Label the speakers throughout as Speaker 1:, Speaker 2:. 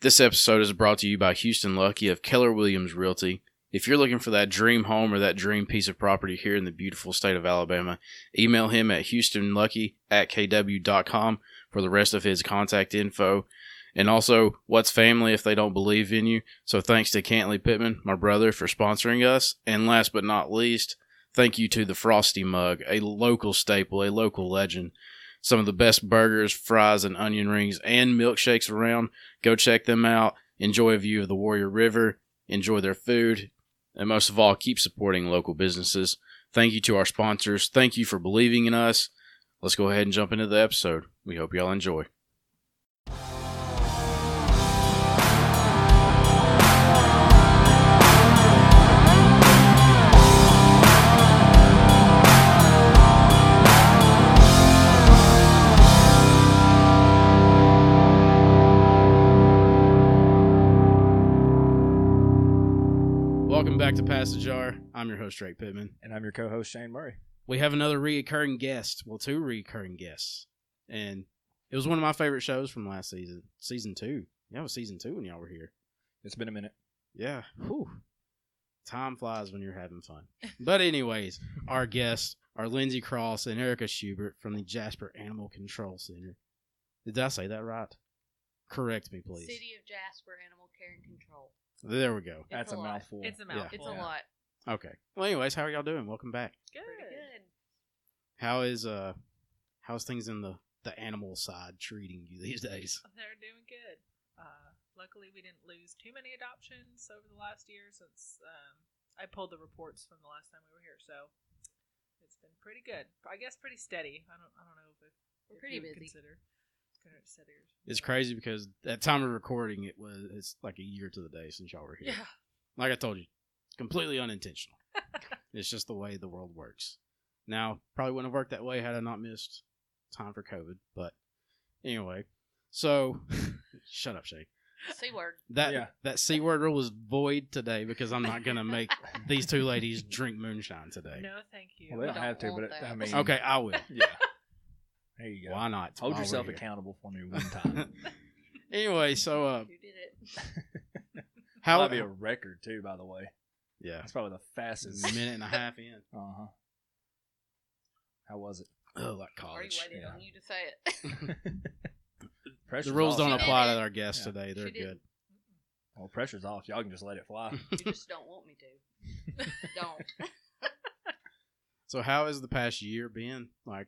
Speaker 1: This episode is brought to you by Houston Lucky of Keller Williams Realty. If you're looking for that dream home or that dream piece of property here in the beautiful state of Alabama, email him at houstonlucky at kw.com for the rest of his contact info. And also, what's family if they don't believe in you? So thanks to Cantley Pittman, my brother, for sponsoring us. And last but not least, thank you to the Frosty Mug, a local staple, a local legend. Some of the best burgers, fries, and onion rings and milkshakes around. Go check them out. Enjoy a view of the Warrior River. Enjoy their food. And most of all, keep supporting local businesses. Thank you to our sponsors. Thank you for believing in us. Let's go ahead and jump into the episode. We hope y'all enjoy. Welcome back to Pass the Jar. I'm your host, Drake Pittman.
Speaker 2: And I'm your co-host Shane Murray.
Speaker 1: we have another recurring guest. Well, two recurring guests, and it was one of my favorite shows from last season, season two. Yeah, it was season two when y'all were here.
Speaker 2: It's been a minute.
Speaker 1: Yeah, whew. time flies when you're having fun. But anyways, our guests are Lindsay Cross and Erica Schubert from the Jasper Animal Control Center. Did I say that right? Correct me, please.
Speaker 3: City of Jasper Animal Care and Control.
Speaker 1: There we go.
Speaker 2: That's a
Speaker 3: lot.
Speaker 2: mouthful.
Speaker 3: It's a
Speaker 1: Yeah.
Speaker 3: mouthful. It's a
Speaker 2: Yeah.
Speaker 3: lot.
Speaker 1: Okay. Well, anyways, how are y'all doing? Welcome back.
Speaker 3: Good.
Speaker 4: Pretty
Speaker 3: good.
Speaker 1: How is uh, how's things in the the animal side treating you these days?
Speaker 4: They're doing good. Uh, luckily, we didn't lose too many adoptions over the last year since um, I pulled the reports from the last time we were here. So it's been pretty good. I guess pretty steady. I don't. I don't know if it,
Speaker 3: We're pretty
Speaker 4: would
Speaker 3: busy.
Speaker 4: Consider, consider it steady or
Speaker 1: It's crazy because at time of recording, it was it's like a year to the day since y'all were here.
Speaker 4: Yeah.
Speaker 1: Like I told you, completely unintentional. it's just the way the world works. Now, probably wouldn't have worked that way had I not missed time for COVID. But anyway, so shut up, Shane.
Speaker 3: C word.
Speaker 1: That
Speaker 2: Yeah.
Speaker 1: that c word rule is void today because I'm not gonna make these two ladies drink moonshine today.
Speaker 4: No, thank you.
Speaker 2: Well, they don't,
Speaker 3: don't
Speaker 2: have to,
Speaker 3: want
Speaker 2: but it,
Speaker 3: that.
Speaker 2: I mean,
Speaker 1: Okay, I will.
Speaker 2: yeah. There you go.
Speaker 1: Why not?
Speaker 2: Hold
Speaker 1: While we're
Speaker 2: yourself
Speaker 1: here.
Speaker 2: accountable for me one time.
Speaker 1: Anyway, so uh,
Speaker 3: Who did it?
Speaker 1: how
Speaker 2: That'd be a record too, by the way.
Speaker 1: yeah,
Speaker 2: That's probably the fastest.
Speaker 1: a minute and a half in.
Speaker 2: Uh huh. How was it?
Speaker 1: Oh, like
Speaker 3: Are you
Speaker 1: college.
Speaker 3: waiting
Speaker 2: yeah.
Speaker 3: on you to say it?
Speaker 2: Pressure's
Speaker 1: the rules
Speaker 2: off.
Speaker 1: don't
Speaker 3: She
Speaker 1: apply
Speaker 3: did
Speaker 1: to
Speaker 3: it.
Speaker 1: our guests
Speaker 2: Yeah.
Speaker 1: today. They're
Speaker 3: She did.
Speaker 1: good.
Speaker 2: Well, pressure's off. Y'all can just let it fly.
Speaker 3: you just don't want me to. don't.
Speaker 1: So, how has the past year been? Like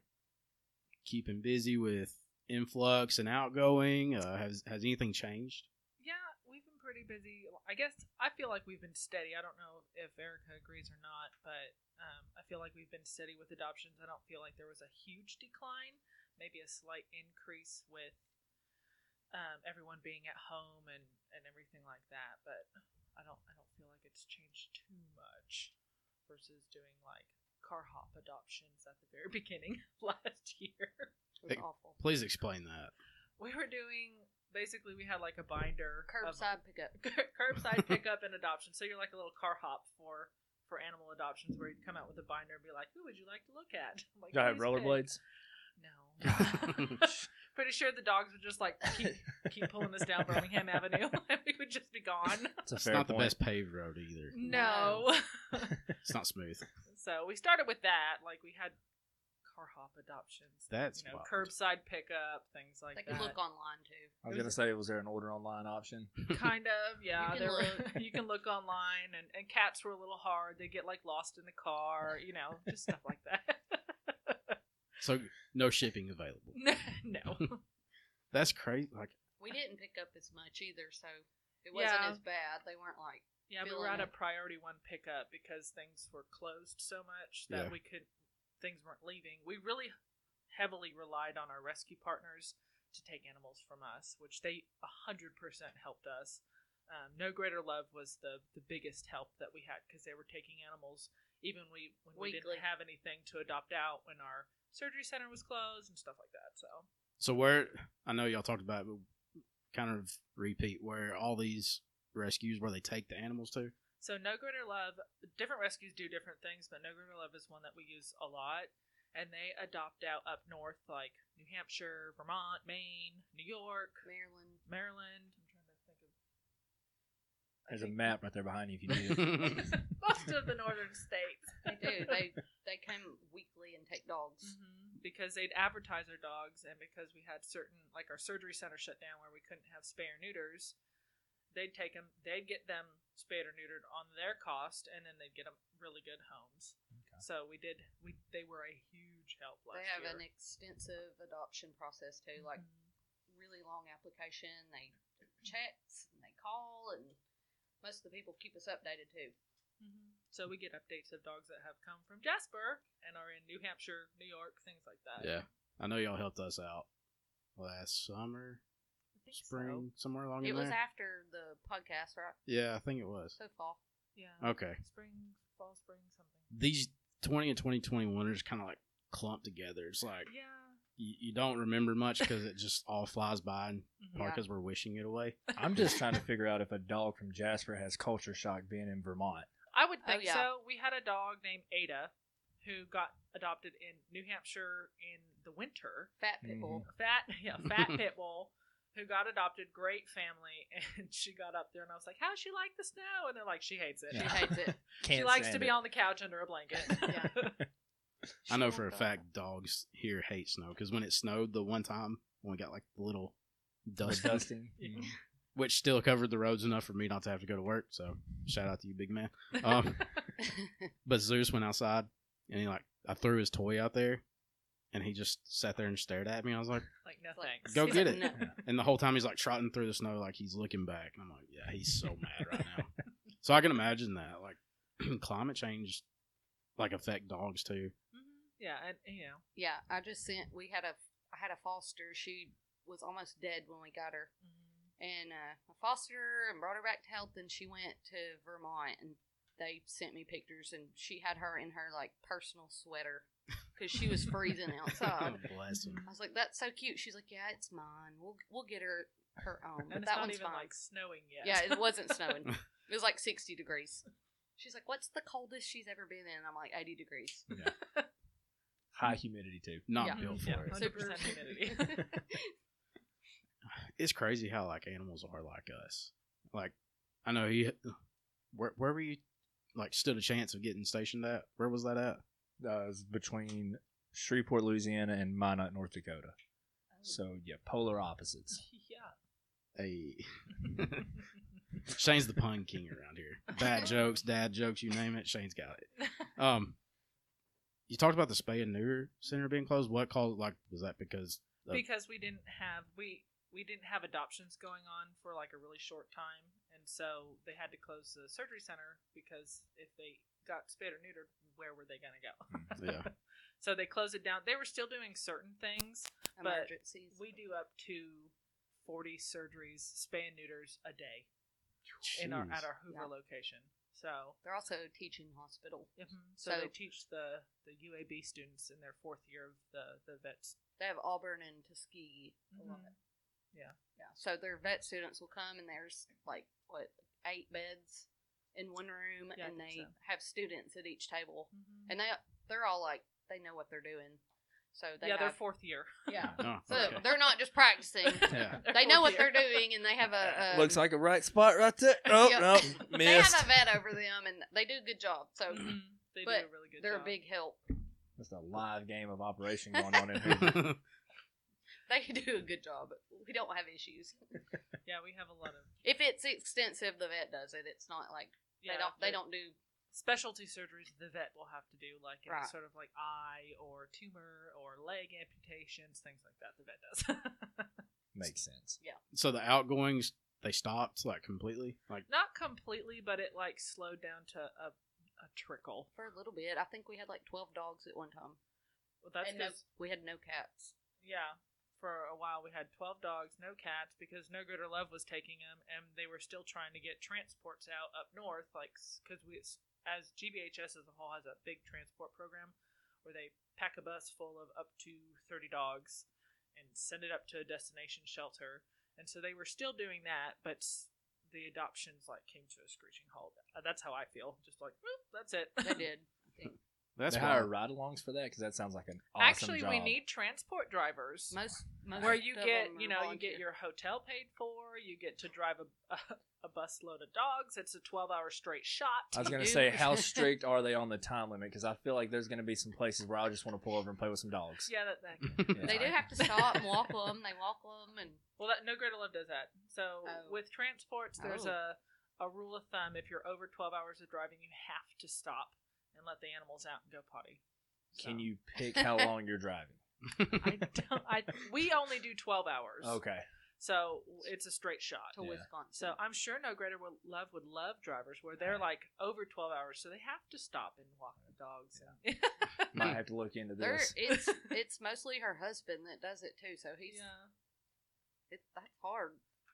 Speaker 1: keeping busy with influx and outgoing. Uh, has has anything changed?
Speaker 4: Yeah, we've been pretty busy. I guess I feel like we've been steady. I don't know if Erica agrees or not, but um, I feel like we've been steady with adoptions. I don't feel like there was a huge decline. Maybe a slight increase with um, everyone being at home and, and everything like that. But I don't I don't feel like it's changed too much versus doing like car hop adoptions at the very beginning of last year.
Speaker 3: It was
Speaker 1: Hey.
Speaker 3: awful.
Speaker 1: Please explain that.
Speaker 4: We were doing basically we had like a binder of
Speaker 3: Curbside pickup.
Speaker 4: cur- curbside pickup and adoption. So you're like a little car hop for for animal adoptions, where you'd come out with a binder and be like, "Who would you like to look at?" I'm like,
Speaker 2: Y'all
Speaker 4: "Please
Speaker 2: have
Speaker 4: pick."
Speaker 2: rollerblades?
Speaker 4: No. Pretty sure the dogs would just like keep, keep pulling us down Birmingham Avenue, and we would just be gone.
Speaker 2: It's a
Speaker 1: It's
Speaker 2: fair
Speaker 1: not the
Speaker 2: point.
Speaker 1: best paved road either.
Speaker 4: No.
Speaker 1: It's not smooth.
Speaker 4: so we started with that. Like we had car hop adoptions.
Speaker 1: That's
Speaker 4: you know,
Speaker 1: wild.
Speaker 4: curbside pickup, things like
Speaker 3: They
Speaker 4: that.
Speaker 3: could look online too.
Speaker 2: I was gonna say, was there an order online option?
Speaker 4: kind of yeah
Speaker 3: can
Speaker 4: there were-
Speaker 3: look.
Speaker 4: you can look online and, and cats were a little hard they get like lost in the car you know just stuff like that
Speaker 1: So, no shipping available.
Speaker 4: no
Speaker 1: That's crazy. Like,
Speaker 3: We didn't pick up as much either, so it wasn't
Speaker 4: Yeah.
Speaker 3: as bad. They weren't like
Speaker 4: yeah we were
Speaker 3: Feeling
Speaker 4: at a
Speaker 3: it.
Speaker 4: priority one pickup because things were closed so much that
Speaker 1: Yeah.
Speaker 4: we could things weren't leaving we really heavily relied on our rescue partners to take animals from us which they 100% helped us um, no greater love was the, the biggest help that we had because they were taking animals even we when we
Speaker 3: Weekly.
Speaker 4: didn't have anything to adopt out when our surgery center was closed and stuff like that. So
Speaker 1: so where I know y'all talked about, it, but kind of repeat where all these rescues where they take the animals to.
Speaker 4: so no greater love. Different rescues do different things, but no greater love is one that we use a lot, and they adopt out up north like New Hampshire, Vermont, Maine, New York,
Speaker 3: Maryland.
Speaker 4: Maryland. I'm trying to think of
Speaker 2: There's a map right there behind you if you need
Speaker 1: That's
Speaker 2: it.
Speaker 4: most of the northern states.
Speaker 3: They do. They they come weekly and take dogs.
Speaker 4: hmm Because they'd advertise our dogs, and because we had certain, like our surgery center shut down where we couldn't have spay or neuters, they'd take them, they'd get them spayed or neutered on their cost, and then they'd get them really good homes.
Speaker 2: Okay.
Speaker 4: So we did, we they were a huge help last
Speaker 3: They have
Speaker 4: year.
Speaker 3: an extensive adoption process too, like really long application. They
Speaker 4: Mm-hmm.
Speaker 3: checks and they call, and most of the people keep us updated too.
Speaker 4: Mhm. So we get updates of dogs that have come from Jasper and are in New Hampshire, New York, things like that.
Speaker 1: Yeah. I know y'all helped us out last summer,
Speaker 4: I think so.
Speaker 1: spring, somewhere along
Speaker 3: It
Speaker 1: in
Speaker 3: was
Speaker 1: there.
Speaker 3: after the podcast, right?
Speaker 1: yeah, I think it was.
Speaker 3: So fall.
Speaker 4: Yeah.
Speaker 1: Okay.
Speaker 4: Spring, fall, spring, something.
Speaker 1: These 20 and 2021 are just kind of like clumped together. It's like
Speaker 4: Yeah.
Speaker 1: you, you don't remember much because it just all flies by and
Speaker 3: Mm-hmm.
Speaker 4: Mhm.
Speaker 1: part because we're wishing it away.
Speaker 2: I'm just trying to figure out if a dog from Jasper has culture shock being in Vermont.
Speaker 4: I would
Speaker 3: Oh,
Speaker 4: think
Speaker 3: yeah.
Speaker 4: so. We had a dog named Ada who got adopted in New Hampshire in the winter.
Speaker 3: Fat
Speaker 1: Mm-hmm.
Speaker 3: people.
Speaker 4: Fat, yeah, fat pit bull who got adopted. Great family, and she got up there, and I was like, "How does she like the snow?" And they're like, "She hates it.
Speaker 3: She
Speaker 2: Yeah.
Speaker 3: hates it.
Speaker 2: Can't
Speaker 4: she likes to
Speaker 2: stand
Speaker 4: be
Speaker 2: it.
Speaker 4: on the couch under a blanket."
Speaker 3: Yeah.
Speaker 1: I know
Speaker 3: She
Speaker 1: for a
Speaker 3: won't go.
Speaker 1: fact dogs here hate snow because when it snowed the one time when we got like the little
Speaker 2: The
Speaker 1: dust,
Speaker 2: dusting.
Speaker 4: Yeah.
Speaker 2: Mhm.
Speaker 1: which still covered the roads enough for me not to have to go to work. So shout out to you, big man. Um, but Zeus went outside and he like I threw his toy out there and he just sat there and stared at me. I was like,
Speaker 4: like no
Speaker 3: It's like-
Speaker 4: thanks.
Speaker 1: Go
Speaker 3: She's
Speaker 1: get
Speaker 3: like,
Speaker 1: it.
Speaker 3: "No."
Speaker 1: and the whole time he's like trotting through the snow like he's looking back. And I'm like, yeah, he's so mad right now. So I can imagine that like climate change like affect dogs too.
Speaker 4: Mhm. Yeah, and you know,
Speaker 3: Yeah, I just sent. We had a. I had a foster. She was almost dead when we got her,
Speaker 4: Mm-hmm.
Speaker 3: and uh, I fostered her and brought her back to health. And she went to Vermont, and they sent me pictures. And she had her in her like personal sweater because she was freezing outside.
Speaker 1: Bless him.
Speaker 3: I was like, "That's so cute." She's like, "Yeah, it's mine. We'll we'll get her her own." But
Speaker 4: and it's
Speaker 3: that
Speaker 4: not
Speaker 3: one's
Speaker 4: even
Speaker 3: fine.
Speaker 4: like snowing yet.
Speaker 3: Yeah, it wasn't snowing. It was like 60 degrees. She's like, "What's the coldest she's ever been in?" I'm like, "80 degrees."
Speaker 2: High humidity too.
Speaker 1: Not
Speaker 3: Yeah.
Speaker 1: built for
Speaker 4: Yeah.
Speaker 1: it.
Speaker 3: Super-
Speaker 4: 100% humidity.
Speaker 1: it's crazy how like animals are like us. Like I know he where where were you like stood a chance of getting stationed at? Where was that at?
Speaker 2: Uh, it was between Shreveport, Louisiana, and Minot, North Dakota. So yeah, polar opposites.
Speaker 1: Hey.
Speaker 4: yeah.
Speaker 1: Shane's the pun king around here. Bad jokes, dad jokes, you name it, Shane's got it. Um you talked about the spay and neuter center being closed. What caused like was that because of-
Speaker 4: because we didn't have we we didn't have adoptions going on for like a really short time and so they had to close the surgery center because if they got spayed or neutered where were they going to go
Speaker 3: Uh,
Speaker 1: yeah.
Speaker 4: so they closed it down they were still doing certain things But
Speaker 3: Emergencies.
Speaker 4: we do up to 40 surgeries spay and neuters a day in our
Speaker 1: Jeez.
Speaker 4: at our hoover
Speaker 3: Yeah.
Speaker 4: location so
Speaker 3: They're also a teaching hospital.
Speaker 4: Mm-hmm. so,
Speaker 3: So-
Speaker 4: they teach the the uab students in their fourth year of the the vets
Speaker 3: They have Auburn and Tuskegee. I love
Speaker 4: Mhm.
Speaker 3: it. Yeah. So their vet students will come and there's like what eight beds in one room,
Speaker 4: Yeah, I
Speaker 3: and
Speaker 4: think
Speaker 3: they
Speaker 4: so.
Speaker 3: have students at each table, Mm-hmm. and they they're all like they know what they're doing. So they
Speaker 4: yeah their
Speaker 3: got-
Speaker 4: fourth year
Speaker 3: yeah.
Speaker 1: Oh,
Speaker 3: So
Speaker 1: okay.
Speaker 3: they're not just practicing.
Speaker 1: Yeah.
Speaker 4: Their
Speaker 3: they know what
Speaker 4: fourth
Speaker 3: they're
Speaker 4: year.
Speaker 3: doing, and they have a um,
Speaker 2: Looks like a right spot right there. Oh
Speaker 3: Yep.
Speaker 2: no,
Speaker 3: they have
Speaker 2: missed.
Speaker 3: a vet over them, and they do a good job. So
Speaker 4: Mhm. They
Speaker 3: But
Speaker 4: do a really good
Speaker 3: they're
Speaker 4: job.
Speaker 3: a big help.
Speaker 2: That's a live game of operation going on in here.
Speaker 3: They do a good job. We don't have issues.
Speaker 4: Yeah, we have a lot of.
Speaker 3: If it's extensive, the vet does it. It's not like
Speaker 4: Yeah,
Speaker 3: they don't they
Speaker 4: the
Speaker 3: don't do
Speaker 4: specialty surgeries the vet will have to do, like any
Speaker 3: Right.
Speaker 4: sort of like eye or tumor or leg amputations, things like that. The vet does.
Speaker 2: Makes sense.
Speaker 1: so the outgoings they stopped like completely. Like
Speaker 4: Not completely, but it like slowed down to a, a trickle.
Speaker 3: for a little bit. I think we had like twelve dogs at one time,
Speaker 4: Well, that's
Speaker 3: and no,
Speaker 4: 'cause-
Speaker 3: we had no cats.
Speaker 4: yeah. For a while, we had twelve dogs, no cats, because No Greater Love was taking them, and they were still trying to get transports out up north, like because we, as GBHS as a whole, has a big transport program where they pack a bus full of up to 30 dogs and send it up to a destination shelter. And so they were still doing that, but s- the adoptions like came to a screeching halt. Uh, That's how I feel. Just like, "Whoop, that's it.
Speaker 3: They did.
Speaker 1: That's
Speaker 2: they
Speaker 1: why.
Speaker 2: hire ride-alongs for that because that sounds like an awesome
Speaker 4: Actually, we
Speaker 2: job.
Speaker 4: need transport drivers.
Speaker 3: Most, most
Speaker 4: where you
Speaker 3: of
Speaker 4: get
Speaker 3: them
Speaker 4: you
Speaker 3: are
Speaker 4: know you
Speaker 3: volunteer.
Speaker 4: get your hotel paid for you get to drive a, a, a busload of dogs it's a 12 hour straight
Speaker 2: I
Speaker 4: shot
Speaker 2: was gonna
Speaker 3: Dude.
Speaker 2: say, how strict are they on the time limit? Because I feel like there's gonna be some places where I just want to pull over and play with some dogs.
Speaker 4: yeah that, that
Speaker 2: Yeah.
Speaker 3: They do have to stop and walk them. They walk them, and
Speaker 4: well that no greater love does that so
Speaker 3: Oh.
Speaker 4: with transports there's a a rule of thumb if you're over 12 hours of driving you have to stop and let the animals out and go potty So,
Speaker 2: Can you pick how long you're driving?
Speaker 4: I don't, I, we only do 12 hours
Speaker 2: Okay.
Speaker 4: so it's a straight shot
Speaker 3: to
Speaker 2: Yeah.
Speaker 3: Wisconsin.
Speaker 4: so I'm sure No Greater Wo- Love would love drivers where they're like over 12 hours, so they have to stop and walk the dogs. and-
Speaker 2: Might have to look into
Speaker 3: There,
Speaker 2: this.
Speaker 3: it's it's mostly her husband that does it too. So he's
Speaker 4: yeah,
Speaker 3: it, that's hard.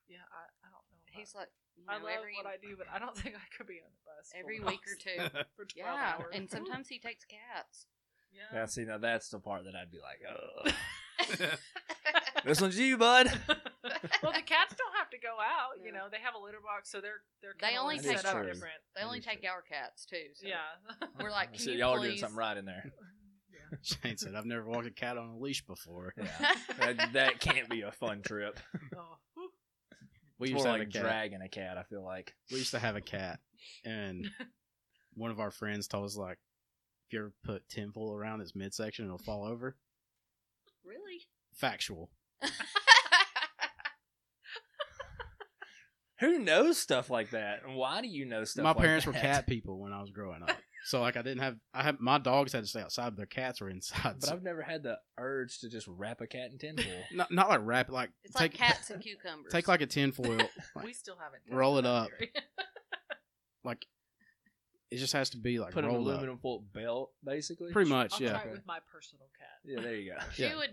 Speaker 4: yeah. I, I don't know. about-
Speaker 3: He's like, you know,
Speaker 4: I love
Speaker 3: every
Speaker 4: what I do, but I don't think I could be on the bus full
Speaker 3: every
Speaker 4: of
Speaker 3: week or
Speaker 4: dogs
Speaker 3: two.
Speaker 4: for 12
Speaker 3: Yeah,
Speaker 4: hours.
Speaker 3: and sometimes he takes cats.
Speaker 4: yeah.
Speaker 2: Now, see, now that's the part that I'd be like, Ugh. this one's you, bud.
Speaker 4: well, the cats don't have to go out. You
Speaker 3: No.
Speaker 4: know, they have a litter box, so they're they're
Speaker 3: They
Speaker 4: kinda
Speaker 3: only
Speaker 4: like
Speaker 3: take
Speaker 4: set up
Speaker 2: ours.
Speaker 4: different.
Speaker 3: They only
Speaker 2: Understood.
Speaker 3: take our cats too. So
Speaker 4: Yeah.
Speaker 3: we're like, can
Speaker 2: So
Speaker 3: you
Speaker 2: y'all
Speaker 3: please?
Speaker 2: are doing something right in there.
Speaker 4: yeah.
Speaker 1: Shane said, "I've never walked a cat on a leash before."
Speaker 2: Yeah. that, that can't be a fun trip.
Speaker 4: Oh, whew.
Speaker 1: We
Speaker 2: It's
Speaker 1: used to
Speaker 2: more
Speaker 1: have
Speaker 2: like
Speaker 1: a cat.
Speaker 2: dragging a cat. I feel like.
Speaker 1: we used to have a cat, and one of our friends told us like, if you ever put tinfoil around its midsection, it'll fall over.
Speaker 3: really?
Speaker 1: Factual.
Speaker 2: Who knows stuff like that? And why do you know stuff?
Speaker 1: my
Speaker 2: like
Speaker 1: parents were
Speaker 2: that?
Speaker 1: cat people when I was growing up, so like I didn't have I had my dogs had to stay outside, but their cats were inside.
Speaker 2: But
Speaker 1: So,
Speaker 2: I've never had the urge to just wrap a cat in tinfoil.
Speaker 1: not not like wrap it like
Speaker 3: It's
Speaker 1: take
Speaker 3: like cats and cucumbers.
Speaker 1: take like a tinfoil. like,
Speaker 4: we still haven't
Speaker 1: Roll it
Speaker 4: tested that
Speaker 1: up.
Speaker 4: theory.
Speaker 1: like it just has to be like
Speaker 2: Put an
Speaker 1: rolled up.
Speaker 2: aluminum foil belt, basically.
Speaker 1: Pretty much,
Speaker 4: I'll
Speaker 1: yeah.
Speaker 4: try it with my personal cat.
Speaker 2: Yeah, there you go.
Speaker 3: she
Speaker 1: yeah.
Speaker 3: would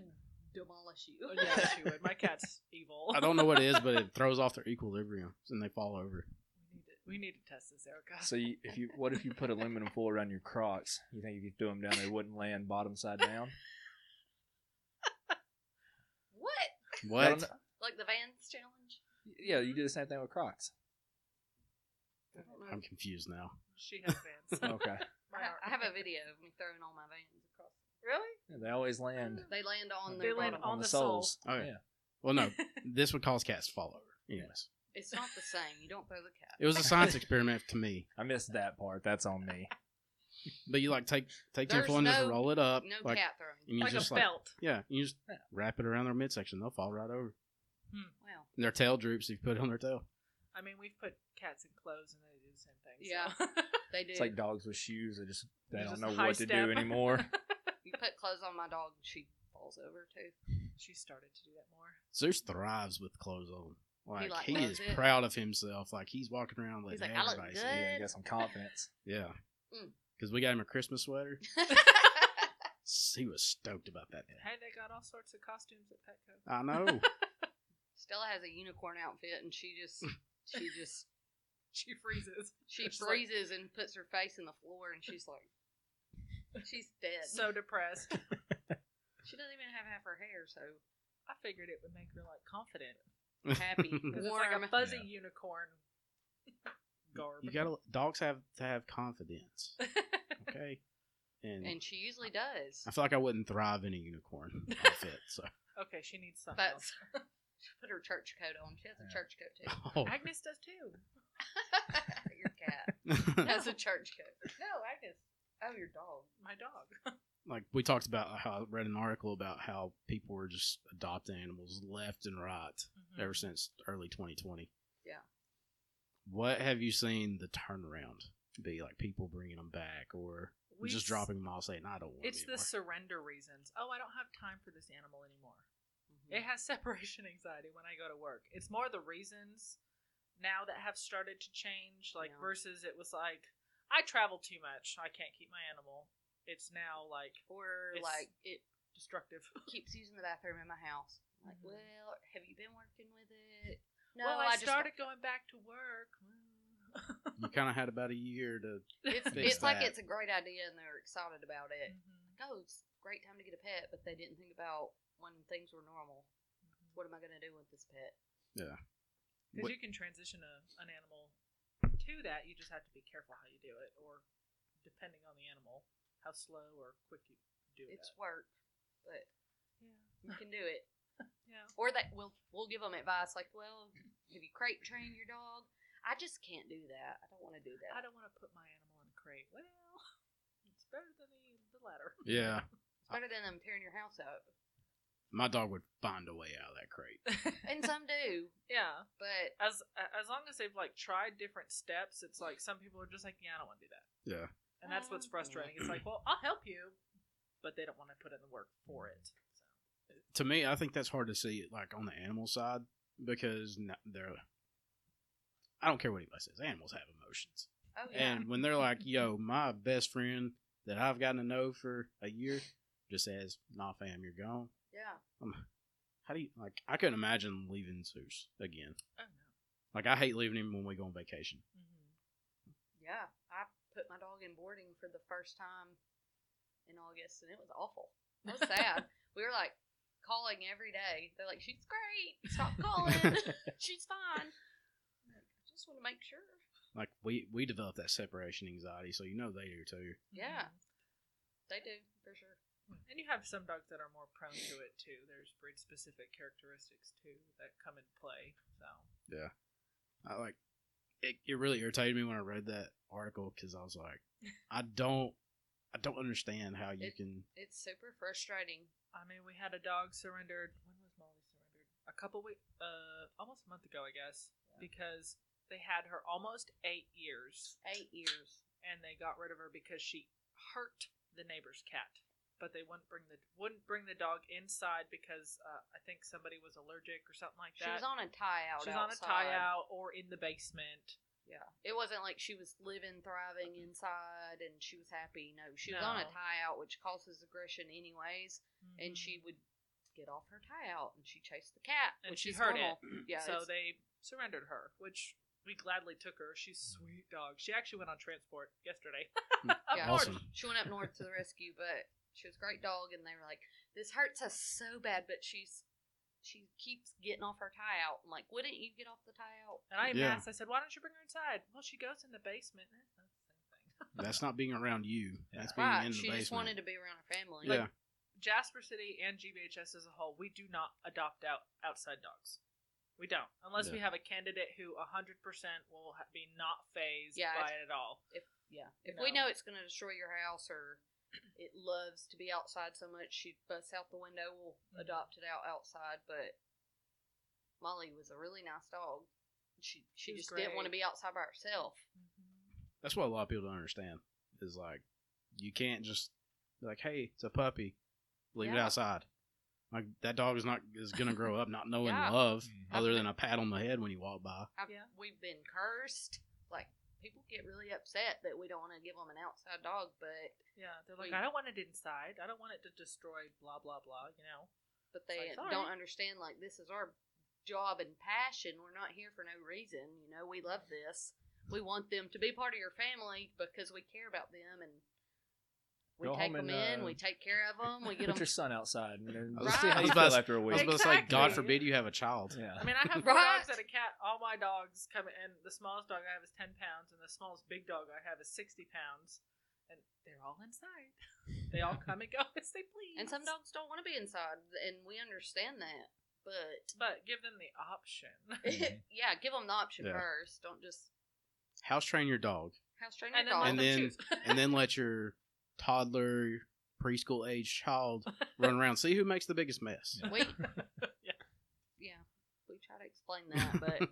Speaker 3: demolish you.
Speaker 4: Oh, yeah, she would. My cat's evil.
Speaker 1: I don't know what it is, but it throws off their equilibrium and they fall over.
Speaker 4: We need to, we need to test this, Erica.
Speaker 2: So you, if you, what if you put aluminum foil around your Crocs? You think if you threw them down, they wouldn't land bottom side down?
Speaker 3: What?
Speaker 2: I don't
Speaker 1: What?
Speaker 2: know.
Speaker 3: Like the Vans challenge?
Speaker 2: Yeah, you do the same thing with Crocs.
Speaker 3: I don't know.
Speaker 1: I'm confused now.
Speaker 4: she has fans.
Speaker 2: Okay,
Speaker 3: I have- I have a video of me throwing all my Vans across.
Speaker 4: Really?
Speaker 2: Yeah, they always land
Speaker 3: They land on
Speaker 4: They
Speaker 3: their
Speaker 4: land
Speaker 3: bottom.
Speaker 4: on-
Speaker 2: on the,
Speaker 4: the sole.
Speaker 2: soles.
Speaker 1: Oh, yeah.
Speaker 2: Yeah,
Speaker 1: Well, no, this would cause cats to fall over. Anyways,
Speaker 3: It's not the same. You don't throw the cat.
Speaker 1: it was a science experiment to me.
Speaker 2: I missed that part. That's on me.
Speaker 1: But you like take take
Speaker 3: There's
Speaker 1: tinfoil and just
Speaker 3: no-
Speaker 1: roll it up,
Speaker 3: No
Speaker 1: like,
Speaker 3: cat throwing.
Speaker 1: and you
Speaker 4: like
Speaker 1: just
Speaker 4: a
Speaker 1: like
Speaker 4: belt.
Speaker 1: yeah, you just wrap it around their midsection. They'll fall right over.
Speaker 3: Wow.
Speaker 1: And their tail droops if you put it on their tail.
Speaker 4: I mean, we've put cats in clothes and they do the same thing. so.
Speaker 3: Yeah. They do.
Speaker 2: It's like dogs with shoes. They just they
Speaker 4: You
Speaker 2: don't
Speaker 4: just
Speaker 2: know
Speaker 4: high
Speaker 2: what to
Speaker 4: step.
Speaker 2: do anymore.
Speaker 3: you put clothes on my dog, she falls over too.
Speaker 4: she started to do that more.
Speaker 1: Zeus thrives with clothes on. Like he,
Speaker 3: like,
Speaker 1: is
Speaker 3: loves it.
Speaker 1: proud of himself. Like he's walking around letting
Speaker 3: He's like, "I look
Speaker 1: everybody see.
Speaker 3: good."
Speaker 1: it.
Speaker 2: yeah, got some confidence.
Speaker 1: Yeah,
Speaker 3: Mm.
Speaker 1: because we got him a Christmas sweater. He was stoked about that. Thing.
Speaker 4: Hey, they got all sorts of costumes at Petco.
Speaker 1: I know.
Speaker 3: Stella has a unicorn outfit, and she just, she just,
Speaker 4: She freezes.
Speaker 3: she
Speaker 4: She's like-
Speaker 3: freezes and puts her face in the floor, and she's like, she's dead.
Speaker 4: So depressed.
Speaker 3: she doesn't even have half her hair. So
Speaker 4: I figured it would make her like confident.
Speaker 3: happy,
Speaker 4: 'Cause it's like
Speaker 3: warm.
Speaker 4: a fuzzy unicorn garb.
Speaker 1: You gotta dogs have to have confidence. Okay, and,
Speaker 3: and she usually does.
Speaker 1: I feel like I wouldn't thrive in a unicorn outfit. So
Speaker 4: okay, she needs something.
Speaker 3: That's she put her church coat on. She has a church coat too.
Speaker 1: oh.
Speaker 4: else. Agnes does too.
Speaker 3: Your cat has a church coat.
Speaker 4: No, Agnes,
Speaker 3: Oh, your dog.
Speaker 4: my dog.
Speaker 1: like we talked about how I read an article about how people were just adopting animals left and right ever
Speaker 4: Mm-hmm.
Speaker 1: since early 2020.
Speaker 3: Yeah.
Speaker 1: What have you seen the turnaround be like? People bringing them back or
Speaker 4: We
Speaker 1: just
Speaker 4: s-
Speaker 1: dropping them all, saying I don't want.
Speaker 4: It's
Speaker 1: them
Speaker 4: the surrender reasons. Oh, I don't have time for this animal anymore. It has separation anxiety when I go to work. It's more the reasons now that have started to change, like
Speaker 3: Yeah.
Speaker 4: versus it was like I travel too much, I can't keep my animal. It's now like
Speaker 3: Or
Speaker 4: It's-
Speaker 3: like it
Speaker 4: destructive.
Speaker 3: keeps using the bathroom in my house. I'm like,
Speaker 4: Mhm.
Speaker 3: well, have you been working with it?
Speaker 4: well, I,
Speaker 3: Mm-hmm. just- Mm-hmm.
Speaker 4: started going back to work.
Speaker 1: back. You kind of had about a year to.
Speaker 3: It's,
Speaker 1: Fix
Speaker 3: it's like
Speaker 1: that.
Speaker 3: it's a great idea and they're excited about it.
Speaker 4: Mhm.
Speaker 3: Like, oh, it's a great time to get a pet, but they didn't think about when things were normal. What am I going to do with this pet?
Speaker 4: Because
Speaker 1: What-
Speaker 4: you can transition a, an animal to that, you just have to be careful how you do it, or depending on the animal, how how slow or quick you do it.
Speaker 3: It's work, but
Speaker 4: yeah,
Speaker 3: you can do it.
Speaker 4: yeah.
Speaker 3: Or that we'll we'll give them advice like, well, have you crate trained your dog? I just can't do that. I don't want to do that.
Speaker 4: I don't want to put my animal in a crate. Well, it's better than the, the latter.
Speaker 1: Yeah.
Speaker 3: It's better than them tearing your house up.
Speaker 1: My dog would find a way out of that crate.
Speaker 3: And some do,
Speaker 4: yeah.
Speaker 3: but
Speaker 4: as as long as they've like tried different steps, it's like some people are just like, yeah, I don't want to do that.
Speaker 1: Yeah.
Speaker 4: and that's what's
Speaker 3: Ah.
Speaker 4: frustrating. It's like, well, I'll help you, but they don't want to put in the work for it. So
Speaker 1: To me, I think that's hard to see, like on the animal side, because n- they're. I don't care what anybody says. Animals have emotions,
Speaker 3: oh yeah,
Speaker 1: and when they're like, "Yo, my best friend that I've gotten to know for a year," just says, "Nah, fam, you're gone."
Speaker 3: yeah.
Speaker 1: How do you like? I couldn't imagine leaving Zeus again.
Speaker 4: I don't know.
Speaker 1: Like I hate leaving him when we go on vacation.
Speaker 4: Mm-hmm.
Speaker 3: Yeah, I put my dog in boarding for the first time in August, and it was awful. It was sad. we were like calling every day. They're like, "She's great. Stop calling. She's fine." I'm like, I just want to make sure.
Speaker 1: Like we we develop that separation anxiety, so you know they do too.
Speaker 3: Yeah. They do for sure.
Speaker 4: Mhm. and you have some dogs that are more prone to it too. There's breed specific characteristics too that come into play. So
Speaker 1: I like it. It really irritated me when I read that article because I was like, I don't, I don't understand how you
Speaker 3: It-
Speaker 1: can.
Speaker 3: It's super frustrating.
Speaker 4: I mean, we had a dog surrendered. When was Molly surrendered? A couple weeks, uh, almost a month ago, I guess, because they had her almost eight years,
Speaker 3: Eight years.
Speaker 4: and they got rid of her because she hurt the neighbor's cat. But they wouldn't bring the wouldn't bring the dog inside because uh, I think somebody was allergic or something like
Speaker 3: she was
Speaker 4: that.
Speaker 3: on a tie out.
Speaker 4: She's on a
Speaker 3: outside.
Speaker 4: tie out or in the basement.
Speaker 3: Yeah. It wasn't like she was living, thriving inside and she was happy. No, she was on a
Speaker 4: No.
Speaker 3: tie out, which causes aggression anyways.
Speaker 4: Mm-hmm.
Speaker 3: And she would get off her tie out and she chased the cat.
Speaker 4: And
Speaker 3: which is
Speaker 4: she heard Mm-hmm.
Speaker 3: normal. Yeah.
Speaker 4: so
Speaker 3: it's-
Speaker 4: they surrendered her, which we gladly took her. She's a sweet dog. She actually went on transport yesterday. Up
Speaker 3: yeah.
Speaker 4: north.
Speaker 1: Hmm. Awesome.
Speaker 3: She went up north to the rescue, but she was a great dog and they were like, This hurts us so bad, but she's she keeps getting off her tie out. I'm like, wouldn't you get off the tie out?
Speaker 4: And I even
Speaker 1: Yeah.
Speaker 4: asked, I said, why don't you bring her inside? Well, she goes in the basement. That's not the same thing.
Speaker 1: That's not being around you. That's being
Speaker 3: Right.
Speaker 1: in the
Speaker 3: she
Speaker 1: basement.
Speaker 3: just wanted to be around her family.
Speaker 1: yeah,
Speaker 4: Jasper City and GBHS as a whole, we do not adopt out outside dogs. We don't, unless we have a candidate who 100% will ha- be not phased
Speaker 3: Yeah,
Speaker 4: by it at all.
Speaker 3: Yeah. If
Speaker 4: No.
Speaker 3: we know it's going to destroy your house or it loves to be outside so much, she busts out the window, we'll
Speaker 4: Mhm.
Speaker 3: adopt it out outside. But Molly was a really nice dog. She she
Speaker 4: She was
Speaker 3: just didn't want to
Speaker 4: great.
Speaker 3: be outside by herself.
Speaker 4: Mm-hmm.
Speaker 1: that's what a lot of people don't understand is like, you can't just be like, hey, it's a puppy, leave it
Speaker 3: Yeah.
Speaker 1: outside. Like that dog is not is gonna grow up not knowing
Speaker 3: Yeah.
Speaker 1: love
Speaker 2: Mhm.
Speaker 1: other than a pat on the head when you walk by.
Speaker 3: I've,
Speaker 4: Yeah.
Speaker 3: We've been cursed. Like people get really upset that we don't want to give them an outside dog, but
Speaker 4: Yeah, they're like,
Speaker 3: We-
Speaker 4: I don't want it inside. I don't want it to destroy blah blah blah. You know.
Speaker 3: but they
Speaker 4: It's like,
Speaker 3: don't
Speaker 4: sorry.
Speaker 3: understand like this is our job and passion. We're not here for no reason. You know, we love this. We want them to be part of your family because we care about them and we
Speaker 2: Go
Speaker 3: take
Speaker 2: home
Speaker 3: them
Speaker 2: and,
Speaker 3: in,
Speaker 2: uh,
Speaker 3: we take care of them, we get
Speaker 2: Put
Speaker 3: them
Speaker 2: your son outside and then
Speaker 1: I was-
Speaker 2: see how
Speaker 1: I
Speaker 2: you
Speaker 1: was
Speaker 2: feel
Speaker 1: about to-
Speaker 2: after a
Speaker 1: I was
Speaker 2: week.
Speaker 1: about to say, God
Speaker 4: Exactly.
Speaker 1: forbid you have a child.
Speaker 2: Yeah.
Speaker 4: I mean, I have four
Speaker 3: Right.
Speaker 4: dogs and a cat. All my dogs come, and the smallest dog I have is ten pounds, and the smallest big dog I have is sixty pounds, and they're all inside. they all come and go as they please.
Speaker 3: and some dogs don't want to be inside and we understand that. But
Speaker 4: but give them the option.
Speaker 2: Mhm.
Speaker 3: yeah, give them the option
Speaker 1: Yeah.
Speaker 3: first. Don't just
Speaker 1: House train your dog.
Speaker 3: house train your
Speaker 4: And then
Speaker 3: dog.
Speaker 4: let
Speaker 1: And
Speaker 4: them
Speaker 1: then-
Speaker 4: choose.
Speaker 1: and then let your toddler preschool age child run around see who makes the biggest mess
Speaker 3: we
Speaker 4: Yeah.
Speaker 3: yeah, we try to explain that, but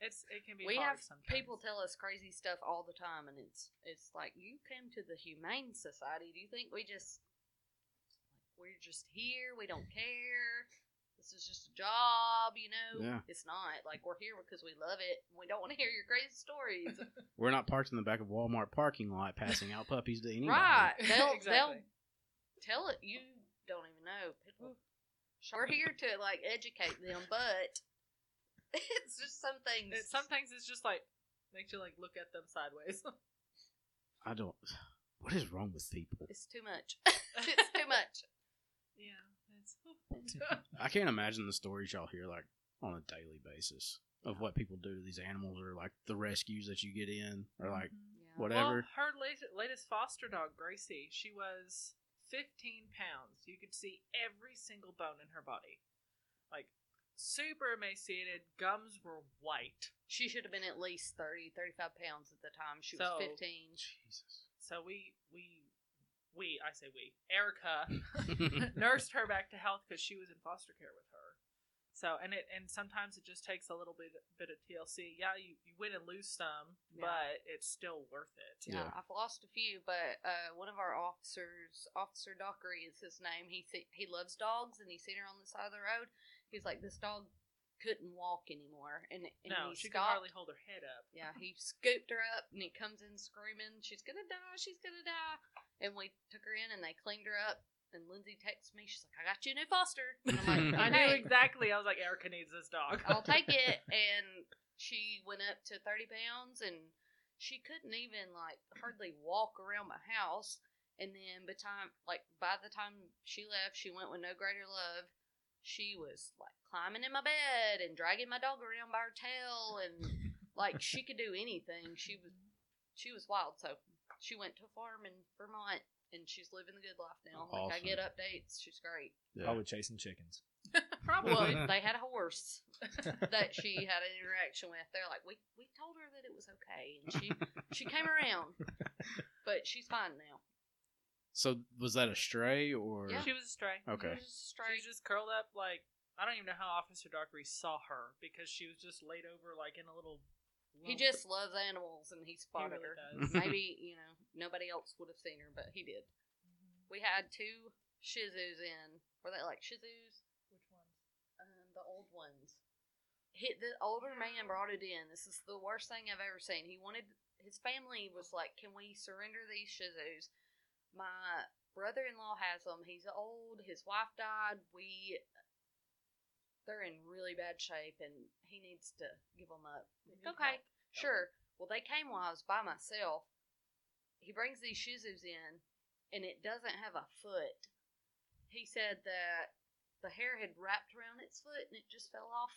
Speaker 4: it's it can be.
Speaker 3: we
Speaker 4: hard
Speaker 3: have
Speaker 4: sometimes.
Speaker 3: people tell us crazy stuff all the time and it's it's like you come to the humane society do you think we just we're just here we don't care this is just a job you know
Speaker 1: Yeah.
Speaker 3: it's not like we're here because we love it and we don't want to hear your crazy stories
Speaker 1: we're not parked in the back of walmart parking lot passing out puppies to anybody
Speaker 3: right they'll they'll
Speaker 4: Exactly.
Speaker 3: tell it you don't even know people we're here to like educate them but it's just some things
Speaker 4: It, sometimes it's just like makes you like look at them sideways.
Speaker 1: i don't what is wrong with people
Speaker 3: it's too much it's too much
Speaker 4: yeah, it's
Speaker 1: i can't imagine the stories y'all hear like on a daily basis of what people do to these animals or like the rescues that you get in or like
Speaker 3: yeah
Speaker 2: Whatever.
Speaker 4: Mm-hmm. Well, her latest, latest foster dog, Gracie, she was 15 pounds. You could see every single bone in her body. Like, super emaciated. Gums were white.
Speaker 3: She should have been at least 30, 35 pounds at the time. She
Speaker 4: So-
Speaker 3: was 15.
Speaker 1: Jesus.
Speaker 4: So we, we, we, I say we, Erica nursed her back to health because she was in foster care with her. So and it and sometimes it just takes a little bit bit of TLC. Yeah, you, you win and lose some,
Speaker 3: Yeah.
Speaker 4: but it's still worth it.
Speaker 3: Yeah,
Speaker 1: Yeah.
Speaker 3: I've lost a few, but uh, one of our officers, Officer Dockery is his name. He se- he loves dogs, and he seen her on the side of the road. He's like, this dog couldn't walk anymore, and, and
Speaker 4: no,
Speaker 3: he
Speaker 4: she could
Speaker 3: stopped.
Speaker 4: hardly hold her head up.
Speaker 3: Yeah, he scooped her up, and he comes in screaming, "She's gonna die! She's gonna die!" And we took her in, and they cleaned her up. And Lindsay texts me, she's like, "I got you a new foster." And I'm like,
Speaker 4: I knew
Speaker 3: "Okay."
Speaker 4: exactly. I was like, Erica needs this dog.
Speaker 3: I'll take it. And she went up to 30 pounds and she couldn't even like hardly walk around my house. And then by time like by the time she left, she went with no greater love. She was like climbing in my bed and dragging my dog around by her tail and like she could do anything. She was she was wild. So she went to a farm in Vermont and she's living the good life now. Like I
Speaker 1: Awesome.
Speaker 3: get updates. She's great.
Speaker 1: Yeah.
Speaker 2: Probably chasing chickens.
Speaker 4: Probably.
Speaker 3: Well, they had a horse that she had an interaction with. They're like, we, we told her that it was okay, and she she came around, but she's fine now.
Speaker 1: So was that a stray or?
Speaker 3: Yeah.
Speaker 4: She was a stray.
Speaker 1: Okay.
Speaker 3: She was just
Speaker 4: She
Speaker 3: straight.
Speaker 4: was just curled up like I don't even know how Officer Dockery saw her because she was just laid over like in a little.
Speaker 3: he
Speaker 4: lump.
Speaker 3: just loves animals, and he
Speaker 4: He
Speaker 3: spotted
Speaker 4: really
Speaker 3: her.
Speaker 4: does.
Speaker 3: Maybe you know nobody else would have seen her, but he did.
Speaker 4: Mm-hmm.
Speaker 3: We had two Shizus in. Were they like Shizus?
Speaker 4: Which one?
Speaker 3: Um, the old ones. He, the older man brought it in. This is the worst thing I've ever seen. He wanted his family was like, "Can we surrender these Shizus?" My brother-in-law has them. He's old. His wife died. We they're in really bad shape, and he needs to give them up.
Speaker 4: They need
Speaker 3: Okay,
Speaker 4: help.
Speaker 3: sure. Well, they came while I was by myself. He brings these Shizus in, and it doesn't have a foot. He said that the hair had wrapped around its foot and it just fell off.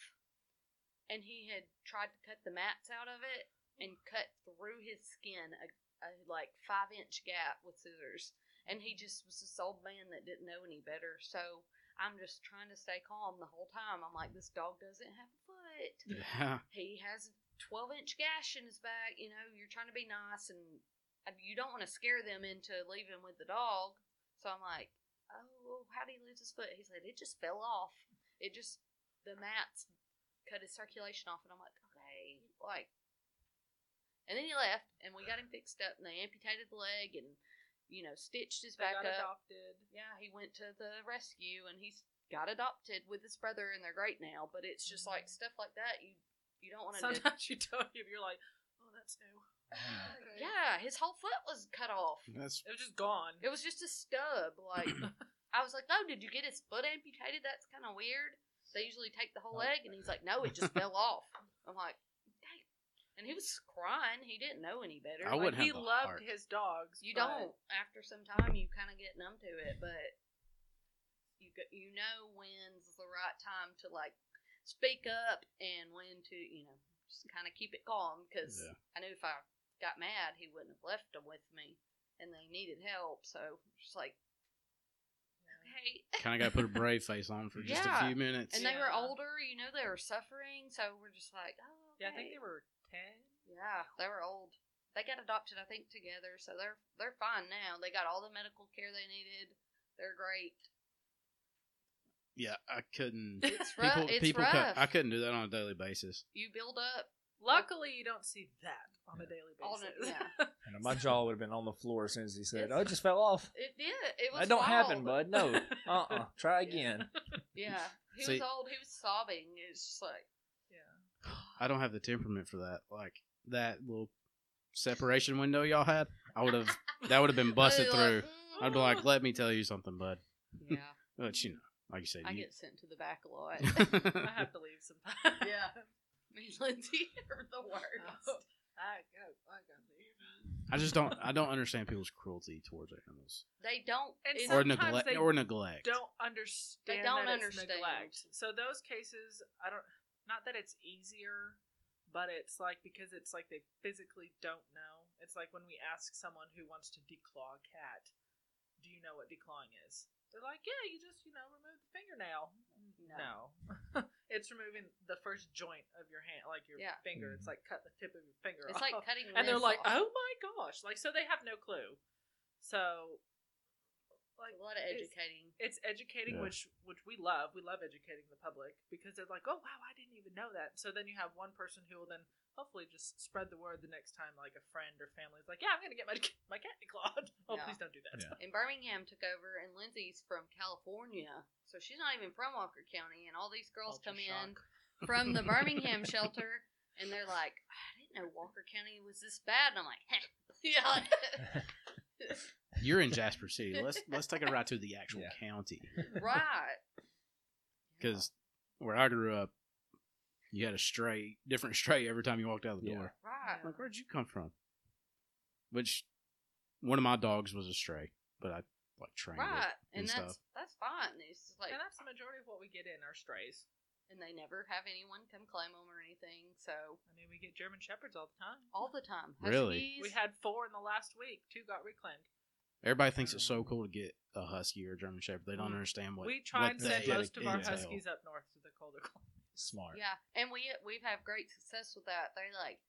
Speaker 3: And he had tried to cut the mats out of it and cut through his skin a, a like five inch gap with scissors. And he just was this old man that didn't know any better. So I'm just trying to stay calm the whole time. I'm like, this dog doesn't have a foot
Speaker 1: Yeah.
Speaker 3: he has a 12 inch gash in his back. You know, you're trying to be nice and and you don't want to scare them into leaving with the dog. So I'm like, oh, well, how did he lose his foot? He said, it just fell off. It just, the mats cut his circulation off. And I'm like, okay, like. And then he left and we got him fixed up and they amputated the leg and, you know, stitched his
Speaker 4: They
Speaker 3: back
Speaker 4: got
Speaker 3: up.
Speaker 4: adopted.
Speaker 3: Yeah, he went to the rescue and he's got adopted with his brother and they're great now. But it's just like stuff like that you you don't want to do.
Speaker 4: Sometimes you don't. even- You're like, oh, that's new.
Speaker 3: Yeah, his whole foot was cut off.
Speaker 1: That's
Speaker 4: It was just gone.
Speaker 3: It was just a stub. Like I was like, "Oh, did you get his foot amputated? That's kind of weird." They usually take the whole leg, and he's like, "No, it just fell off." I'm like, "Dang." and he was crying. He didn't know any better.
Speaker 1: I
Speaker 4: Like,
Speaker 1: wouldn't have
Speaker 4: he
Speaker 1: the
Speaker 4: loved
Speaker 1: heart.
Speaker 4: his dogs.
Speaker 3: You
Speaker 4: but-
Speaker 3: don't. After some time, you kind of get numb to it, but you go, you know when's the right time to like speak up and when to you know just kind of keep it calm because
Speaker 1: Yeah.
Speaker 3: I knew if I got mad, he wouldn't have left them with me, and they needed help. So just like okay,
Speaker 1: kind of got to put a brave face on for just
Speaker 3: Yeah.
Speaker 1: a few minutes.
Speaker 3: and they were
Speaker 4: Yeah.
Speaker 3: older. You know they were suffering, so we're just like, oh,
Speaker 4: Yeah, I
Speaker 3: okay.
Speaker 4: think they were ten.
Speaker 3: Yeah, they were old. They got adopted, I think, together, so they're they're fine now. They got all the medical care they needed. They're great.
Speaker 1: yeah, I couldn't.
Speaker 3: It's rough. it's rough.
Speaker 1: cut- I couldn't do that on a daily basis.
Speaker 3: You build up.
Speaker 4: Luckily, you don't see that on a daily
Speaker 3: On
Speaker 4: basis.
Speaker 3: a- yeah.
Speaker 2: And my jaw would have been on the floor as soon as he said, "Oh, it just fell off."
Speaker 3: It did. It was.
Speaker 2: That don't happen,
Speaker 3: wild.
Speaker 2: bud. No. Uh. uh Try again.
Speaker 3: Yeah, he
Speaker 1: See-
Speaker 3: was old. He was sobbing. It's just like
Speaker 4: yeah.
Speaker 1: I don't have the temperament for that. Like that little separation window y'all had, I would have. That would have been busted
Speaker 3: I'd be
Speaker 1: through.
Speaker 3: like, "Mm."
Speaker 1: I'd be like, "Let me tell you something, bud."
Speaker 3: yeah,
Speaker 1: But you know, like you said,
Speaker 3: I
Speaker 1: you,
Speaker 3: get sent to the back a lot.
Speaker 4: I have to leave sometimes.
Speaker 3: yeah, me and Lindsay are the worst.
Speaker 4: Oh, I got, I got to leave.
Speaker 1: I just don't. I don't understand people's cruelty towards animals
Speaker 3: They don't.
Speaker 4: And
Speaker 3: it's-
Speaker 1: or
Speaker 4: Sometimes
Speaker 1: neglect.
Speaker 4: they
Speaker 1: Or neglect.
Speaker 4: Don't understand.
Speaker 3: They don't
Speaker 4: that
Speaker 3: understand.
Speaker 4: It's neglect. So those cases, I don't. Not that it's easier, but it's like because it's like they physically don't know, It's like when we ask someone who wants to declaw a cat, do you know what declawing is? They're like, yeah, you just, you know, remove the fingernail. No. it's removing the first joint of your hand, like your
Speaker 3: Yeah.
Speaker 4: finger. It's like cut the tip of your finger
Speaker 3: It's
Speaker 4: off.
Speaker 3: like cutting.
Speaker 4: and they're
Speaker 3: limbs
Speaker 4: like,
Speaker 3: off.
Speaker 4: oh my gosh. Like, so they have no clue. So, like,
Speaker 3: a lot of
Speaker 4: it's-
Speaker 3: educating.
Speaker 4: it's educating
Speaker 1: Yeah.
Speaker 4: which which we love we love educating the public because they're like oh wow i didn't even know that so then you have one person who will then hopefully just spread the word the next time like a friend or family is like yeah i'm gonna get my, my cat declawed oh
Speaker 3: Yeah.
Speaker 4: please don't do that
Speaker 2: Yeah.
Speaker 3: And Birmingham took over, and Lindsay's from California, so she's not even from Walker County. And all these girls
Speaker 4: Culture
Speaker 3: come in
Speaker 4: shock.
Speaker 3: from the Birmingham shelter, and they're like, "I didn't know Walker County was this bad." And I'm like, "Yeah,
Speaker 1: You're in Jasper City. Let's let's take a ride to the actual
Speaker 2: Yeah.
Speaker 1: county
Speaker 3: right."
Speaker 1: because where I grew up, you had a stray, different stray every time you walked out the
Speaker 2: Yeah.
Speaker 1: door.
Speaker 3: right,
Speaker 4: Oh.
Speaker 1: Like, where'd you come from? Which one of my dogs was a stray, but I like trained
Speaker 3: right,
Speaker 1: and
Speaker 3: and, that's
Speaker 1: stuff.
Speaker 3: that's fine. It's just like,
Speaker 4: and that's the majority of what we get in are strays
Speaker 3: and they never have anyone come claim them or anything. So
Speaker 4: i mean we get german shepherds all the time
Speaker 3: all the time,
Speaker 1: Really?
Speaker 3: Huskies-
Speaker 4: we had four in the last week two got reclaimed
Speaker 1: it. Everybody thinks it's so cool to get a husky or a German shepherd. They don't
Speaker 4: Mm.
Speaker 1: understand what
Speaker 4: we try and
Speaker 1: what
Speaker 4: send
Speaker 1: that
Speaker 4: most of our
Speaker 1: entail.
Speaker 4: huskies up north to the colder climates
Speaker 2: Smart.
Speaker 3: Yeah, and we we've had great success with that. They like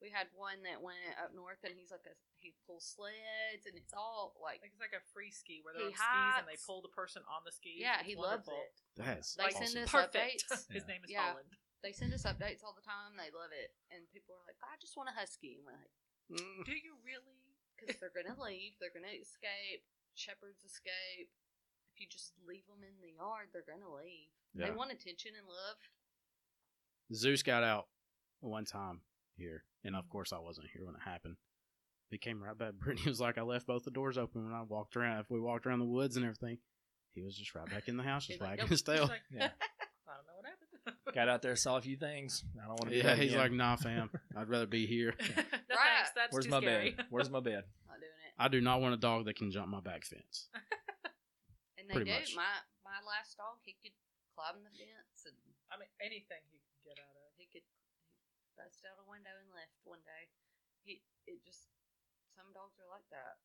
Speaker 3: we had one that went up north, and he's like a he pulls sleds, and it's all like
Speaker 4: Like, it's like a free ski where they're
Speaker 3: He
Speaker 4: on skis and they
Speaker 3: hikes.
Speaker 4: pull the person on the skis
Speaker 3: yeah,
Speaker 4: It's
Speaker 3: he loves
Speaker 4: wonderful.
Speaker 3: it.
Speaker 1: That's
Speaker 3: They
Speaker 4: Like,
Speaker 1: awesome.
Speaker 3: send us
Speaker 4: perfect
Speaker 3: updates.
Speaker 4: his
Speaker 2: Yeah.
Speaker 4: name is
Speaker 3: Yeah.
Speaker 4: holland
Speaker 3: They send us updates all the time. They love it, and people are like, "I just want a husky," and we're like,
Speaker 1: Mm.
Speaker 4: Do you really?
Speaker 3: "Because they're gonna leave, they're gonna escape. Shepherds escape. If you just leave them in the yard, they're gonna leave.
Speaker 1: Yeah.
Speaker 3: They want attention and love."
Speaker 1: Zeus got out one time here, and of course I wasn't here when it happened. He came right back. Brittany was like, I left both the doors open when I walked around. If we walked around the woods and everything, he was just right back in the house,
Speaker 3: He's
Speaker 1: just
Speaker 3: like,
Speaker 1: wagging
Speaker 3: "Nope."
Speaker 1: his tail.
Speaker 4: He's like,
Speaker 2: Yeah.
Speaker 4: I don't know what happened.
Speaker 2: Got out there, saw a few things. I don't want to be
Speaker 1: yeah,
Speaker 2: that
Speaker 1: he's
Speaker 2: again.
Speaker 1: like, Nah, fam, I'd rather be here.
Speaker 3: Right.
Speaker 4: no thanks. That's
Speaker 2: Where's
Speaker 4: too
Speaker 2: my
Speaker 4: scary.
Speaker 2: bed? Where's my bed?
Speaker 3: Not doing it.
Speaker 1: I do not want a dog that can jump my back fence.
Speaker 3: And they
Speaker 1: Pretty
Speaker 3: do.
Speaker 1: much.
Speaker 3: My my last dog, he could climb the fence and
Speaker 4: I mean, anything he can get out of.
Speaker 3: he could he bust out a window and left one day. He it just some dogs are like that.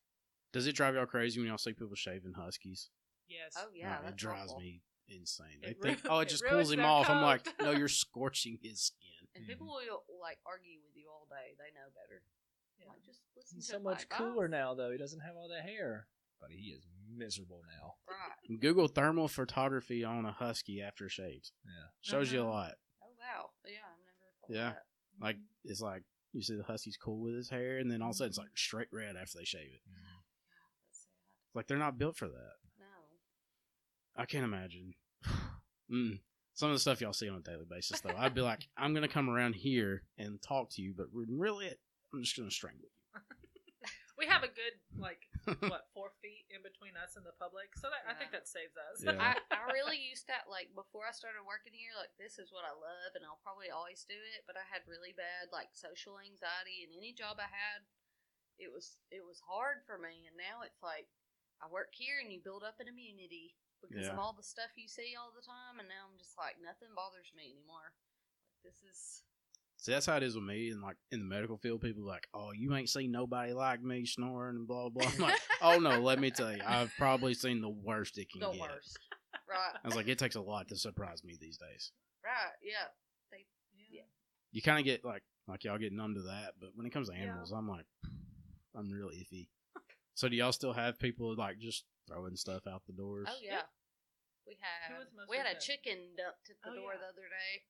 Speaker 1: Does it drive y'all crazy when y'all see people shaving huskies?
Speaker 4: Yes.
Speaker 3: Oh yeah,
Speaker 1: Uh,
Speaker 3: that's
Speaker 1: it drives
Speaker 3: awful.
Speaker 1: me insane. They
Speaker 4: It
Speaker 1: think,
Speaker 4: ru-
Speaker 1: oh, it
Speaker 4: it
Speaker 1: just
Speaker 4: ruins
Speaker 1: cools him
Speaker 4: their
Speaker 1: off. I'm
Speaker 4: coat.
Speaker 1: like, no, you're scorching his skin.
Speaker 3: And people will like argue with you all day. They know better.
Speaker 4: Yeah.
Speaker 3: Like just listen
Speaker 2: He's
Speaker 3: to
Speaker 2: so much
Speaker 3: my
Speaker 2: cooler
Speaker 3: advice.
Speaker 2: now, though. He doesn't have all that hair, but he is miserable now.
Speaker 3: Right.
Speaker 1: Google thermal photography on a husky after shaved.
Speaker 2: Yeah.
Speaker 1: Shows you a
Speaker 4: Uh-huh.
Speaker 1: lot.
Speaker 3: Oh wow. Yeah, I've never thought of
Speaker 1: Yeah.
Speaker 3: that.
Speaker 1: Like it's like you see the husky's cool with his hair, and then all of a sudden it's like straight red after they shave it.
Speaker 2: Mm,
Speaker 3: That's sad.
Speaker 1: It's like they're not built for that.
Speaker 3: No.
Speaker 1: I can't imagine. mm. Some of the stuff y'all see on a daily basis, though, I'd be like, I'm gonna come around here and talk to you, but really, I'm just gonna strangle you.
Speaker 4: We have a good like what four feet in between us and the public, so that I think
Speaker 3: Yeah.
Speaker 4: that saves us.
Speaker 1: Yeah.
Speaker 3: I, I really used to like before I started working here, like this is what I love and I'll probably always do it, but I had really bad like social anxiety and any job I had it was it was hard for me and now it's like I work here and you build up an immunity because of
Speaker 1: Yeah.
Speaker 3: all the stuff you see all the time and now I'm just like nothing bothers me anymore. This is
Speaker 1: See, that's how it is with me, and like in the medical field, people are like, "Oh, you ain't seen nobody like me snoring and blah blah." I'm like, "Oh no, let me tell you, I've probably seen the worst it can
Speaker 3: the
Speaker 1: get."
Speaker 3: worst. right.
Speaker 1: I was like, it takes a lot to surprise me these days.
Speaker 3: Right. Yeah.
Speaker 4: Yeah.
Speaker 1: you kind of get like like y'all get numb to that, but when it comes to animals, I'm like, I'm real iffy. so do y'all still have people like just throwing stuff out the doors?
Speaker 3: Oh yeah. We had
Speaker 4: was the most
Speaker 3: we had a
Speaker 4: recent?
Speaker 3: chicken dumped at the
Speaker 4: Oh,
Speaker 3: door
Speaker 4: yeah.
Speaker 3: the other day.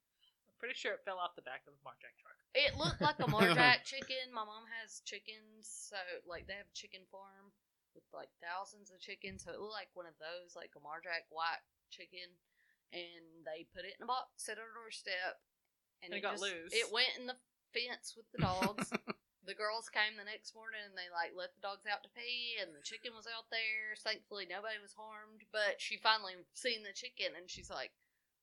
Speaker 4: I'm pretty sure it fell off the back of a Marjack truck.
Speaker 3: It looked like a Marjack chicken. My mom has chickens, so like they have a chicken farm with like thousands of chickens. So it looked like one of those, like a Marjack white chicken, and they put it in a box at our doorstep,
Speaker 4: And it got loose.
Speaker 3: It went in the fence with the dogs. the girls came the next morning and they like let the dogs out to pee, and the chicken was out there. Thankfully, nobody was harmed, but she finally seen the chicken and she's like,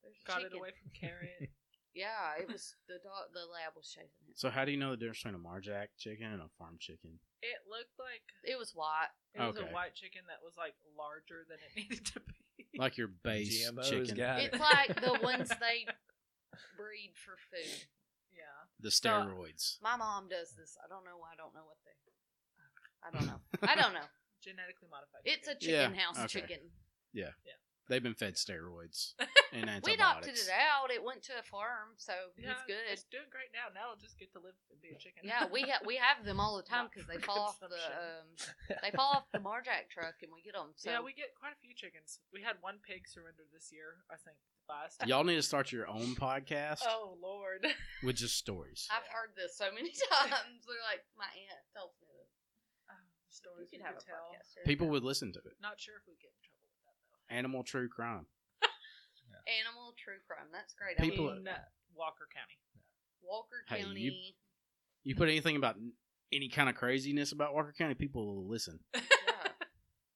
Speaker 3: "There's a
Speaker 4: Got
Speaker 3: chicken."
Speaker 4: it away from Carrot.
Speaker 3: Yeah, it was the dog. The lab was shaving it.
Speaker 1: So how do you know the difference between a Marjack chicken and a farm chicken?
Speaker 4: it looked like
Speaker 3: It was white.
Speaker 4: it was
Speaker 1: Okay.
Speaker 4: a white chicken that was like larger than it needed to be.
Speaker 1: Like your base
Speaker 2: GMO's
Speaker 1: chicken,
Speaker 2: got
Speaker 3: It's
Speaker 2: it.
Speaker 3: like the ones they breed for food.
Speaker 4: yeah.
Speaker 1: the steroids.
Speaker 3: My mom does this. I don't know why. I don't know what they I don't know. I don't know.
Speaker 4: Genetically modified.
Speaker 3: It's a
Speaker 4: chicken.
Speaker 3: chicken
Speaker 1: Yeah,
Speaker 3: house
Speaker 1: okay.
Speaker 3: chicken.
Speaker 1: They've been fed steroids and antibiotics.
Speaker 3: We adopted it out. It went to a farm, so
Speaker 4: Yeah,
Speaker 3: it's good.
Speaker 4: It's doing great now. Now it'll just get to live and be a chicken.
Speaker 3: Yeah, we ha- we have them all the time
Speaker 4: Not
Speaker 3: because they
Speaker 4: for
Speaker 3: fall off the
Speaker 4: consumption.
Speaker 3: um, they fall off the Marjack truck and we get them. So
Speaker 4: yeah, we get quite a few chickens. We had one pig surrendered this year, I think, last.
Speaker 1: Y'all need to start your own podcast
Speaker 4: Oh Lord.
Speaker 1: with just stories.
Speaker 3: I've heard this so many times. They're like my aunt tells me this.
Speaker 4: Oh, the stories
Speaker 3: You
Speaker 4: we
Speaker 3: could have a
Speaker 4: could tell.
Speaker 3: podcast. here.
Speaker 1: People would listen to it.
Speaker 4: Not sure if we get in trouble with that though.
Speaker 1: Animal true crime.
Speaker 3: animal true crime. That's great.
Speaker 1: People-
Speaker 3: I mean,
Speaker 4: in uh, Walker County.
Speaker 3: Walker
Speaker 1: Hey, you-
Speaker 3: County.
Speaker 1: You put anything about any kind of craziness about Walker County, people will listen.
Speaker 3: yeah,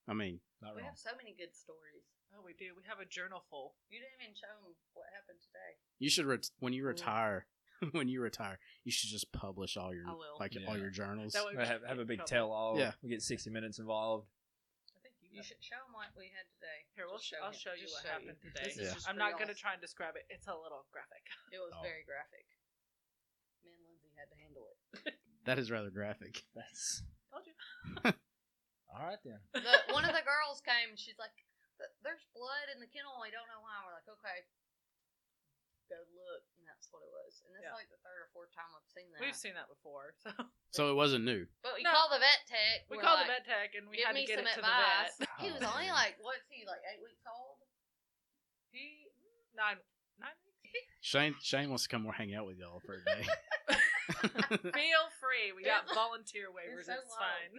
Speaker 1: I mean,
Speaker 2: Not
Speaker 3: we
Speaker 2: wrong.
Speaker 3: have so many good stories.
Speaker 4: Oh, we do. We have a journal full.
Speaker 3: You didn't even show 'em what happened today.
Speaker 1: you should ret- when you retire, when you retire, you should just publish all your
Speaker 3: I will.
Speaker 1: like
Speaker 2: Yeah.
Speaker 1: all your journals.
Speaker 4: That way-
Speaker 2: I have, have a big
Speaker 4: Couple.
Speaker 2: tell all.
Speaker 1: Yeah.
Speaker 2: We get 60 minutes involved.
Speaker 4: I think you,
Speaker 3: You
Speaker 4: got
Speaker 3: should show them what we had today.
Speaker 4: Here, we'll
Speaker 3: Just
Speaker 4: show, I'll
Speaker 3: him-
Speaker 4: show you
Speaker 3: just
Speaker 4: what
Speaker 3: show
Speaker 4: happened today.
Speaker 3: This is just
Speaker 4: I'm
Speaker 3: for
Speaker 4: not
Speaker 3: y'all.
Speaker 4: going to try and describe it. It's a little graphic.
Speaker 3: It was
Speaker 2: Oh.
Speaker 3: very graphic. Me and Lindsay had to handle it.
Speaker 1: that is rather graphic.
Speaker 2: That's
Speaker 4: Told you.
Speaker 2: all right then.
Speaker 3: The, one of the girls came. She's like, "Th- "There's blood in the kennel. I don't know why." We're like, "Okay, go look." And that's what it was. And that's
Speaker 4: Yeah.
Speaker 3: like the third or fourth time I've seen that.
Speaker 4: We've seen that before. So
Speaker 1: So it wasn't new.
Speaker 3: but we
Speaker 4: No.
Speaker 3: call the vet tech.
Speaker 4: we
Speaker 3: we're
Speaker 4: called
Speaker 3: like,
Speaker 4: the vet tech and we
Speaker 3: give
Speaker 4: had to
Speaker 3: me
Speaker 4: get
Speaker 3: some
Speaker 4: it to
Speaker 3: advice.
Speaker 4: the vet.
Speaker 3: He was
Speaker 2: Oh,
Speaker 3: only
Speaker 2: man.
Speaker 3: like, what's he like, eight weeks old?
Speaker 4: He nine nine weeks.
Speaker 1: Shane Shane wants to come hang out with y'all for a day.
Speaker 4: Feel free. We got
Speaker 3: It's-
Speaker 4: volunteer waivers.
Speaker 3: so
Speaker 4: It's
Speaker 3: low.
Speaker 4: fine.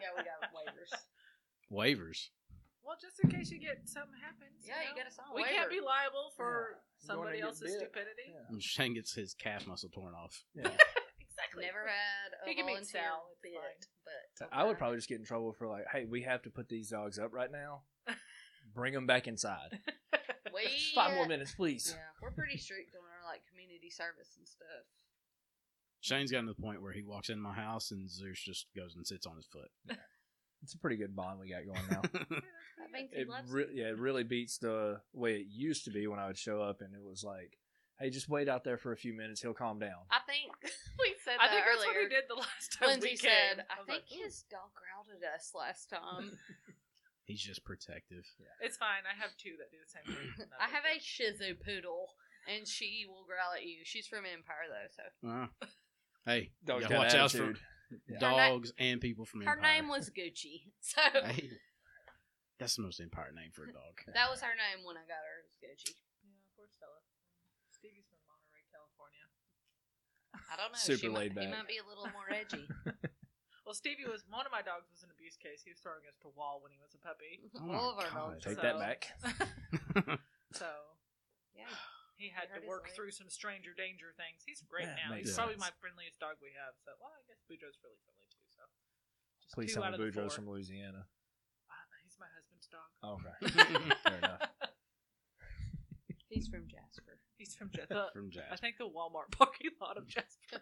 Speaker 3: Yeah, we got waivers.
Speaker 1: Waivers.
Speaker 4: Well, just in case you get something happens.
Speaker 3: Yeah, you
Speaker 4: know,
Speaker 3: get us on
Speaker 4: We
Speaker 3: waiver.
Speaker 4: can't be liable for
Speaker 2: Yeah. You wanna
Speaker 4: somebody
Speaker 2: get
Speaker 4: else's
Speaker 2: bit.
Speaker 4: stupidity.
Speaker 2: Yeah.
Speaker 1: And Shane gets his calf muscle torn off.
Speaker 2: Yeah.
Speaker 4: Exactly.
Speaker 3: Never had a
Speaker 4: He can be
Speaker 3: volunteer
Speaker 4: Sal, it's
Speaker 3: bit,
Speaker 4: fine.
Speaker 3: but
Speaker 2: I would
Speaker 3: okay.
Speaker 2: probably just get in trouble for like, hey, we have to put these dogs up right now. Bring them back inside.
Speaker 3: we,
Speaker 2: Five
Speaker 3: uh,
Speaker 2: more minutes, please.
Speaker 3: Yeah, we're pretty strict on our like community service and stuff.
Speaker 1: Shane's gotten to the point where he walks in my house and Zeus just goes and sits on his foot.
Speaker 2: It's a pretty good bond we got going now.
Speaker 3: I think he
Speaker 2: it
Speaker 3: loves
Speaker 2: re-
Speaker 3: it.
Speaker 2: yeah, it really beats the way it used to be when I would show up and it was like, hey, just wait out there for a few minutes. He'll calm down.
Speaker 3: I think we said
Speaker 4: I
Speaker 3: that
Speaker 4: think that's what
Speaker 3: earlier.
Speaker 4: he did the last time
Speaker 3: Lindsay
Speaker 4: we came.
Speaker 3: said, "I
Speaker 4: was
Speaker 3: think
Speaker 4: like, "Ooh,
Speaker 3: his dog growled at us last time."
Speaker 1: He's just protective.
Speaker 4: it's fine. I have two that do the same thing.
Speaker 3: I have a Shih Tzu poodle, and she will growl at you. She's from Empire though, so
Speaker 1: Uh, hey,
Speaker 2: Dog's
Speaker 1: y'all
Speaker 2: got
Speaker 1: watch out for
Speaker 2: attitude.
Speaker 1: dogs and people from
Speaker 3: her
Speaker 1: Empire.
Speaker 3: name was Gucci. So
Speaker 1: Hey, that's the most Empire name for a dog.
Speaker 3: that was her name when I got her. It was Gucci.
Speaker 4: Yeah, poor Stella. Stevie's from Monterey, California.
Speaker 3: I don't know.
Speaker 2: Super
Speaker 3: she
Speaker 2: laid
Speaker 3: might, He
Speaker 2: back.
Speaker 3: might be a little more edgy.
Speaker 4: Well, Stevie was one of my dogs was an abuse case. He was throwing us to a wall when he was a puppy.
Speaker 1: Oh my
Speaker 3: All of our
Speaker 1: God.
Speaker 3: dogs.
Speaker 2: Take
Speaker 3: are
Speaker 2: that
Speaker 3: all-
Speaker 2: back.
Speaker 4: So
Speaker 3: Yeah.
Speaker 4: he had
Speaker 3: hurt
Speaker 4: to
Speaker 3: his
Speaker 4: work
Speaker 3: leg.
Speaker 4: through some stranger danger things. He's great
Speaker 2: Yeah,
Speaker 4: now. He's
Speaker 2: makes
Speaker 4: probably my
Speaker 2: sense.
Speaker 4: friendliest dog we have. So well, I guess Boudreaux's really friendly too. So just
Speaker 2: Please
Speaker 4: two
Speaker 2: tell
Speaker 4: out
Speaker 2: me
Speaker 4: of the
Speaker 2: Boudreaux's
Speaker 4: four.
Speaker 2: from Louisiana. Oh,
Speaker 4: Ah, he's my husband's dog.
Speaker 2: Okay. Fair enough.
Speaker 3: He's from Jasper.
Speaker 4: He's from Jasper.
Speaker 1: from
Speaker 4: I
Speaker 1: Jazz.
Speaker 4: think the Walmart parking lot of Jasper.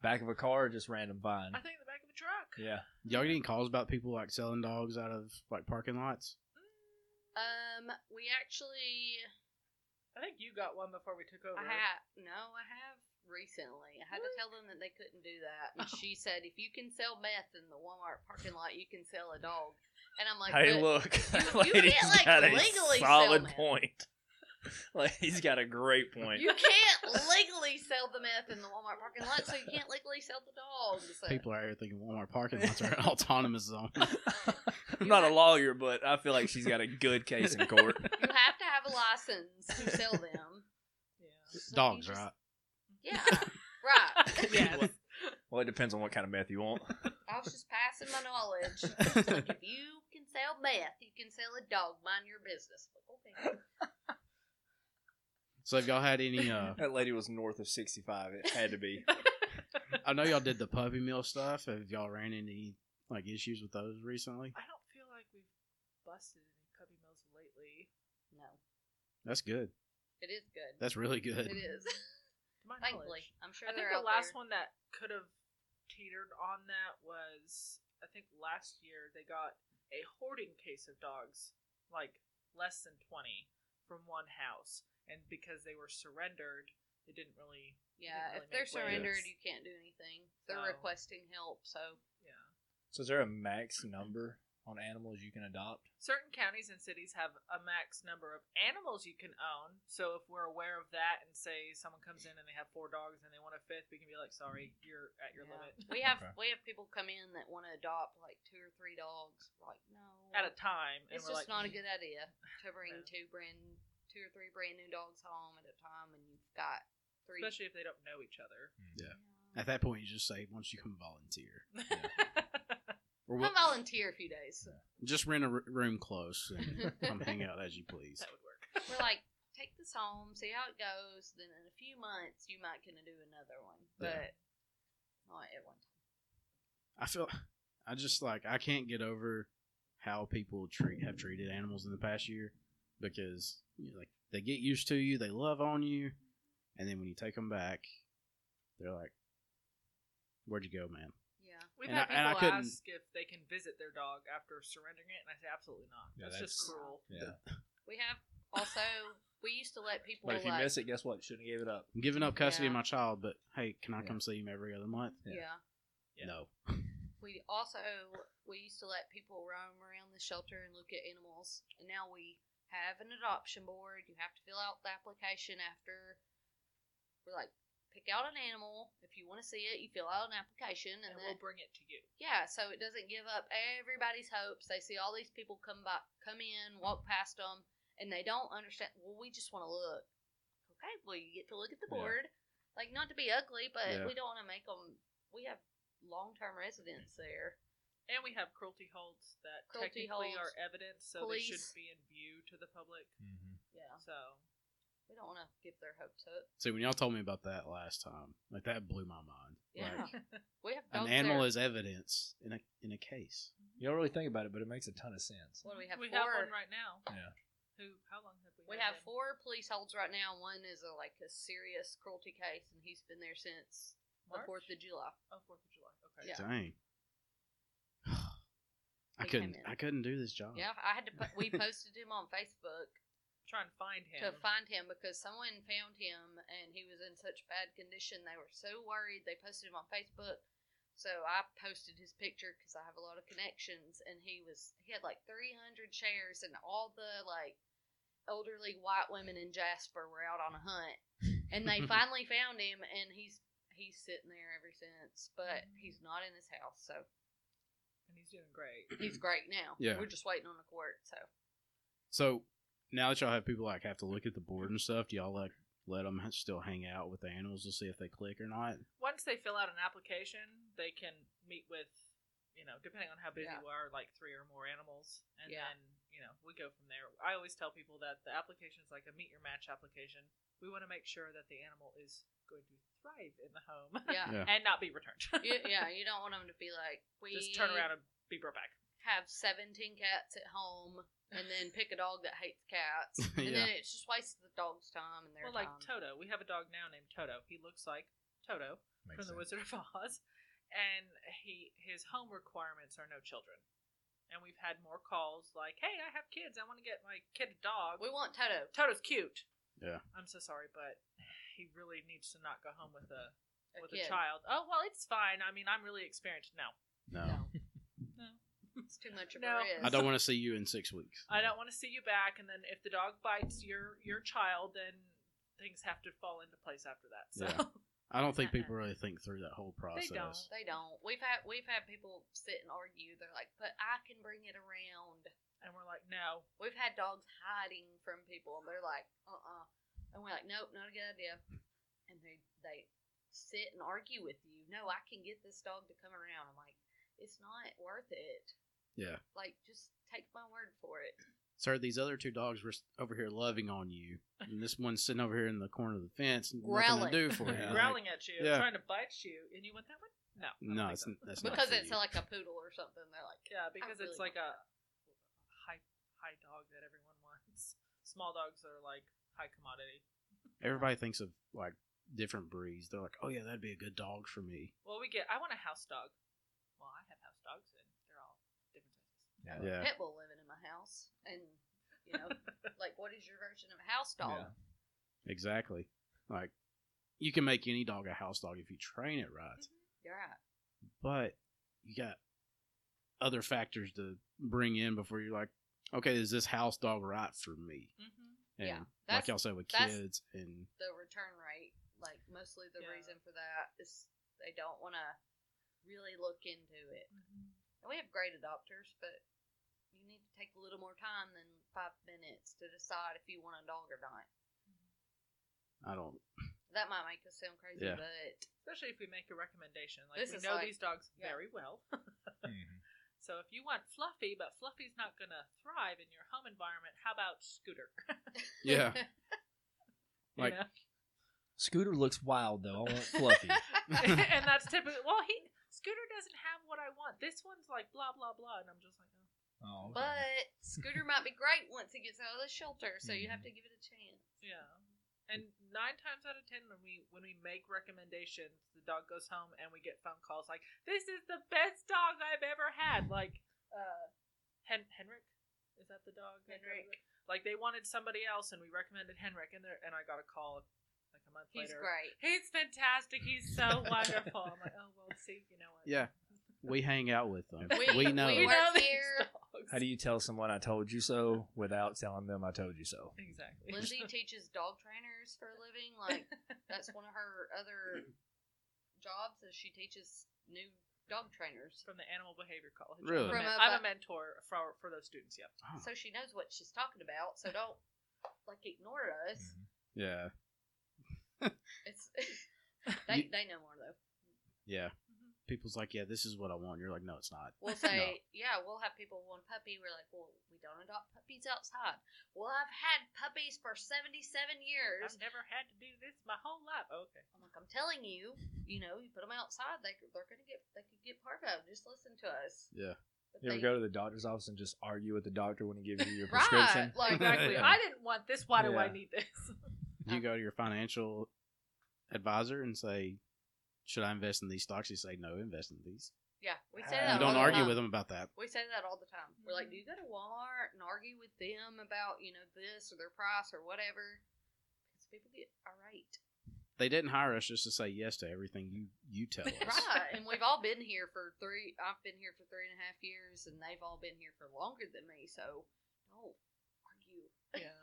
Speaker 2: Back of a car or just random vine?
Speaker 4: I think the back of a truck.
Speaker 2: Yeah.
Speaker 1: Y'all getting calls about people like selling dogs out of like parking lots?
Speaker 4: Mm.
Speaker 3: Um, we actually
Speaker 4: I think you got one before we took over.
Speaker 3: I have no, I have recently. I had to tell them that they couldn't do that, and she said, "If you can sell meth in the Walmart parking lot, you can sell a dog." And I'm like,
Speaker 2: hey,
Speaker 3: "But
Speaker 2: look,
Speaker 3: you
Speaker 2: lady's
Speaker 3: can't, like,
Speaker 2: got a
Speaker 3: legally sell
Speaker 2: solid
Speaker 3: it.
Speaker 2: point. like he's got a great point.
Speaker 3: You can't legally sell the meth in the Walmart parking lot, so you can't legally sell the dog." So-
Speaker 1: People are out here thinking Walmart parking lots are an autonomous zone.
Speaker 2: I'm not a lawyer, but I feel like she's got a good case in court.
Speaker 3: You have to have a license to sell them.
Speaker 4: Yeah.
Speaker 3: So
Speaker 1: Dogs,
Speaker 3: you just-
Speaker 1: right?
Speaker 3: Yeah, right.
Speaker 4: yes.
Speaker 2: well, it depends on what kind of meth you want.
Speaker 3: I was just passing my knowledge. It's like, if you can sell meth, you can sell a dog. Mind your business. Like, okay.
Speaker 1: So have y'all had any? uh
Speaker 2: That lady was north of 65. It had to be.
Speaker 1: I know y'all did the puppy mill stuff. Have y'all ran into any like issues with those recently?
Speaker 4: I don't feel like we've busted any puppy mills lately.
Speaker 3: No,
Speaker 1: That's good.
Speaker 3: it is good.
Speaker 1: That's really good.
Speaker 3: It is.
Speaker 4: To my
Speaker 3: Thankfully,
Speaker 4: knowledge.
Speaker 3: I'm sure.
Speaker 4: I think
Speaker 3: they're
Speaker 4: the
Speaker 3: out
Speaker 4: last
Speaker 3: there.
Speaker 4: one that could have teetered on that was I think last year they got a hoarding case of dogs, like less than twenty, from one house, and because they were surrendered, they didn't really
Speaker 3: Yeah, if
Speaker 4: really
Speaker 3: they're
Speaker 4: make waves.
Speaker 3: surrendered, you can't do anything. They're
Speaker 4: No.
Speaker 3: requesting help, so
Speaker 4: Yeah.
Speaker 2: So is there a max number on animals you can adopt?
Speaker 4: Certain counties and cities have a max number of animals you can own. So if we're aware of that and say someone comes in and they have four dogs and they want a fifth, we can be like, sorry, you're at your
Speaker 3: yeah.
Speaker 4: limit.
Speaker 3: we have
Speaker 2: Okay.
Speaker 3: we have people come in that want to adopt like two or three dogs. Like no,
Speaker 4: At a time. And
Speaker 3: it's
Speaker 4: we're
Speaker 3: just
Speaker 4: like,
Speaker 3: not
Speaker 4: "Mm-hmm."
Speaker 3: a good idea to bring
Speaker 4: Yeah.
Speaker 3: two brand two or three brand new dogs home at a time when you've got three.
Speaker 4: Especially if they don't know each other.
Speaker 3: Yeah.
Speaker 1: At that point, you just say, "Why don't you come volunteer?" Or
Speaker 3: Come
Speaker 1: we'll,
Speaker 3: volunteer a few days.
Speaker 1: just rent a r- room close and come hang out as you please.
Speaker 4: that would work.
Speaker 3: We're like, take this home, see how it goes. Then in a few months, you might gonna do another one,
Speaker 1: Yeah.
Speaker 3: but not at one time.
Speaker 1: I feel, I just like I can't get over how people treat have treated animals in the past year because you know, like they get used to you, they love on you, and then when you take them back, they're like, "Where'd you go, man?"
Speaker 3: Yeah,
Speaker 4: We've
Speaker 1: And
Speaker 4: had
Speaker 1: I- and I
Speaker 4: people
Speaker 1: couldn't-
Speaker 4: ask if they can visit their dog after surrendering it, and I say absolutely not.
Speaker 2: Yeah,
Speaker 4: that's, just
Speaker 2: that's-
Speaker 4: cruel.
Speaker 2: Yeah.
Speaker 3: we have also. We used to let people
Speaker 2: But if you
Speaker 3: like,
Speaker 2: miss it, guess what? Shouldn't have gave it up.
Speaker 1: I'm giving up custody of
Speaker 3: Yeah.
Speaker 1: my child, but hey, can I
Speaker 2: Yeah.
Speaker 1: come see him every other month?
Speaker 2: Yeah.
Speaker 3: yeah.
Speaker 4: Yeah.
Speaker 1: No.
Speaker 3: We also we used to let people roam around the shelter and look at animals, and now we have an adoption board. You have to fill out the application after. We're like, pick out an animal if you want to see it. You fill out an application,
Speaker 4: And
Speaker 3: and, then
Speaker 4: we'll bring it to you.
Speaker 3: yeah, so it doesn't give up everybody's hopes. They see all these people come by, come in, walk past them, and they don't understand. Well, we just want to look. Okay, well, you get to look at the
Speaker 2: Yeah.
Speaker 3: board, like not to be ugly, but
Speaker 1: Yeah.
Speaker 3: we don't want to make them. We have long term residents there.
Speaker 4: And we have cruelty holds that
Speaker 3: Cruelty
Speaker 4: technically
Speaker 3: holds,
Speaker 4: are evidence, so they
Speaker 3: police.
Speaker 4: should be in view to the public.
Speaker 3: Yeah,
Speaker 4: So
Speaker 3: we don't want to give their hopes up.
Speaker 1: See, when y'all told me about that last time, like that blew my mind. Like,
Speaker 3: Yeah, we have
Speaker 1: an
Speaker 3: dogs
Speaker 1: animal
Speaker 3: there.
Speaker 1: is evidence in a in a case.
Speaker 2: You don't really think about it, but it makes a ton of sense.
Speaker 3: What do we have?
Speaker 4: we
Speaker 3: four.
Speaker 4: have one right now.
Speaker 2: Yeah.
Speaker 4: Who? How long have we?
Speaker 3: We
Speaker 4: had
Speaker 3: have
Speaker 4: him?
Speaker 3: four police holds right now. One is a, like a serious cruelty case, and he's been there since
Speaker 4: March?
Speaker 3: the Fourth of July.
Speaker 4: Oh, Fourth of July. Okay.
Speaker 3: Yeah.
Speaker 1: Dang. I
Speaker 3: They
Speaker 1: couldn't
Speaker 3: came in.
Speaker 1: I couldn't do this job.
Speaker 3: Yeah, I had to. Po- we posted him on Facebook
Speaker 4: Trying to find him.
Speaker 3: to find him because someone found him and he was in such bad condition. They were so worried. They posted him on Facebook. So I posted his picture because I have a lot of connections, and he was he had like 300 shares, and all the like elderly white women in Jasper were out on a hunt, and they finally found him, and he's he's sitting there ever since, but he's not in his house, so
Speaker 4: and he's doing great.
Speaker 3: he's great now.
Speaker 1: Yeah.
Speaker 3: we're just waiting on the court. So
Speaker 1: So now that y'all have people like have to look at the board and stuff, do y'all like let them still hang out with the animals to see if they click or not?
Speaker 4: Once they fill out an application, they can meet with, you know, depending on how busy
Speaker 3: Yeah.
Speaker 4: you are, like three or more animals, and
Speaker 3: Yeah.
Speaker 4: then you know we go from there. I always tell people that the application is like a meet your match application. We want to make sure that the animal is going to thrive in the home
Speaker 3: yeah.
Speaker 1: Yeah.
Speaker 4: and not be returned.
Speaker 3: you, yeah, you don't want them to be like we
Speaker 4: Just turn around and be brought back.
Speaker 3: have seventeen cats at home and then pick a dog that hates cats, and
Speaker 1: Yeah.
Speaker 3: then it's just wasted the dog's time and their
Speaker 4: Well, like
Speaker 3: time.
Speaker 4: Toto, we have a dog now named Toto. He looks like Toto
Speaker 2: Makes
Speaker 4: from The
Speaker 2: sense.
Speaker 4: Wizard of Oz, and he his home requirements are no children. And we've had more calls like, "Hey, I have kids. I want to get my kid a dog.
Speaker 3: we want Toto.
Speaker 4: Toto's cute.
Speaker 1: Yeah.
Speaker 4: I'm so sorry, but he really needs to not go home with a,
Speaker 3: A
Speaker 4: with
Speaker 3: kid.
Speaker 4: a child. Oh well, it's fine. I mean, I'm really experienced. No,
Speaker 1: No.
Speaker 4: no,
Speaker 3: It's too much of
Speaker 4: No.
Speaker 3: a risk.
Speaker 1: I don't want to see you in six weeks.
Speaker 4: I don't want to see you back. And then if the dog bites your your child, then things have to fall into place after that. So
Speaker 1: Yeah. I don't think people really think through that whole process.
Speaker 4: don't.
Speaker 3: They don't. We've had we've had people sit and argue. They're like, but I can bring it around.
Speaker 4: and we're like, no,
Speaker 3: We've had dogs hiding from people, and they're like, uh uh and we're like, nope, not a good idea. And they they sit and argue with you. No, I can get this dog to come around. I'm like, it's not worth it.
Speaker 1: Yeah.
Speaker 3: Like, just take my word for it.
Speaker 1: Sir, these other two dogs were s- over here loving on you, and this one's sitting over here in the corner of the fence,
Speaker 3: Growling.
Speaker 1: nothing to do for you.
Speaker 2: Yeah,
Speaker 4: growling at you,
Speaker 1: yeah.
Speaker 4: trying to bite you, and you want that one? No, I don't
Speaker 1: no,
Speaker 4: think
Speaker 1: it's,
Speaker 4: so.
Speaker 1: that's not
Speaker 3: Because
Speaker 1: for
Speaker 3: it's
Speaker 1: you.
Speaker 3: like a poodle or something. They're like,
Speaker 4: yeah, because
Speaker 3: really
Speaker 4: it's like
Speaker 3: want
Speaker 4: a high high dog that everyone wants. Small dogs are like high commodity.
Speaker 1: everybody thinks of like different breeds. They're like, oh yeah, that'd be a good dog for me.
Speaker 4: Well, we get. I want a house dog. Well, I have house dogs, and they're all different sizes.
Speaker 2: Yeah.
Speaker 1: Yeah,
Speaker 3: pit bull living in my house, and you know, like, what is your version of a house dog?
Speaker 2: Yeah.
Speaker 1: exactly. Like you can make any dog a house dog if you train it right,
Speaker 3: Mm-hmm. You're right.
Speaker 1: but you got other factors to bring in before you're like, okay, is this house dog right for me?
Speaker 4: Mm-hmm.
Speaker 1: And
Speaker 3: Yeah,
Speaker 1: like
Speaker 3: that's-
Speaker 1: y'all said with
Speaker 3: that's-
Speaker 1: kids and
Speaker 3: The return rate, like mostly the
Speaker 4: Yeah.
Speaker 3: reason for that is they don't want to really look into it.
Speaker 4: mm-hmm.
Speaker 3: And we have great adopters, but you need to take a little more time than five minutes to decide if you want a dog or not.
Speaker 1: I don't
Speaker 3: That might make us sound crazy,
Speaker 1: Yeah.
Speaker 3: but
Speaker 4: Especially if we make a recommendation. Like
Speaker 3: This is
Speaker 4: we know
Speaker 3: like-
Speaker 4: these dogs
Speaker 3: yeah.
Speaker 4: very well.
Speaker 2: Mhm.
Speaker 4: So if you want Fluffy, but Fluffy's not going to thrive in your home environment, how about Scooter?
Speaker 1: Yeah.
Speaker 4: You
Speaker 1: Like-
Speaker 4: know?
Speaker 2: Scooter looks wild though. I want Fluffy.
Speaker 4: and that's typically well, he Scooter doesn't have what I want. This one's like blah blah blah, and I'm just like, oh.
Speaker 2: Oh, okay.
Speaker 3: but Scooter might be great once he gets out of the shelter, so you have to give it a chance.
Speaker 4: yeah. And nine times out of ten, when we when we make recommendations, the dog goes home, and we get phone calls like, "This is the best dog I've ever had." Like, uh, Hen- Henrik, is that the dog?
Speaker 3: Henrik.
Speaker 4: Like they wanted somebody else, and we recommended Henrik, and there, and I got a call like a month
Speaker 3: He's
Speaker 4: later.
Speaker 3: great.
Speaker 4: He's fantastic. He's so wonderful. I'm like, oh well, see, you know what?
Speaker 1: Yeah. We hang out with them.
Speaker 3: We-
Speaker 1: We, know.
Speaker 3: we
Speaker 4: We
Speaker 3: work
Speaker 4: know these
Speaker 3: here.
Speaker 4: dogs.
Speaker 2: How do you tell someone I told you so without telling them I told you so?
Speaker 4: exactly?
Speaker 3: Lindsay teaches dog trainers for a living. Like that's one of her other jobs is she teaches new dog trainers.
Speaker 4: from the Animal Behavior College.
Speaker 1: Really?
Speaker 4: I'm a,
Speaker 3: From a-
Speaker 4: I'm a mentor for for those students. Yep.
Speaker 1: Oh,
Speaker 3: So she knows what she's talking about, so don't like ignore us.
Speaker 2: Mhm.
Speaker 1: yeah.
Speaker 3: It's they,
Speaker 1: You-
Speaker 3: they know more though.
Speaker 1: Yeah.
Speaker 3: Mm-hmm.
Speaker 1: People's like, yeah, this is what I want. You're like, no, it's not.
Speaker 3: We'll say, yeah, we'll have people want a puppy. We're like, well, we don't adopt puppies outside. Well, I've had puppies for seventy-seven years.
Speaker 4: I've never had to do this my whole life. Okay.
Speaker 3: I'm like, I'm telling you, you know, you put them outside, they could- they're gonna get they could get parvo. Just listen to us.
Speaker 1: Yeah.
Speaker 3: But
Speaker 2: You ever
Speaker 3: they-
Speaker 2: go to the doctor's office and just argue with the doctor when he gives you your prescription?
Speaker 3: right? Like
Speaker 4: Exactly.
Speaker 1: Yeah.
Speaker 4: I didn't want this. Why do I
Speaker 2: Yeah.
Speaker 4: need this?
Speaker 1: Do
Speaker 3: Oh.
Speaker 1: you go to your financial advisor and say, should I invest in these stocks? You say, no, invest in these.
Speaker 3: yeah, we say
Speaker 2: Uh,
Speaker 3: that.
Speaker 1: You don't
Speaker 3: all the
Speaker 1: argue
Speaker 3: time.
Speaker 1: with Mm-hmm. them about that.
Speaker 3: We say that all the time. We're like, do you go to Walmart and argue with them about you know this or their price or whatever? Because people get irate,
Speaker 1: They didn't hire us just to say yes to everything you you tell us.
Speaker 3: right? and we've all been here for three. I've been here for three and a half years, and they've all been here for longer than me. So don't argue.
Speaker 4: yeah.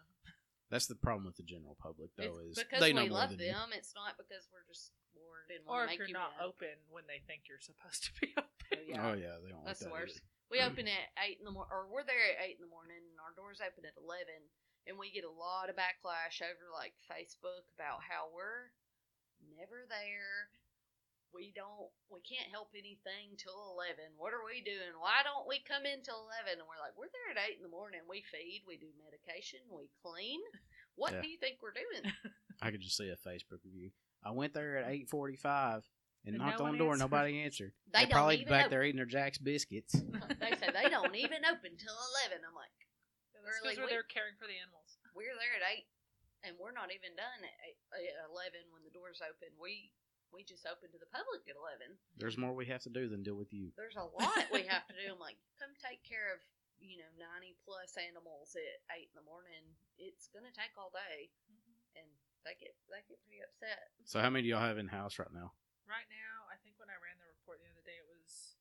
Speaker 1: That's the problem with the general public, though,
Speaker 3: It's
Speaker 1: is
Speaker 3: because
Speaker 1: they know
Speaker 3: we
Speaker 1: more
Speaker 3: love
Speaker 1: than you.
Speaker 3: them. It's not because we're just bored and
Speaker 4: Or
Speaker 3: want to
Speaker 4: if
Speaker 3: make you
Speaker 4: you're not
Speaker 3: mad.
Speaker 4: open when they think you're supposed to be open.
Speaker 3: Oh, yeah.
Speaker 1: Oh yeah, they don't. like
Speaker 3: That's the
Speaker 1: that
Speaker 3: worst.
Speaker 1: either.
Speaker 3: We open at eight in the morning, or we're there at eight in the morning, and our doors open at eleven, and we get a lot of backlash over like Facebook about how we're never there. We don't, we can't help anything till eleven. What are we doing? Why don't we come in till eleven? And we're like, we're there at eight in the morning. We feed, we do medication, we clean. What
Speaker 1: Yeah.
Speaker 3: do you think we're doing?
Speaker 1: I could just see a Facebook review. I went there at eight forty-five and,
Speaker 4: And
Speaker 1: knocked
Speaker 4: no
Speaker 1: on
Speaker 4: one
Speaker 1: the door.
Speaker 4: answered.
Speaker 1: Nobody answered.
Speaker 3: They
Speaker 1: They're
Speaker 3: don't
Speaker 1: probably
Speaker 3: even
Speaker 1: back
Speaker 3: open.
Speaker 1: there eating their Jack's biscuits.
Speaker 3: They say they don't even open till eleven. I'm like,
Speaker 4: Because
Speaker 3: Or like
Speaker 4: we're
Speaker 3: we-
Speaker 4: there caring for the animals.
Speaker 3: we're there at eight, and we're not even done at, eight, at eleven when the doors open. We we just open to the public at eleven.
Speaker 1: There's more we have to do than deal with you.
Speaker 3: There's a lot we have to do. I'm like, come take care of you know ninety plus animals at eight in the morning. It's gonna take all day,
Speaker 4: Mm-hmm.
Speaker 3: and they get they get pretty upset.
Speaker 1: So how many do y'all have in house right now?
Speaker 4: Right now, I think when I ran the report the other day, it was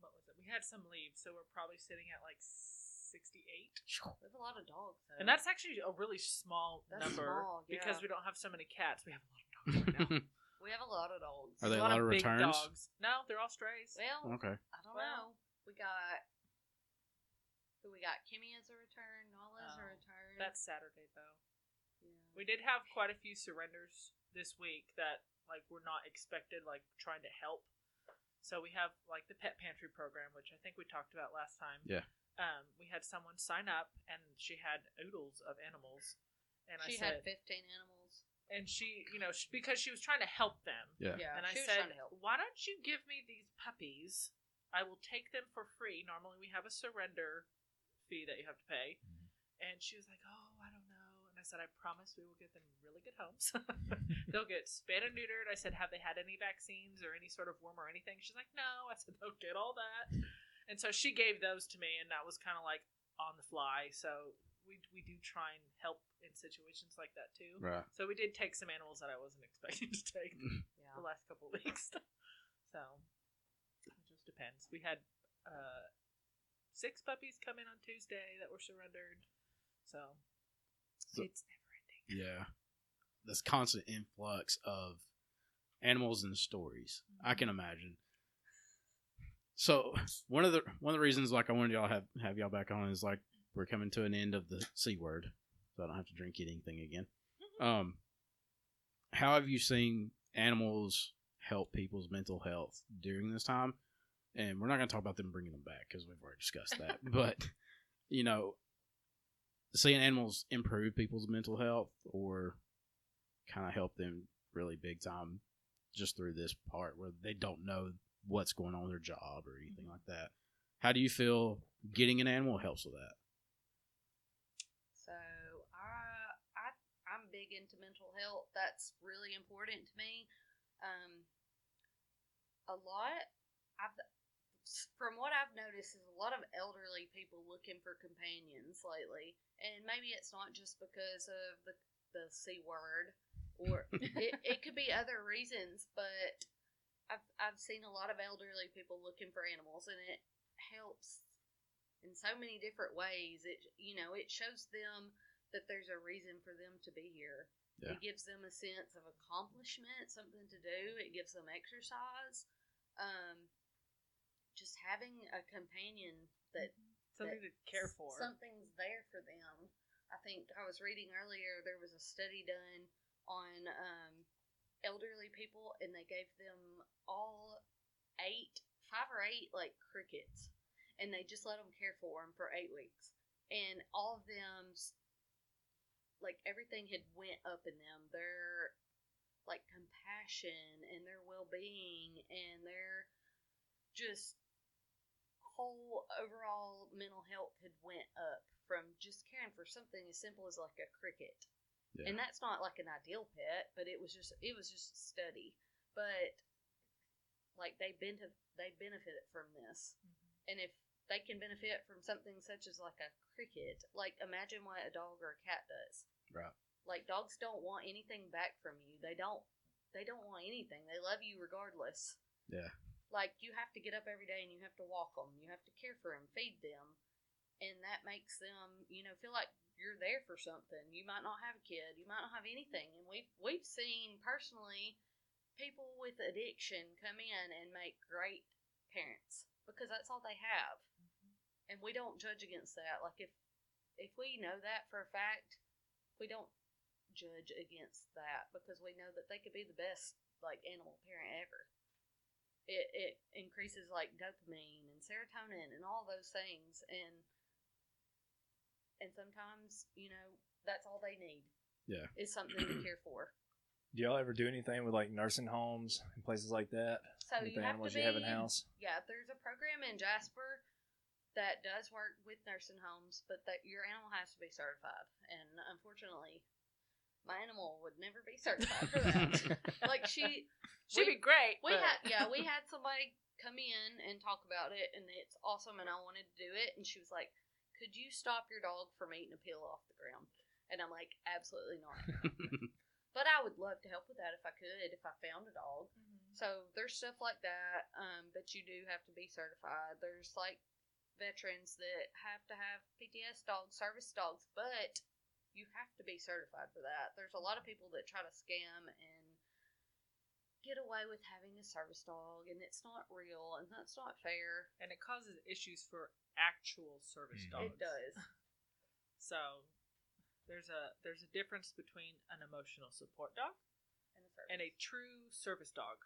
Speaker 4: what was it? We had some leaves, so we're probably sitting at like sixty-eight.
Speaker 3: We have a lot of dogs, though.
Speaker 4: And that's actually a really small
Speaker 3: Oh. That's
Speaker 4: number
Speaker 3: small, yeah.
Speaker 4: because we don't have so many cats. We have a lot of dogs right now.
Speaker 3: we have a lot of dogs.
Speaker 1: Are they a
Speaker 4: lot, of, big
Speaker 1: returns?
Speaker 4: dogs. No, they're all strays.
Speaker 3: Well,
Speaker 1: okay.
Speaker 3: I don't
Speaker 4: Well-
Speaker 3: know. We got who we got. Kimmy as a return. Nala's a
Speaker 4: Oh,
Speaker 3: return.
Speaker 4: That's Saturday though.
Speaker 3: yeah.
Speaker 4: We did have quite a few surrenders this week that like were not expected, like trying to help. So we have like the pet pantry program, which I think we talked about last time.
Speaker 1: Yeah.
Speaker 4: Um, we had someone sign up, and she had oodles of animals, and
Speaker 3: she
Speaker 4: I said,
Speaker 3: had fifteen animals.
Speaker 4: and she, you know, she, because she was trying to help them.
Speaker 1: Yeah.
Speaker 4: And I
Speaker 3: she was
Speaker 4: said,
Speaker 3: trying to help.
Speaker 4: "Why don't you give me these puppies? I will take them for free. Normally, we have a surrender fee that you have to pay."
Speaker 2: Mhm.
Speaker 4: And she was like, "Oh, I don't know." And I said, "I promise we will get them really good homes. They'll get spayed and neutered." I said, "Have they had any vaccines or any sort of worm or anything?" She's like, "No." I said, "They'll get all that." And so she gave those to me, and that was kind of like on the fly. So we we do try and help in situations like that too.
Speaker 1: Right.
Speaker 4: So we did take some animals that I wasn't expecting to take
Speaker 3: Yeah.
Speaker 4: the last couple weeks. so it just depends. We had uh, six puppies come in on Tuesday that were surrendered. So,
Speaker 1: So-
Speaker 4: it's never ending.
Speaker 1: Yeah. This constant influx of animals and stories. I can imagine. So one of the one of the reasons like I wanted y'all to have have y'all back on is like we're coming to an end of the C word. So I don't have to drink anything again. Um how have you seen animals help people's mental health during this time? And we're not going to talk about them bringing them back because we've already discussed that. but you know, seeing animals improve people's mental health or kind of help them really big time just through this part where they don't know what's going on with their job or anything like that. How do you feel getting an animal helps with that?
Speaker 3: So I, I I'm big into mental health. That's really important to me. Um, a lot I've from what I've noticed is a lot of elderly people looking for companions lately, and maybe it's not just because of the the c word, or it, it could be other reasons. But I've I've seen a lot of elderly people looking for animals, and it helps in so many different ways. It you know it shows them that there's a reason for them to be here.
Speaker 1: Yeah.
Speaker 3: It gives them a sense of accomplishment, something to do. It gives them exercise. Um, just having a companion that
Speaker 4: Something to care
Speaker 3: s-
Speaker 4: for.
Speaker 3: Something's there for them. I think I was reading earlier there was a study done on um, elderly people, and they gave them all eight, five or eight, like crickets, and they just let them care for them for eight weeks, and all of them, s- like everything had went up in them. Their like compassion and their well being and their just whole overall mental health had went up from just caring for something as simple as like a cricket
Speaker 1: Yeah.
Speaker 3: and that's not like an ideal pet but it was just it was just a study but like they benefit they benefited from this and if they can benefit from something such as like a cricket like imagine what a dog or a cat does
Speaker 1: Right.
Speaker 3: like dogs don't want anything back from you they don't they don't want anything they love you regardless like you have to get up every day and you have to walk them you have to care for them feed them and that makes them you know feel like you're there for something you might not have a kid you might not have anything and we've we've seen personally people with addiction come in and make great parents because that's all they have and we don't judge against that like if if we know that for a fact we don't judge against that because we know that they could be the best like animal parent ever it, it increases like dopamine and serotonin and all those things and and sometimes you know that's all they need
Speaker 1: Yeah.
Speaker 3: is something to care for
Speaker 2: Do y'all ever do anything with like nursing homes and places like that
Speaker 3: so
Speaker 2: with
Speaker 3: you
Speaker 2: the
Speaker 3: have to
Speaker 2: animals
Speaker 3: be
Speaker 2: you have in house?
Speaker 3: yeah there's a program in jasper that does work with nursing homes but that your animal has to be certified and unfortunately my animal would never be certified for that like she
Speaker 4: She'd
Speaker 3: we-
Speaker 4: be great.
Speaker 3: We
Speaker 4: but-
Speaker 3: had yeah, we had somebody come in and talk about it, and it's awesome, and I wanted to do it, and she was like, "Could you stop your dog from eating a peel off the ground?" And I'm like, "Absolutely not." but I would love to help with that if I could, if I found a dog.
Speaker 4: Mhm.
Speaker 3: So there's stuff like that, um, but you do have to be certified. There's like veterans that have to have PTS dogs, service dogs, but you have to be certified for that. There's a lot of people that try to scam and get away with having a service dog, and it's not real and that's not fair.
Speaker 4: and it causes issues for actual service dogs.
Speaker 2: Mm.
Speaker 3: It does.
Speaker 4: So there's a there's a difference between an emotional support dog
Speaker 3: And a service.
Speaker 4: and a true service dog.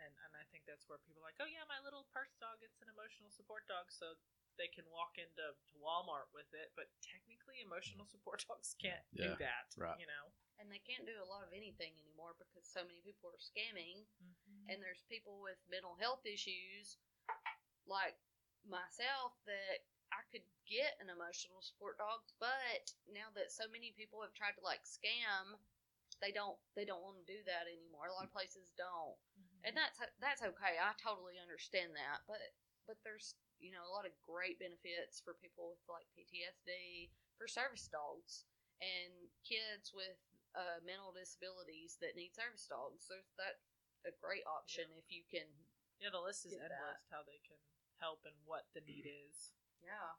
Speaker 4: And and I think that's where people are like, oh yeah, my little purse dog, it's an emotional support dog, so they can walk into to Walmart with it, but technically emotional support dogs can't
Speaker 1: Yeah,
Speaker 4: do that.
Speaker 1: right.
Speaker 4: You know?
Speaker 3: and they can't do a lot of anything anymore because so many people are scamming. and there's people with mental health issues like myself that I could get an emotional support dog, but now that so many people have tried to like scam, they don't they don't want to do that anymore. A lot of places don't. And that's that's okay. I totally understand that. But but there's, you know, a lot of great benefits for people with like PTSD, for service dogs and kids with uh, mental disabilities that need service dogs. There's that a great option if you can.
Speaker 4: Yeah, the list is
Speaker 3: Get that.
Speaker 4: endless. How they can help and what the need is.
Speaker 3: Yeah.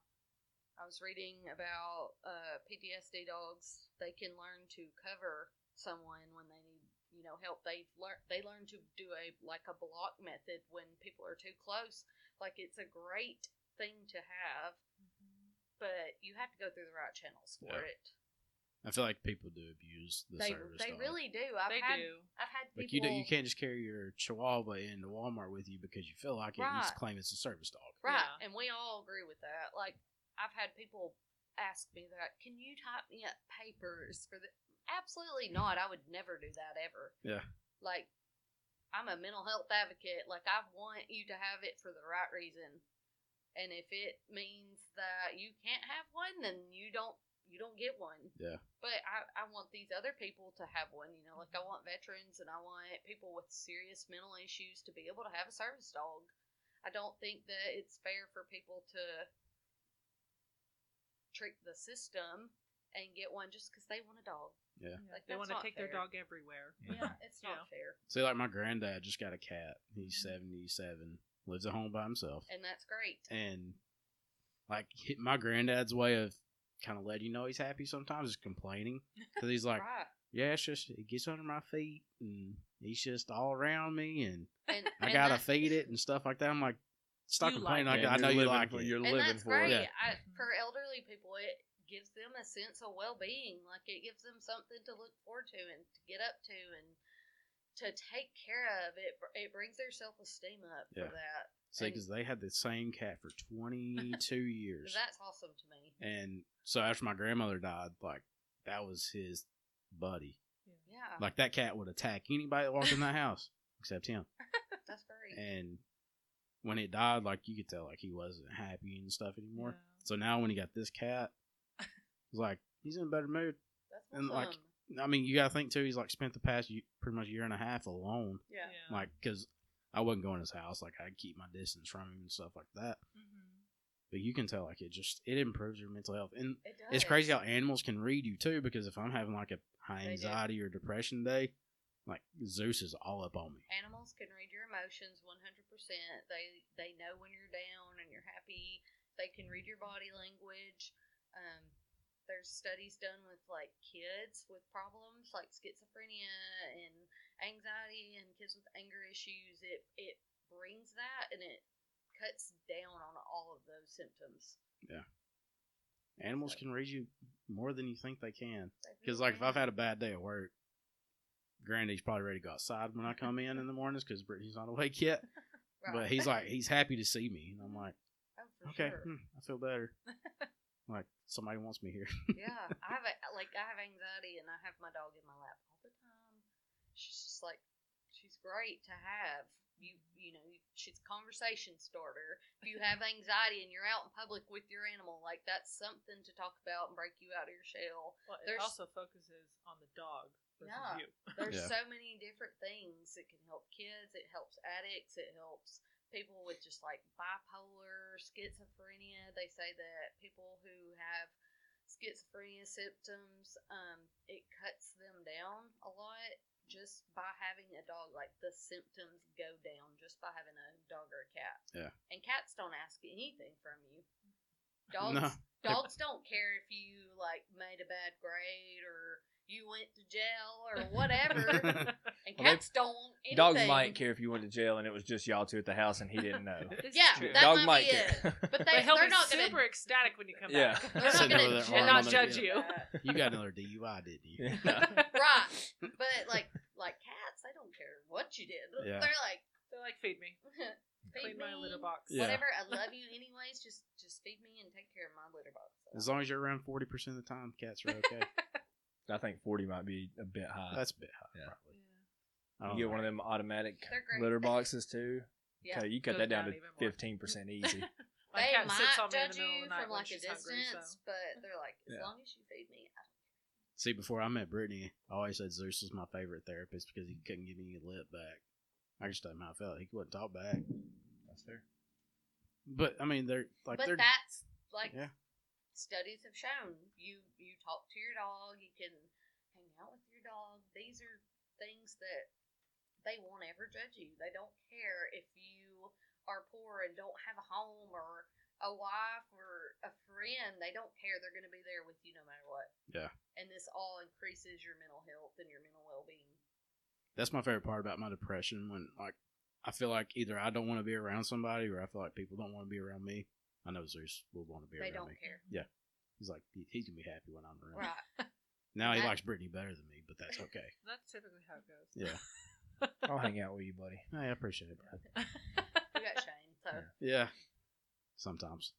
Speaker 3: I was reading about uh, PTSD dogs. They can learn to cover someone when they need, you know, help. They learn they learn to do a like a block method when people are too close. Like it's a great thing to have, Mm-hmm. but you have to go through the right channels for
Speaker 1: Yeah.
Speaker 3: it.
Speaker 1: I feel like people do abuse the
Speaker 3: they
Speaker 1: service.
Speaker 3: they
Speaker 1: dog.
Speaker 3: really do. I've
Speaker 4: they
Speaker 3: had
Speaker 4: do.
Speaker 3: I've had people
Speaker 1: Like you, do, you can't just carry your Chihuahua into Walmart with you because you feel like it. You just
Speaker 3: Right.
Speaker 1: claim it's a service dog.
Speaker 3: Right.
Speaker 4: Yeah.
Speaker 3: And we all agree with that. Like, I've had people ask me that, can you type me up papers for the. Absolutely not. I would never do that ever.
Speaker 1: Yeah.
Speaker 3: Like, I'm a mental health advocate. Like, I want you to have it for the right reason. And if it means that you can't have one, then you don't you don't get one.
Speaker 1: Yeah.
Speaker 3: But I, I want these other people to have one, you know, like
Speaker 1: Mm-hmm.
Speaker 3: I want veterans and I want people with serious mental issues to be able to have a service dog. I don't think that it's fair for people to trick the system and get one just because they want a dog.
Speaker 4: Yeah.
Speaker 3: Like,
Speaker 4: they
Speaker 3: that's
Speaker 4: want to
Speaker 3: not
Speaker 4: take their
Speaker 3: fair.
Speaker 4: dog everywhere.
Speaker 3: Yeah, it's not
Speaker 4: Yeah.
Speaker 3: fair.
Speaker 1: See, like my granddad just got a cat. He's
Speaker 3: Mm-hmm.
Speaker 1: seventy seven, lives at home by himself,
Speaker 3: And that's great.
Speaker 1: and like he- my granddad's way of kind of letting you know he's happy sometimes is complaining because he's like,
Speaker 3: right.
Speaker 1: yeah, it's just it gets under my feet and he's just all around me and
Speaker 3: And,
Speaker 1: I
Speaker 3: and
Speaker 1: gotta
Speaker 3: that-
Speaker 1: feed it and stuff like that. I'm like, stop
Speaker 4: You
Speaker 1: complaining.
Speaker 4: like
Speaker 1: I, I know you like it.
Speaker 2: You're
Speaker 3: and
Speaker 2: living
Speaker 3: that's
Speaker 2: for
Speaker 3: great.
Speaker 2: it.
Speaker 1: Yeah.
Speaker 3: I, for elderly people, it gives them a sense of well-being. Like it gives them something to look forward to and to get up to and to take care of. It br- it brings their self-esteem up
Speaker 1: Yeah.
Speaker 3: for that.
Speaker 1: See, because they had the same cat for twenty two years.
Speaker 3: That's awesome to me.
Speaker 1: And so after my grandmother died, like that was his buddy.
Speaker 3: Yeah,
Speaker 1: Like that cat would attack anybody that walked in that house except him.
Speaker 3: that's great.
Speaker 1: And when it died, like you could tell, like he wasn't happy and stuff anymore. So now when he got this cat, it's like he's in a better mood.
Speaker 3: That's awesome.
Speaker 1: and, like, I mean, you gotta think too. He's like spent the past ye- pretty much year and a half alone,
Speaker 3: yeah.
Speaker 1: Like 'cause like because I wasn't going to his house. Like I keep my distance from him and stuff like that.
Speaker 3: Mm-hmm.
Speaker 1: But you can tell, like it just it improves your mental health. And
Speaker 3: It does.
Speaker 1: it's crazy how animals can read you too. Because if I'm having like a high
Speaker 3: They do.
Speaker 1: anxiety or depression day, like Zeus is all up on me.
Speaker 3: animals can read your emotions 100%. They they know when you're down and you're happy. They can read your body language. Um, there's studies done with like kids with problems like schizophrenia and anxiety and kids with anger issues. It it brings that and it cuts down on all of those symptoms.
Speaker 1: Animals
Speaker 3: So-
Speaker 1: can read you more than you think they can.
Speaker 3: They really
Speaker 1: Because like if
Speaker 3: can.
Speaker 1: I've had a bad day at work, Grandy's probably ready to go outside when I come in in the mornings because Brittany's not awake yet.
Speaker 3: Right.
Speaker 1: But he's like he's happy to see me, and I'm like,
Speaker 3: Oh, for
Speaker 1: okay,
Speaker 3: sure.
Speaker 1: hmm, I feel better. like somebody wants me here.
Speaker 3: yeah, I have a, like I have anxiety, and I have my dog in my lap all the time. She's just like she's great to have. You you know you, she's a conversation starter. If you have anxiety and you're out in public with your animal, like that's something to talk about and break you out of your shell.
Speaker 4: Well, it
Speaker 3: There's-
Speaker 4: also focuses on the dog versus
Speaker 3: Yeah.
Speaker 4: you.
Speaker 3: There's
Speaker 1: Yeah.
Speaker 3: so many different things. It can help kids. It helps addicts. It helps people with just like bipolar, schizophrenia. They say that people who have schizophrenia symptoms, um, it cuts them down a lot just by having a dog. Like the symptoms go down just by having a dog or a cat.
Speaker 1: Yeah.
Speaker 3: And cats don't ask anything from you. Dogs
Speaker 1: No.
Speaker 3: dogs don't care if you like made a bad grade or you went to jail or whatever. and
Speaker 2: Well, they-
Speaker 3: cats don't want anything.
Speaker 2: Dogs might care if you went to jail and it was just y'all two at the house and he didn't know.
Speaker 4: This is
Speaker 3: Yeah,
Speaker 4: true.
Speaker 3: that-
Speaker 2: Dog
Speaker 3: might
Speaker 2: might
Speaker 3: be
Speaker 2: care.
Speaker 3: but
Speaker 4: but
Speaker 3: they,
Speaker 4: he'll
Speaker 3: they're
Speaker 4: be
Speaker 3: not
Speaker 4: super
Speaker 3: gonna.
Speaker 4: ecstatic when you come
Speaker 2: Yeah.
Speaker 4: back.
Speaker 3: They're not
Speaker 1: Sitting
Speaker 3: gonna
Speaker 1: over there
Speaker 3: judge
Speaker 1: and not
Speaker 3: you.
Speaker 1: judge
Speaker 4: you.
Speaker 1: you got another DUI, didn't you?
Speaker 2: Yeah.
Speaker 3: right? But like, like cats, they don't care what you did.
Speaker 1: Yeah.
Speaker 3: They're like,
Speaker 4: They're like, feed me.
Speaker 3: feed
Speaker 4: Clean
Speaker 3: me,
Speaker 4: my litter box.
Speaker 1: Yeah.
Speaker 3: whatever. I love you anyways. Just, just feed me and take care of my litter box.
Speaker 1: As long as you're around forty percent of the time, cats are okay.
Speaker 2: I think 40 might be a bit high.
Speaker 1: That's a bit high,
Speaker 2: Uh, Yeah.
Speaker 1: probably. I
Speaker 2: You
Speaker 1: don't
Speaker 2: get
Speaker 1: know.
Speaker 2: one of them automatic
Speaker 3: They're great.
Speaker 2: litter boxes too.
Speaker 3: yeah,
Speaker 2: Okay, you cut
Speaker 4: Goes
Speaker 2: that down,
Speaker 4: down
Speaker 2: to
Speaker 4: even more.
Speaker 2: 15% easy.
Speaker 4: My
Speaker 3: they
Speaker 4: cat
Speaker 3: might
Speaker 4: sits on me in
Speaker 3: judge
Speaker 4: the middle of
Speaker 3: you
Speaker 4: the night
Speaker 3: from
Speaker 4: when
Speaker 3: like a
Speaker 4: she's
Speaker 3: distance,
Speaker 4: hungry, so.
Speaker 3: but they're like, as
Speaker 2: Yeah.
Speaker 3: long as you feed me, I
Speaker 1: See, before I met Brittany, I always said Zeus was my favorite therapist because he couldn't give me a lip back. I just told him how I felt. He wouldn't talk back.
Speaker 2: That's fair.
Speaker 1: But I mean, they're like
Speaker 3: but
Speaker 1: they're
Speaker 3: that's like
Speaker 1: Yeah.
Speaker 3: studies have shown you you talk to your dog, you can hang out with your dog. These are things that they won't ever judge you. They don't care if you are poor and don't have a home or a wife or a friend. They don't care. They're going to be there with you no matter what.
Speaker 1: Yeah.
Speaker 3: And this all increases your mental health and your mental well being.
Speaker 1: That's my favorite part about my depression when like I feel like either I don't want to be around somebody or I feel like people don't want to be around me. I know Zeus will want to be
Speaker 3: They
Speaker 1: around
Speaker 3: don't
Speaker 1: me.
Speaker 3: care.
Speaker 1: He's like he- he's gonna be happy when I'm around.
Speaker 3: Right.
Speaker 1: Now he
Speaker 3: That-
Speaker 1: likes Brittany better than me, but that's okay.
Speaker 4: That's typically how it goes.
Speaker 1: Yeah.
Speaker 2: I'll hang out with you, buddy.
Speaker 1: Hey, I appreciate it, Brad.
Speaker 3: You got Shane. So.
Speaker 1: Yeah. Sometimes.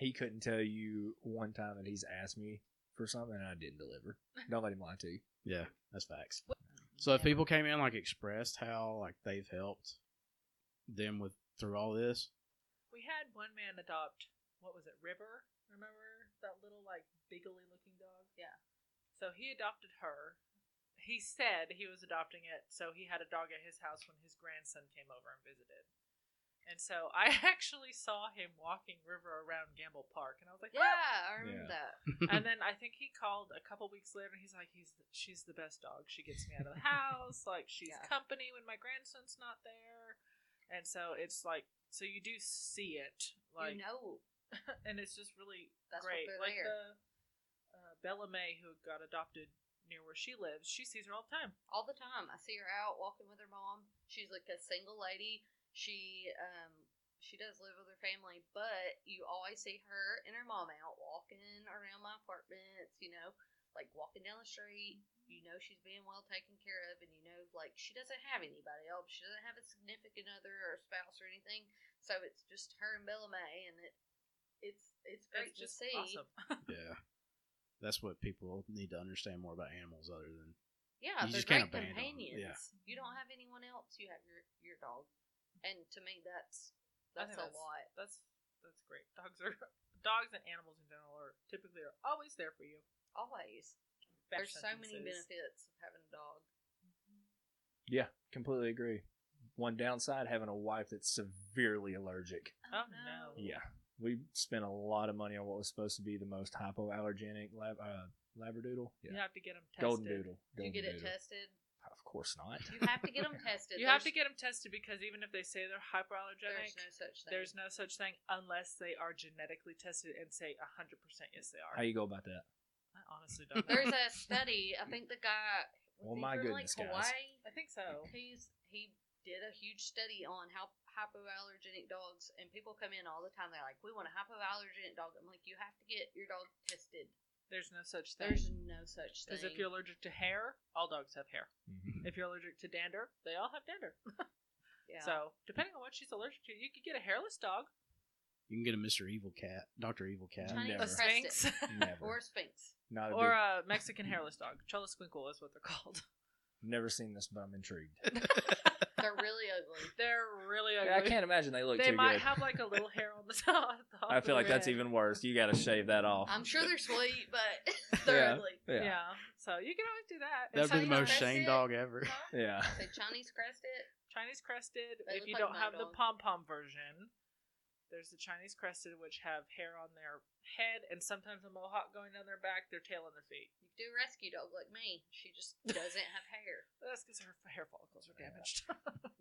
Speaker 2: He couldn't tell you one time that he's asked me for something and I didn't deliver. Don't let him lie to you.
Speaker 1: Yeah, that's facts. So if people came in like expressed how like they've helped them with through all this,
Speaker 4: We had one man adopt. What was it, River? Remember that little like beagly looking dog?
Speaker 3: Yeah.
Speaker 4: So he adopted her. He said he was adopting it, so he had a dog at his house when his grandson came over and visited. And so I actually saw him walking River around Gamble Park, and I was like,
Speaker 3: yeah, I remember
Speaker 2: Yeah.
Speaker 3: that.
Speaker 4: and then I think he called a couple weeks later and he's like, he's the, she's the best dog. She gets me out of the house. Like she's
Speaker 3: Yeah.
Speaker 4: company when my grandson's not there. And so it's like, so you do see it, like,
Speaker 3: you know,
Speaker 4: and it's just really
Speaker 3: That's what
Speaker 4: great.
Speaker 3: they're
Speaker 4: Like
Speaker 3: there.
Speaker 4: the uh, Bella May who got adopted near where she lives, she sees her all the time.
Speaker 3: all the time. I see her out walking with her mom. She's like a single lady. She um she does live with her family, but you always see her and her mom out walking around my apartments, you know, like walking down the street. You know she's being well taken care of and you know like she doesn't have anybody else. She doesn't have a significant other or spouse or anything. So it's just her and Bella May and it it's it's great
Speaker 4: It's
Speaker 3: to
Speaker 4: just
Speaker 3: see.
Speaker 4: awesome.
Speaker 1: yeah. That's what people need to understand more about animals other than You
Speaker 3: Yeah,
Speaker 1: just
Speaker 3: they're
Speaker 1: can't abandon
Speaker 3: great
Speaker 1: 'em,
Speaker 3: companions.
Speaker 1: yeah.
Speaker 3: You don't have anyone else. You have your your dog, and to me, that's
Speaker 4: I
Speaker 3: that's
Speaker 4: think
Speaker 3: a lot.
Speaker 4: That's that's great. Dogs are dogs and animals in general are typically are always there for you.
Speaker 3: Always,
Speaker 4: Best
Speaker 3: there's so many
Speaker 4: sentences.
Speaker 3: benefits of having a dog.
Speaker 2: Yeah, completely agree. One downside having a wife that's severely allergic.
Speaker 4: Oh, no.
Speaker 2: Yeah, we spent a lot of money on what was supposed to be the most hypoallergenic lab, uh, labradoodle.
Speaker 4: You have to get them tested.
Speaker 2: golden doodle.
Speaker 3: Do you
Speaker 2: Golden
Speaker 3: get it
Speaker 2: doodle.
Speaker 3: tested?
Speaker 2: Of course not.
Speaker 3: You have to get them tested.
Speaker 4: You have to
Speaker 3: There's-
Speaker 4: get them tested because even if they say they're hyperallergenic,
Speaker 3: There's no such thing.
Speaker 4: there's no such thing unless they are genetically tested and say 100% yes they
Speaker 2: How
Speaker 4: are. I,
Speaker 2: you go about that?
Speaker 4: honestly don't know.
Speaker 3: There's a study. I think the guy. was
Speaker 2: Well,
Speaker 3: he
Speaker 2: my
Speaker 3: from,
Speaker 2: goodness,
Speaker 3: like,
Speaker 2: guys.
Speaker 3: Hawaii?
Speaker 4: I think so.
Speaker 3: He's he did a huge study on how hypoallergenic dogs and people come in all the time. They're like, "We want a hypoallergenic dog." I'm like, "You have to get your dog tested."
Speaker 4: There's no such thing.
Speaker 3: There's no such thing.
Speaker 4: Because if you're allergic to hair, all dogs have hair. If you're allergic to dander, they all have dander.
Speaker 3: yeah.
Speaker 4: So, depending on what she's allergic to, you could get a hairless dog,
Speaker 1: you can get a Mr. Evil Cat, Dr. Evil Cat.
Speaker 3: Chinese
Speaker 4: a
Speaker 2: Never.
Speaker 4: sphinx,
Speaker 2: Never.
Speaker 3: or uh, Sphinx.
Speaker 2: not a
Speaker 4: or
Speaker 2: big,
Speaker 4: a Mexican hairless dog. Cholosquinkle is what they're called.
Speaker 2: never seen this, but I'm intrigued.
Speaker 3: They're really ugly.
Speaker 4: They're really ugly.
Speaker 2: I can't imagine they look
Speaker 4: they
Speaker 2: too
Speaker 4: might
Speaker 2: good.
Speaker 4: have like a little hair on the top.
Speaker 2: I feel like that's even worse. You got to shave that off.
Speaker 3: I'm sure they're sweet, but they're
Speaker 2: Yeah.
Speaker 3: ugly.
Speaker 4: Yeah.
Speaker 2: yeah, yeah.
Speaker 4: So you can always do that.
Speaker 1: That'd
Speaker 4: It's
Speaker 1: be the
Speaker 4: Chinese
Speaker 1: most
Speaker 4: crest-
Speaker 1: Shane
Speaker 3: crested.
Speaker 1: dog ever.
Speaker 3: Huh? They Chinese crested.
Speaker 4: Chinese crested.
Speaker 3: They
Speaker 4: if
Speaker 3: look
Speaker 4: you
Speaker 3: like
Speaker 4: don't
Speaker 3: my
Speaker 4: have the
Speaker 3: dog.
Speaker 4: pom pom version, there's the Chinese crested, which have hair on their head and sometimes a mohawk going down their back, their tail, and their feet.
Speaker 3: You could do a rescue dog like me. She just doesn't have hair.
Speaker 4: That's because her hair follicles are damaged.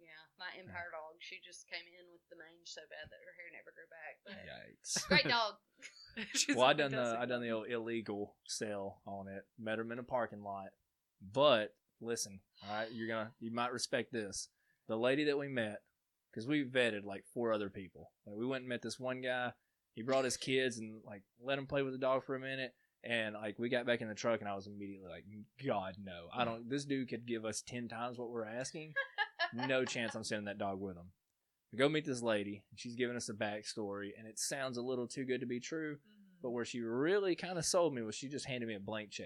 Speaker 3: Yeah, my Empire dog. She just came in with the mange so bad that her hair never grew back. But
Speaker 2: Yikes.
Speaker 3: great dog.
Speaker 4: She's
Speaker 2: well, I
Speaker 4: like,
Speaker 2: done the
Speaker 4: "Doesn't
Speaker 2: I done the old illegal sale on it. Met him in a parking lot, but listen, all right, you're gonna you might respect this. The lady that we met, because we vetted like four other people. Like we went and met this one guy. He brought his kids and like let him play with the dog for a minute. And like we got back in the truck and I was immediately like, God no, I don't. This dude could give us ten times what we're asking. No chance I'm sending that dog with him. We go meet this lady. and She's giving us a backstory, and it sounds a little too good to be true.
Speaker 4: Mhm.
Speaker 2: But where she really kind of sold me was she just handed me a blank check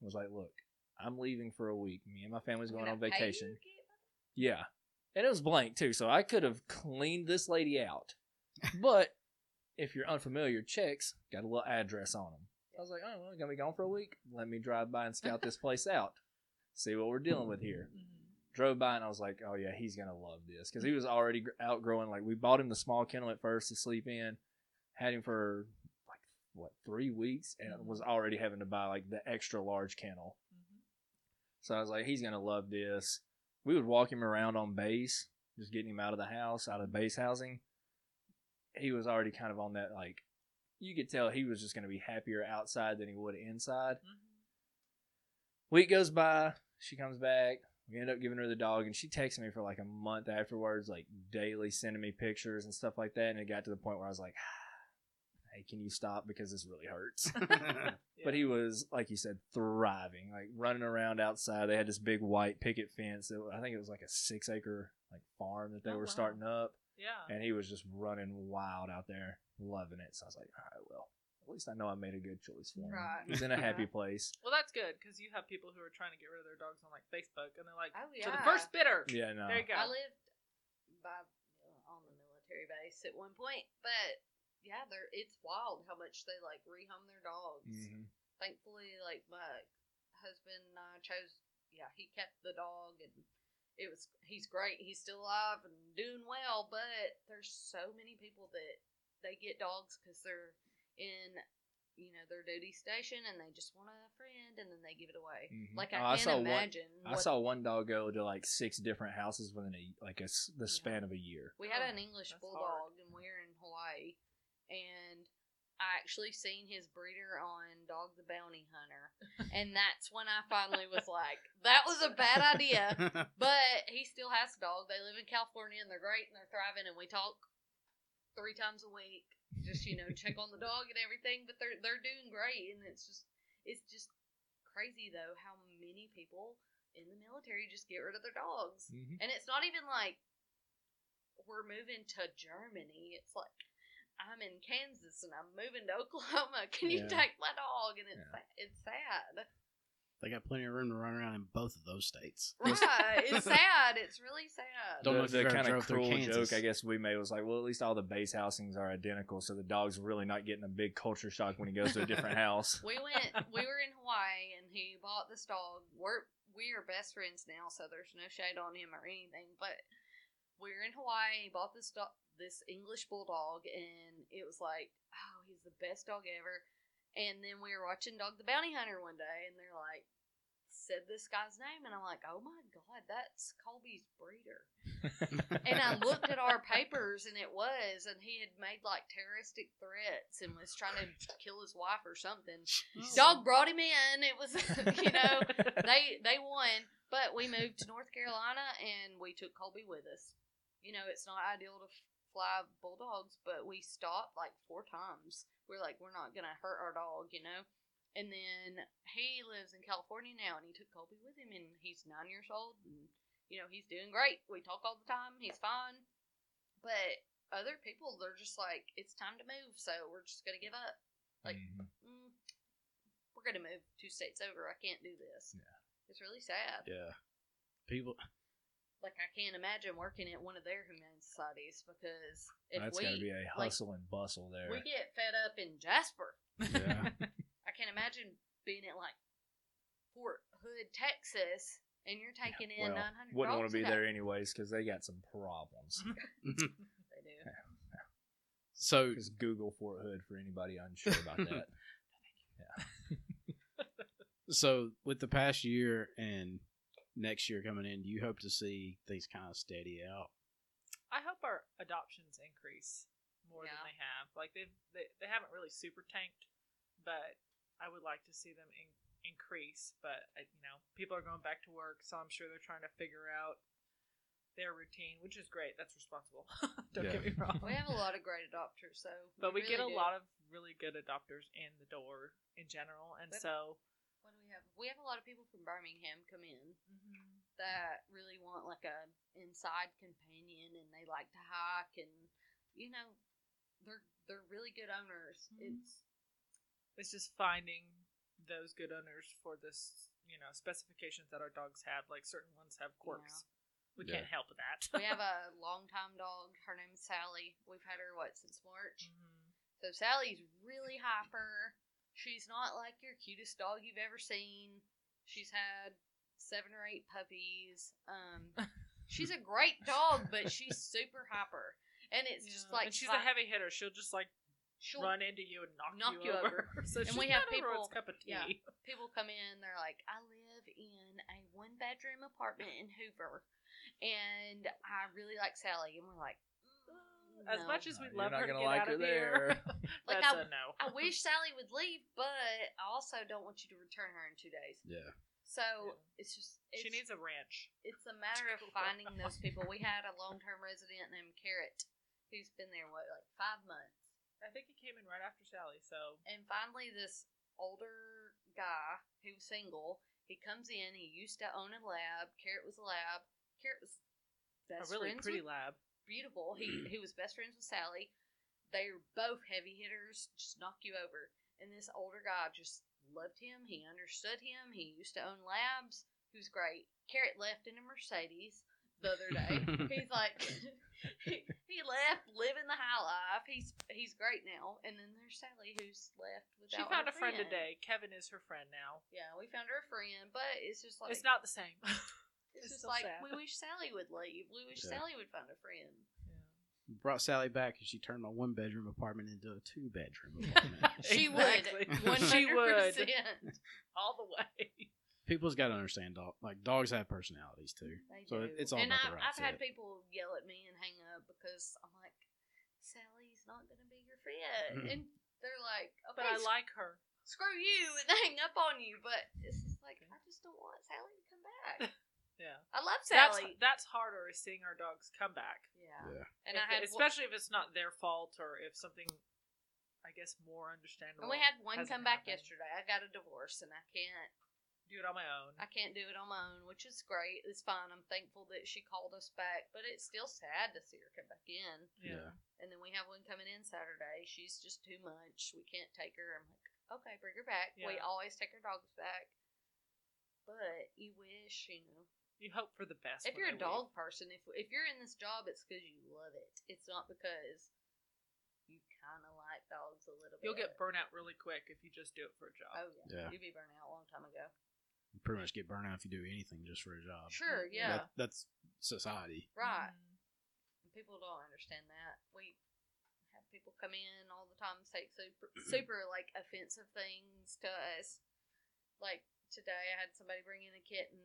Speaker 2: and was like, "Look, I'm leaving for a week. Me and my family's
Speaker 3: I'm
Speaker 2: going on
Speaker 3: gonna pay you,
Speaker 2: vacation."
Speaker 3: kid.
Speaker 2: Yeah, and it was blank too, so I could have cleaned this lady out. But if you're unfamiliar, checks got a little address on them. I was like, "Oh, well, I'm gonna be gone for a week. Let me drive by and scout this place out, see what we're dealing with here."
Speaker 4: Mhm.
Speaker 2: drove by and I was like, oh yeah, he's gonna love this because he was already gr- outgrowing. Like we bought him the small kennel at first to sleep in, had him for like what three weeks and was already having to buy like the extra large kennel.
Speaker 4: Mm-hmm.
Speaker 2: So I was like, he's gonna love this. We would walk him around on base, just getting him out of the house, out of base housing. He was already kind of on that like you could tell he was just gonna be happier outside than he would inside.
Speaker 4: Mm-hmm.
Speaker 2: Week goes by, she comes back. We end up giving her the dog, and she texted me for like a month afterwards, like daily sending me pictures and stuff like that. And it got to the point where I was like, "Hey, can you stop? Because this really hurts." But he was, like you said, thriving, like running around outside. They had this big white picket fence. That, I think it was like a six acre like farm that they
Speaker 4: Oh,
Speaker 2: were
Speaker 4: wow.
Speaker 2: starting up,
Speaker 4: Yeah.
Speaker 2: and he was just running wild out there, loving it. So I was like, "All right, well, at least I know I made a good choice for him.
Speaker 3: Right.
Speaker 2: He's in a happy
Speaker 4: Yeah.
Speaker 2: place."
Speaker 4: Well, that's good because you have people who are trying to get rid of their dogs on like Facebook, and they're like,
Speaker 3: Oh,
Speaker 4: "To the
Speaker 3: yeah.
Speaker 4: first bidder."
Speaker 2: Yeah, no.
Speaker 4: There you go.
Speaker 3: I lived by on the military base at one point, but yeah, they're it's wild how much they like rehome their dogs.
Speaker 2: Mhm.
Speaker 3: Thankfully, like my husband and I chose. Yeah, he kept the dog, and it was he's great. He's still alive and doing well. But there's so many people that they get dogs because they're in. You know their duty station, and they just want a friend, and then they give it away.
Speaker 2: Mhm.
Speaker 3: Like
Speaker 2: Oh,
Speaker 3: I
Speaker 2: I saw
Speaker 3: can't
Speaker 2: one-
Speaker 3: imagine.
Speaker 2: I
Speaker 3: what-
Speaker 2: saw one dog go to like six different houses within a like a s the span of a year.
Speaker 3: We had
Speaker 4: Oh,
Speaker 3: an English
Speaker 4: that's
Speaker 3: bulldog, and we were in Hawaii, and I actually seen his breeder on Dog the Bounty Hunter, and that's when I finally was like, "That was a bad idea." But he still has a dog. They live in California, and they're great, and they're thriving, and we talk three times a week, just you know, check on the dog and everything. But they're they're doing great, and it's just it's just crazy though how many people in the military just get rid of their dogs.
Speaker 2: Mhm.
Speaker 3: And it's not even like we're moving to Germany. It's like I'm in Kansas and I'm moving to Oklahoma. Can you
Speaker 2: Yeah.
Speaker 3: take my dog? And it's sa- it's sad.
Speaker 1: they got plenty of room to run around in both of those states.
Speaker 3: Right. it's sad. It's really sad.
Speaker 1: Don't
Speaker 2: the,
Speaker 1: know if you've ever
Speaker 2: kind of
Speaker 1: drove through
Speaker 2: cruel
Speaker 1: Kansas.
Speaker 2: joke I guess we made was like, well, at least all the base housings are identical, so the dog's really not getting a big culture shock when he goes to a different house.
Speaker 3: We went. We were in Hawaii, and he bought this dog. We're we are best friends now, so there's no shade on him or anything. But we were in Hawaii. He bought this dog, this English bulldog, and it was like, oh, he's the best dog ever. And then we were watching Dog the Bounty Hunter one day, and they're like, said this guy's name, and I'm like, oh my god, that's Colby's breeder. And I looked at our papers, and it was, and he had made like terroristic threats and was trying to kill his wife or something.
Speaker 1: Oh.
Speaker 3: Dog brought him in. It was, you know, they they won, but we moved to North Carolina and we took Colby with us. You know, it's not ideal to f- fly bulldogs, but we stopped like four times. We're like, we're not gonna hurt our dog, you know. And then he lives in California now, and he took Colby with him, and he's nine years old, and you know he's doing great. We talk all the time. He's fine, but other people they're just like, it's time to move, so we're just gonna give up. like-
Speaker 2: Mhm.
Speaker 3: Mm, we're gonna move two states over. I can't do this. Yeah, it's really sad.
Speaker 1: yeah. People,
Speaker 3: like I can't imagine working at one of their humane societies because if
Speaker 2: That's
Speaker 3: we
Speaker 2: got to be a
Speaker 3: like-
Speaker 2: hustle and bustle there.
Speaker 3: we get fed up in Jasper,
Speaker 1: yeah.
Speaker 3: I can't imagine being at like Fort Hood, Texas, and you're taking in
Speaker 2: well,
Speaker 3: nine hundred.
Speaker 2: wouldn't want to be there anyways because they got some problems.
Speaker 3: Mm-hmm. They do.
Speaker 1: so
Speaker 2: Just Google Fort Hood for anybody unsure about that.
Speaker 1: so with the past year and next year coming in, do you hope to see things kind of steady out?
Speaker 4: I hope our adoptions increase more than
Speaker 3: Yeah.
Speaker 4: they have. Like they've, they they haven't really super tanked, but I would like to see them in, increase. But I, you know, people are going back to work, so I'm sure they're trying to figure out their routine, which is great. That's responsible. Don't get me wrong.
Speaker 3: We have a lot of great adopters, so
Speaker 4: but we, get a
Speaker 3: really do.
Speaker 4: lot of really good adopters in the door in general, and
Speaker 3: But-
Speaker 4: so
Speaker 3: What do we have? We have a lot of people from Birmingham come in that really want like a inside companion, and they like to hike, and you know, they're they're really good owners.
Speaker 4: Mhm.
Speaker 3: It's
Speaker 4: it's just finding those good owners for this. You know, specifications that our dogs have. Like certain ones have quirks. We
Speaker 1: Yeah.
Speaker 4: can't help with that.
Speaker 3: we have a longtime dog. Her name's Sally. We've had her what since March.
Speaker 4: Mhm.
Speaker 3: So Sally's really hyper. She's not like your cutest dog you've ever seen. She's had seven or eight puppies. Um, she's a great dog, but she's super hyper, and it's just
Speaker 4: Yeah,
Speaker 3: like
Speaker 4: and she's
Speaker 3: fi-
Speaker 4: a heavy hitter. She'll just like
Speaker 3: she'll
Speaker 4: run into you and knock,
Speaker 3: knock you
Speaker 4: you, over. so
Speaker 3: And
Speaker 4: she's
Speaker 3: we have
Speaker 4: not everyone's
Speaker 3: people-
Speaker 4: cup of tea.
Speaker 3: yeah. people come in, they're like, I live in a one bedroom apartment in Hoover, and I really like Sally. And we're like, "Mm,
Speaker 4: As
Speaker 3: no."
Speaker 4: much as
Speaker 2: No,
Speaker 4: we'd
Speaker 2: you're
Speaker 4: love
Speaker 2: not
Speaker 4: her to
Speaker 2: gonna
Speaker 4: get
Speaker 2: like
Speaker 4: out
Speaker 2: her
Speaker 4: of here,
Speaker 2: there.
Speaker 3: Like,
Speaker 4: that's
Speaker 3: I-
Speaker 4: a no.
Speaker 3: I wish Sally would leave, but I also don't want you to return her in two days.
Speaker 1: Yeah.
Speaker 3: So
Speaker 4: Yeah.
Speaker 3: it's just it's,
Speaker 4: she needs a ranch.
Speaker 3: it's a matter of finding those people. We had a long term resident named Carrot who's been there what like five months.
Speaker 4: I think he came in right after Sally, so
Speaker 3: And finally, this older guy who's single, he comes in. He used to own a lab. Carrot was a lab. Carrot was best
Speaker 4: a really
Speaker 3: friends
Speaker 4: pretty
Speaker 3: with
Speaker 4: lab.
Speaker 3: beautiful. He he was best friends with Sally. They're both heavy hitters. Just knock you over. And this older guy just loved him. He understood him. He used to own labs. He was great. Carrot left in a Mercedes the other day. he's like, he, he left living the high life. He's he's great now. And then there's Sally who's left
Speaker 4: She
Speaker 3: without.
Speaker 4: found
Speaker 3: her
Speaker 4: a friend today. Kevin is her friend now.
Speaker 3: Yeah, we found her a friend, but it's just like
Speaker 4: it's not the same.
Speaker 3: It's, just
Speaker 4: it's still
Speaker 3: like
Speaker 4: sad.
Speaker 3: we wish Sally would leave. We wish
Speaker 1: Yeah.
Speaker 3: Sally would find a friend.
Speaker 5: Brought Sally back and she turned my one bedroom apartment into a two bedroom apartment.
Speaker 3: She
Speaker 4: Exactly.
Speaker 3: would.
Speaker 4: She would.
Speaker 3: 100%.
Speaker 4: all the way.
Speaker 5: People's got to understand dog. Like dogs have personalities too.
Speaker 3: They
Speaker 5: So
Speaker 3: do.
Speaker 5: it- it's all
Speaker 3: and
Speaker 5: about the
Speaker 3: I've,
Speaker 5: right
Speaker 3: I've had
Speaker 5: fit.
Speaker 3: people yell at me and hang up because I'm like, Sally's not going to be your friend,
Speaker 5: Mm-hmm.
Speaker 1: Mhm.
Speaker 3: and they're like, okay,
Speaker 4: But I like her.
Speaker 3: screw you, and they hang up on you. But it's just like I just don't want Sally to come back.
Speaker 4: Yeah.
Speaker 3: I love
Speaker 4: That's,
Speaker 3: Sally.
Speaker 4: that's harder is seeing our dogs come back.
Speaker 3: yeah.
Speaker 1: Yeah.
Speaker 3: and
Speaker 4: If-
Speaker 3: I had one-
Speaker 4: especially if it's not their fault or if something I guess more understandable.
Speaker 3: and we had one
Speaker 4: hasn't
Speaker 3: come back
Speaker 4: happened.
Speaker 3: yesterday. I got a divorce, and I can't
Speaker 4: do it on my own.
Speaker 3: I can't do it on my own, which is great. It's fine. I'm thankful that she called us back, but it's still sad to see her come back in.
Speaker 1: Yeah.
Speaker 3: And then we have one coming in Saturday. She's just too much. We can't take her. I'm like, okay, bring her back. We
Speaker 4: Yeah.
Speaker 3: always take our dogs back. But you wish, you know,
Speaker 4: You hope for the best.
Speaker 3: if
Speaker 4: when
Speaker 3: you're a
Speaker 4: they leave.
Speaker 3: dog person, if if you're in this job, it's because you love it. It's not because you kind of like dogs a little bit.
Speaker 4: you'll get burnt out really quick if you just do it for a job.
Speaker 3: oh yeah,
Speaker 1: Yeah.
Speaker 3: you'd be burnt out a long time ago.
Speaker 5: You pretty much get burnt out if you do anything just for a job.
Speaker 3: Sure, yeah,
Speaker 5: That, that's society.
Speaker 3: right.
Speaker 4: Mm.
Speaker 3: And people don't understand that. We have people come in all the time and say super, super like offensive things to us. Like today, I had somebody bring in a kitten,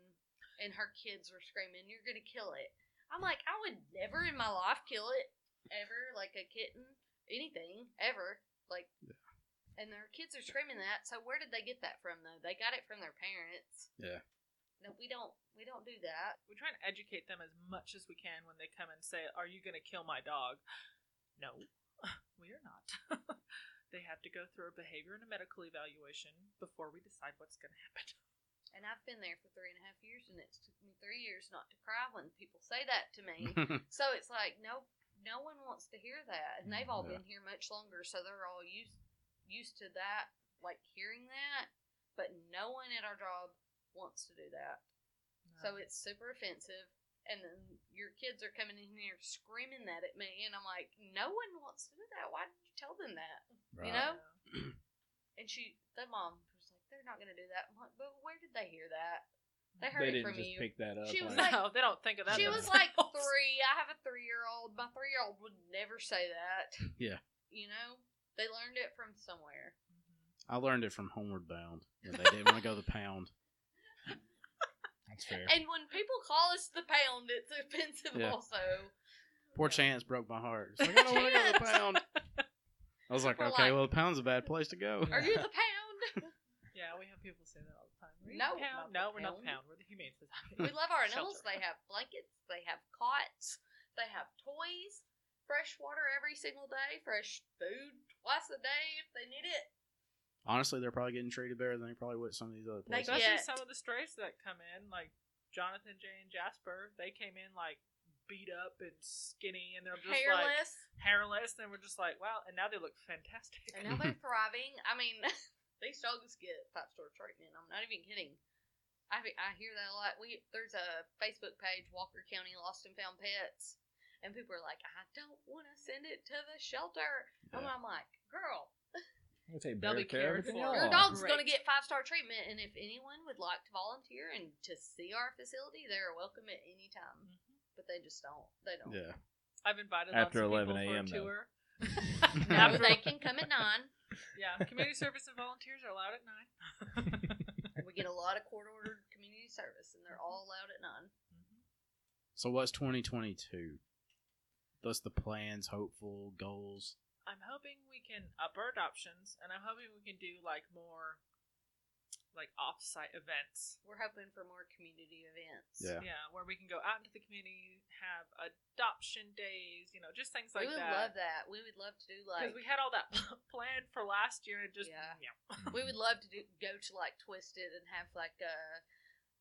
Speaker 3: and her kids were screaming, "You're gonna kill it!" I'm like, I would never in my life kill it ever, like a kitten, anything ever, like. And their kids are screaming that. So where did they get that from? Though they got it from their parents.
Speaker 1: Yeah.
Speaker 3: No, we don't. We don't do that.
Speaker 4: We try and educate them as much as we can when they come and say, "Are you going to kill my dog?" No, we are not. they have to go through a behavior and a medical evaluation before we decide what's going to happen.
Speaker 3: And I've been there for three and a half years, and it's took me three years not to cry when people say that to me. so it's like no, no one wants to hear that, and they've all
Speaker 1: Yeah.
Speaker 3: been here much longer, so they're all used used to that, like hearing that. But no one at our job wants to do that, so it's super offensive. And then your kids are coming in here screaming that at me, and I'm like, no one wants to do that. Why did you tell them that?
Speaker 1: Right.
Speaker 3: You know. And she, the mom, was like, they're not going to do that. I'm like, but where did they hear that? They heard
Speaker 2: They
Speaker 3: it
Speaker 2: didn't
Speaker 3: from
Speaker 2: just
Speaker 3: you.
Speaker 2: pick that up.
Speaker 3: She was
Speaker 2: like,
Speaker 4: no, they don't think of that.
Speaker 3: she
Speaker 2: Yeah.
Speaker 3: was like
Speaker 4: themselves.
Speaker 3: three. I have a three year old. My three year old would never say that.
Speaker 1: Yeah.
Speaker 3: You know, they learned it from somewhere.
Speaker 4: Mm-hmm.
Speaker 5: I learned it from Homeward Bound when they didn't want to go the pound.
Speaker 2: That's fair.
Speaker 3: And when people call us the pound, it's offensive
Speaker 1: Yeah.
Speaker 3: also.
Speaker 5: Poor Chance broke my heart. It's like, I don't want to go to the pound. I was like,
Speaker 3: We're
Speaker 5: okay,
Speaker 3: like-
Speaker 5: well, the pound's a bad place to go.
Speaker 3: Are you the pound?
Speaker 4: Yeah, we have people say that all the time. Are you
Speaker 3: No,
Speaker 4: the
Speaker 3: not
Speaker 4: pound? no,
Speaker 3: the
Speaker 4: we're not the
Speaker 3: pound.
Speaker 4: pound. We're the humane
Speaker 3: we
Speaker 4: society.
Speaker 3: love our animals.
Speaker 4: Shelter.
Speaker 3: They have blankets, they have cots, they have toys, fresh water every single day, fresh food twice a day if they need it.
Speaker 5: Honestly, they're probably getting treated better than they probably would some of these other
Speaker 3: They
Speaker 5: places.
Speaker 3: get-
Speaker 4: Especially
Speaker 3: Yet.
Speaker 4: some of the strays that come in, like Jonathan, Jay, and Jasper. They came in like beat up and skinny, and they're just like
Speaker 3: Hairless.
Speaker 4: hairless, and we're just like, wow. And now they look fantastic.
Speaker 3: and
Speaker 1: Mm-hmm.
Speaker 3: now they're thriving. I mean, these dogs get five star treatment. I'm not even kidding. I be- I hear that a lot. We there's a Facebook page, Walker County Lost and Found Pets, and people are like, I don't want to send it to the shelter. And
Speaker 1: Yeah.
Speaker 3: I'm like, girl,
Speaker 2: We'll take
Speaker 4: They'll be
Speaker 2: better care
Speaker 4: cared
Speaker 2: of it
Speaker 4: for.
Speaker 2: than y'all.
Speaker 3: your
Speaker 4: Oh,
Speaker 3: dog's
Speaker 4: great.
Speaker 3: gonna get five star treatment. And if anyone would like to volunteer and to see our facility, they are welcome at any time.
Speaker 4: Mhm.
Speaker 3: But they just don't. They don't.
Speaker 1: Yeah.
Speaker 4: I've invited
Speaker 2: After
Speaker 4: lots of people for
Speaker 2: 11
Speaker 4: a
Speaker 2: a.m. though.
Speaker 4: tour.
Speaker 3: No,
Speaker 4: After-
Speaker 3: they can come at nine.
Speaker 4: yeah, community service and volunteers are allowed at nine.
Speaker 3: We get a lot of court ordered community service, and they're all allowed at nine.
Speaker 5: So what's 2022? What's the plans, hopeful goals?
Speaker 4: I'm hoping we can up our adoptions, and I'm hoping we can do like more, like off-site events.
Speaker 3: We're hoping for more community events.
Speaker 5: Yeah.
Speaker 4: Yeah, where we can go out into the community, have adoption days, you know, just things like
Speaker 3: we would love
Speaker 4: that.
Speaker 3: that. We would love to do like
Speaker 4: Because we had all that planned for last year, and just
Speaker 3: Yeah.
Speaker 4: yeah.
Speaker 2: Mm-hmm.
Speaker 3: we would love to do, go to like Twisted and have like a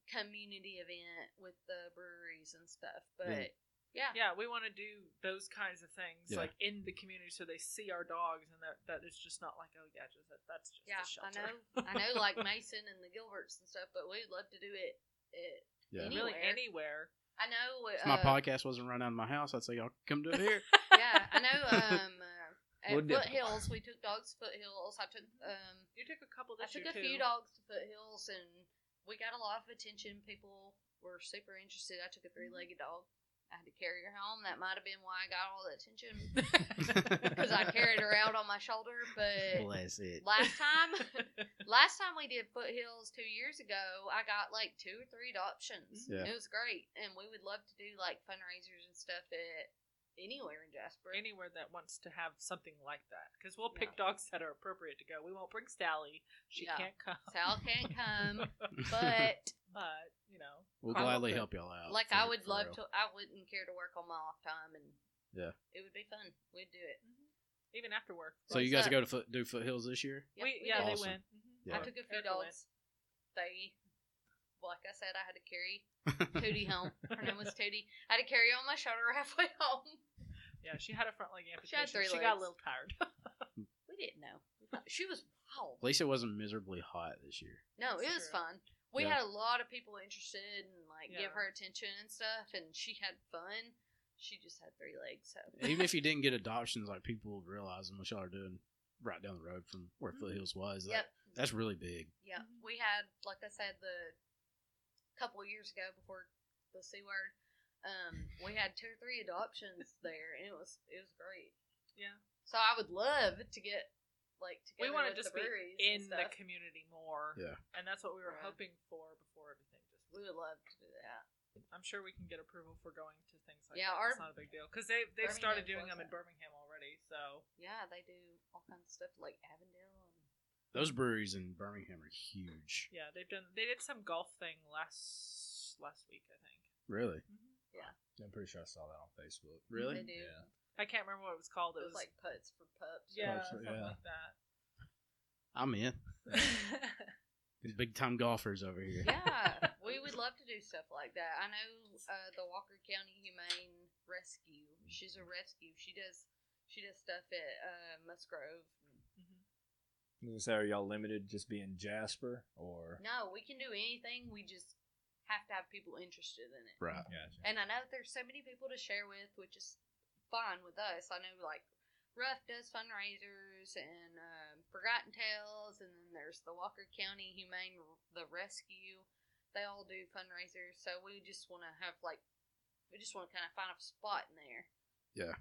Speaker 3: community event with the breweries and stuff. But yeah,
Speaker 4: Yeah, we want to do those kinds of things
Speaker 5: Yeah.
Speaker 4: like in the community, so they see our dogs, and that that it's just not like oh yeah, just that, that's just
Speaker 3: yeah, I
Speaker 4: a shelter.
Speaker 3: know, I know, like Mason and the Gilberts and stuff. But we would love to do it. it
Speaker 5: Yeah.
Speaker 4: Really,
Speaker 3: anywhere.
Speaker 4: anywhere.
Speaker 3: I know.
Speaker 5: If my
Speaker 3: uh,
Speaker 5: podcast wasn't run out of my house, I'd say y'all come do it here.
Speaker 3: yeah, I know. Um, uh, at
Speaker 2: Would do.
Speaker 3: Foothills, we took dogs to Foothills. I took um,
Speaker 4: You took a couple
Speaker 3: I
Speaker 4: this
Speaker 3: took a
Speaker 4: year
Speaker 3: few
Speaker 4: too.
Speaker 3: dogs to Foothills, and we got a lot of attention. People were super interested. I took a three-legged dog. I had to carry her home. That might have been why I got all the attention because I carried her out on my shoulder. But
Speaker 5: Bless it.
Speaker 3: last time, last time we did Foothills two years ago, I got like two or three adoptions.
Speaker 5: Yeah.
Speaker 3: It was great, and we would love to do like fundraisers and stuff at anywhere in Jasper.
Speaker 4: anywhere that wants to have something like that because we'll pick dogs that are appropriate to go. We won't bring Sally; she
Speaker 3: Yeah.
Speaker 4: can't come.
Speaker 3: Sal can't come, but
Speaker 4: But you know,
Speaker 5: we'll
Speaker 4: I love
Speaker 5: gladly
Speaker 4: it.
Speaker 5: help y'all out.
Speaker 3: like
Speaker 5: Oh, for-
Speaker 3: I would
Speaker 5: for
Speaker 3: love
Speaker 5: real.
Speaker 3: to. I wouldn't care to work on my off time, and
Speaker 5: Yeah.
Speaker 3: it would be fun. We'd do it.
Speaker 4: Mm-hmm. even after work,
Speaker 5: So you guys
Speaker 3: What's up?
Speaker 5: go to foot, do foothills this year?
Speaker 3: Yeah,
Speaker 4: we,
Speaker 3: we
Speaker 4: yeah
Speaker 3: did.
Speaker 4: they
Speaker 5: Awesome.
Speaker 4: went.
Speaker 5: Yeah.
Speaker 3: I took a few
Speaker 4: Erica went.
Speaker 3: dogs. They, like I said, I had to carry Tootie home. Her name was Tootie. I had to carry her on my shoulder halfway home.
Speaker 4: Yeah, she had a front leg amputation. She,
Speaker 3: had three legs.
Speaker 4: got a little tired.
Speaker 3: We didn't know. She was wild.
Speaker 5: At least it wasn't miserably hot this year.
Speaker 3: No, it was
Speaker 4: That's true.
Speaker 3: fun. We
Speaker 5: Yeah.
Speaker 3: had a lot of people interested and like
Speaker 4: Yeah.
Speaker 3: give her attention and stuff, and she had fun. She just had three legs, so
Speaker 5: Even if you didn't get adoptions, like people realizing what y'all are doing right down the road from where foothills was, that,
Speaker 3: Mm-hmm. yep.
Speaker 5: that's really big.
Speaker 3: Yeah,
Speaker 4: Mhm.
Speaker 3: we had, like I said, the couple of years ago before the c word, um, we had two or three adoptions there, and it was it was great.
Speaker 4: Yeah.
Speaker 3: So I would love to get like together
Speaker 4: we want to
Speaker 3: with
Speaker 4: just
Speaker 3: the
Speaker 4: be
Speaker 3: breweries
Speaker 4: in
Speaker 3: and
Speaker 4: the
Speaker 3: stuff.
Speaker 4: community more.
Speaker 5: Yeah.
Speaker 4: and that's what we were
Speaker 3: Yeah.
Speaker 4: hoping for before everything. Just
Speaker 3: we would love to do that.
Speaker 4: I'm sure we can get approval for going to things like
Speaker 3: Yeah,
Speaker 4: that.
Speaker 3: our-
Speaker 4: it's not a big deal because they they've
Speaker 3: Birmingham
Speaker 4: started doing
Speaker 3: loves
Speaker 4: them in
Speaker 3: that.
Speaker 4: Birmingham already. So
Speaker 3: Yeah, they do all kinds of stuff like Avondale. And,
Speaker 5: Those breweries in Birmingham are huge.
Speaker 4: yeah, they've done they did some golf thing last last week I think.
Speaker 5: Really?
Speaker 4: Mm-hmm.
Speaker 3: Yeah.
Speaker 6: I'm pretty sure I saw that on Facebook.
Speaker 5: Really?
Speaker 3: They do.
Speaker 6: Yeah.
Speaker 4: I can't remember what it was called.
Speaker 3: It
Speaker 4: It
Speaker 3: was like putts for pups.
Speaker 4: yeah,
Speaker 5: Pups,
Speaker 4: something
Speaker 6: yeah.
Speaker 4: like that. Mm-hmm.
Speaker 5: I'm in. These big time golfers over here.
Speaker 3: yeah, we would love to do stuff like that. I know uh, the Walker County Humane Rescue. She's a rescue. She does she does stuff at uh, Musgrove.
Speaker 2: I was gonna say, are y'all limited just being Jasper or?
Speaker 3: No, we can do anything. We just have to have people interested in it.
Speaker 5: Right.
Speaker 6: Gotcha.
Speaker 3: And I know there's so many people to share with, which is fine with us. I know like Ruff does fundraisers and um, Forgotten Tales, and then there's the Walker County Humane the Rescue. They all do fundraisers, so we just want to have like we just want to kind of find a spot in there.
Speaker 5: Yeah.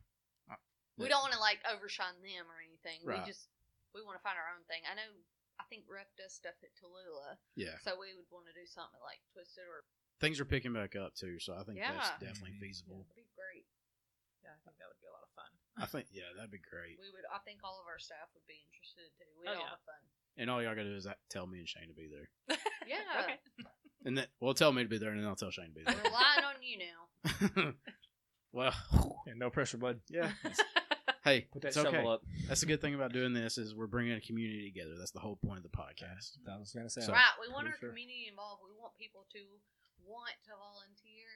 Speaker 5: Uh,
Speaker 3: We
Speaker 5: yeah.
Speaker 3: don't want to like overshine them or anything.
Speaker 5: Right.
Speaker 3: We just we want to find our own thing. I know. I think Ruff does stuff at Tallulah.
Speaker 5: Yeah.
Speaker 3: So we would want to do something like Twisted or
Speaker 5: Things are picking back up too, so I think that's
Speaker 3: Yeah.
Speaker 5: definitely
Speaker 2: Mm-hmm.
Speaker 6: Mhm.
Speaker 5: feasible.
Speaker 3: it'd be great.
Speaker 4: Yeah, I think that would be a lot of fun.
Speaker 5: I think yeah, that'd be great.
Speaker 3: We would. I think all of our staff would be interested too. We'd
Speaker 4: Oh,
Speaker 3: all
Speaker 4: yeah.
Speaker 3: have fun.
Speaker 5: And all y'all gotta do is act- tell me and Shane to be there.
Speaker 3: Yeah.
Speaker 4: Okay.
Speaker 5: And then well tell me to be there and then I'll tell Shane to be
Speaker 3: We're relying on you now.
Speaker 5: there. well
Speaker 2: Yeah, no pressure, bud.
Speaker 5: yeah. Hey,
Speaker 2: Put
Speaker 5: it's
Speaker 2: that shovel
Speaker 5: okay.
Speaker 2: up.
Speaker 5: That's the good thing about doing this is we're bringing a community together. That's the whole point of the podcast.
Speaker 2: I was gonna say.
Speaker 5: So-
Speaker 3: right. We want
Speaker 5: Pretty
Speaker 3: our
Speaker 5: sure.
Speaker 3: community involved. We want people to want to volunteer.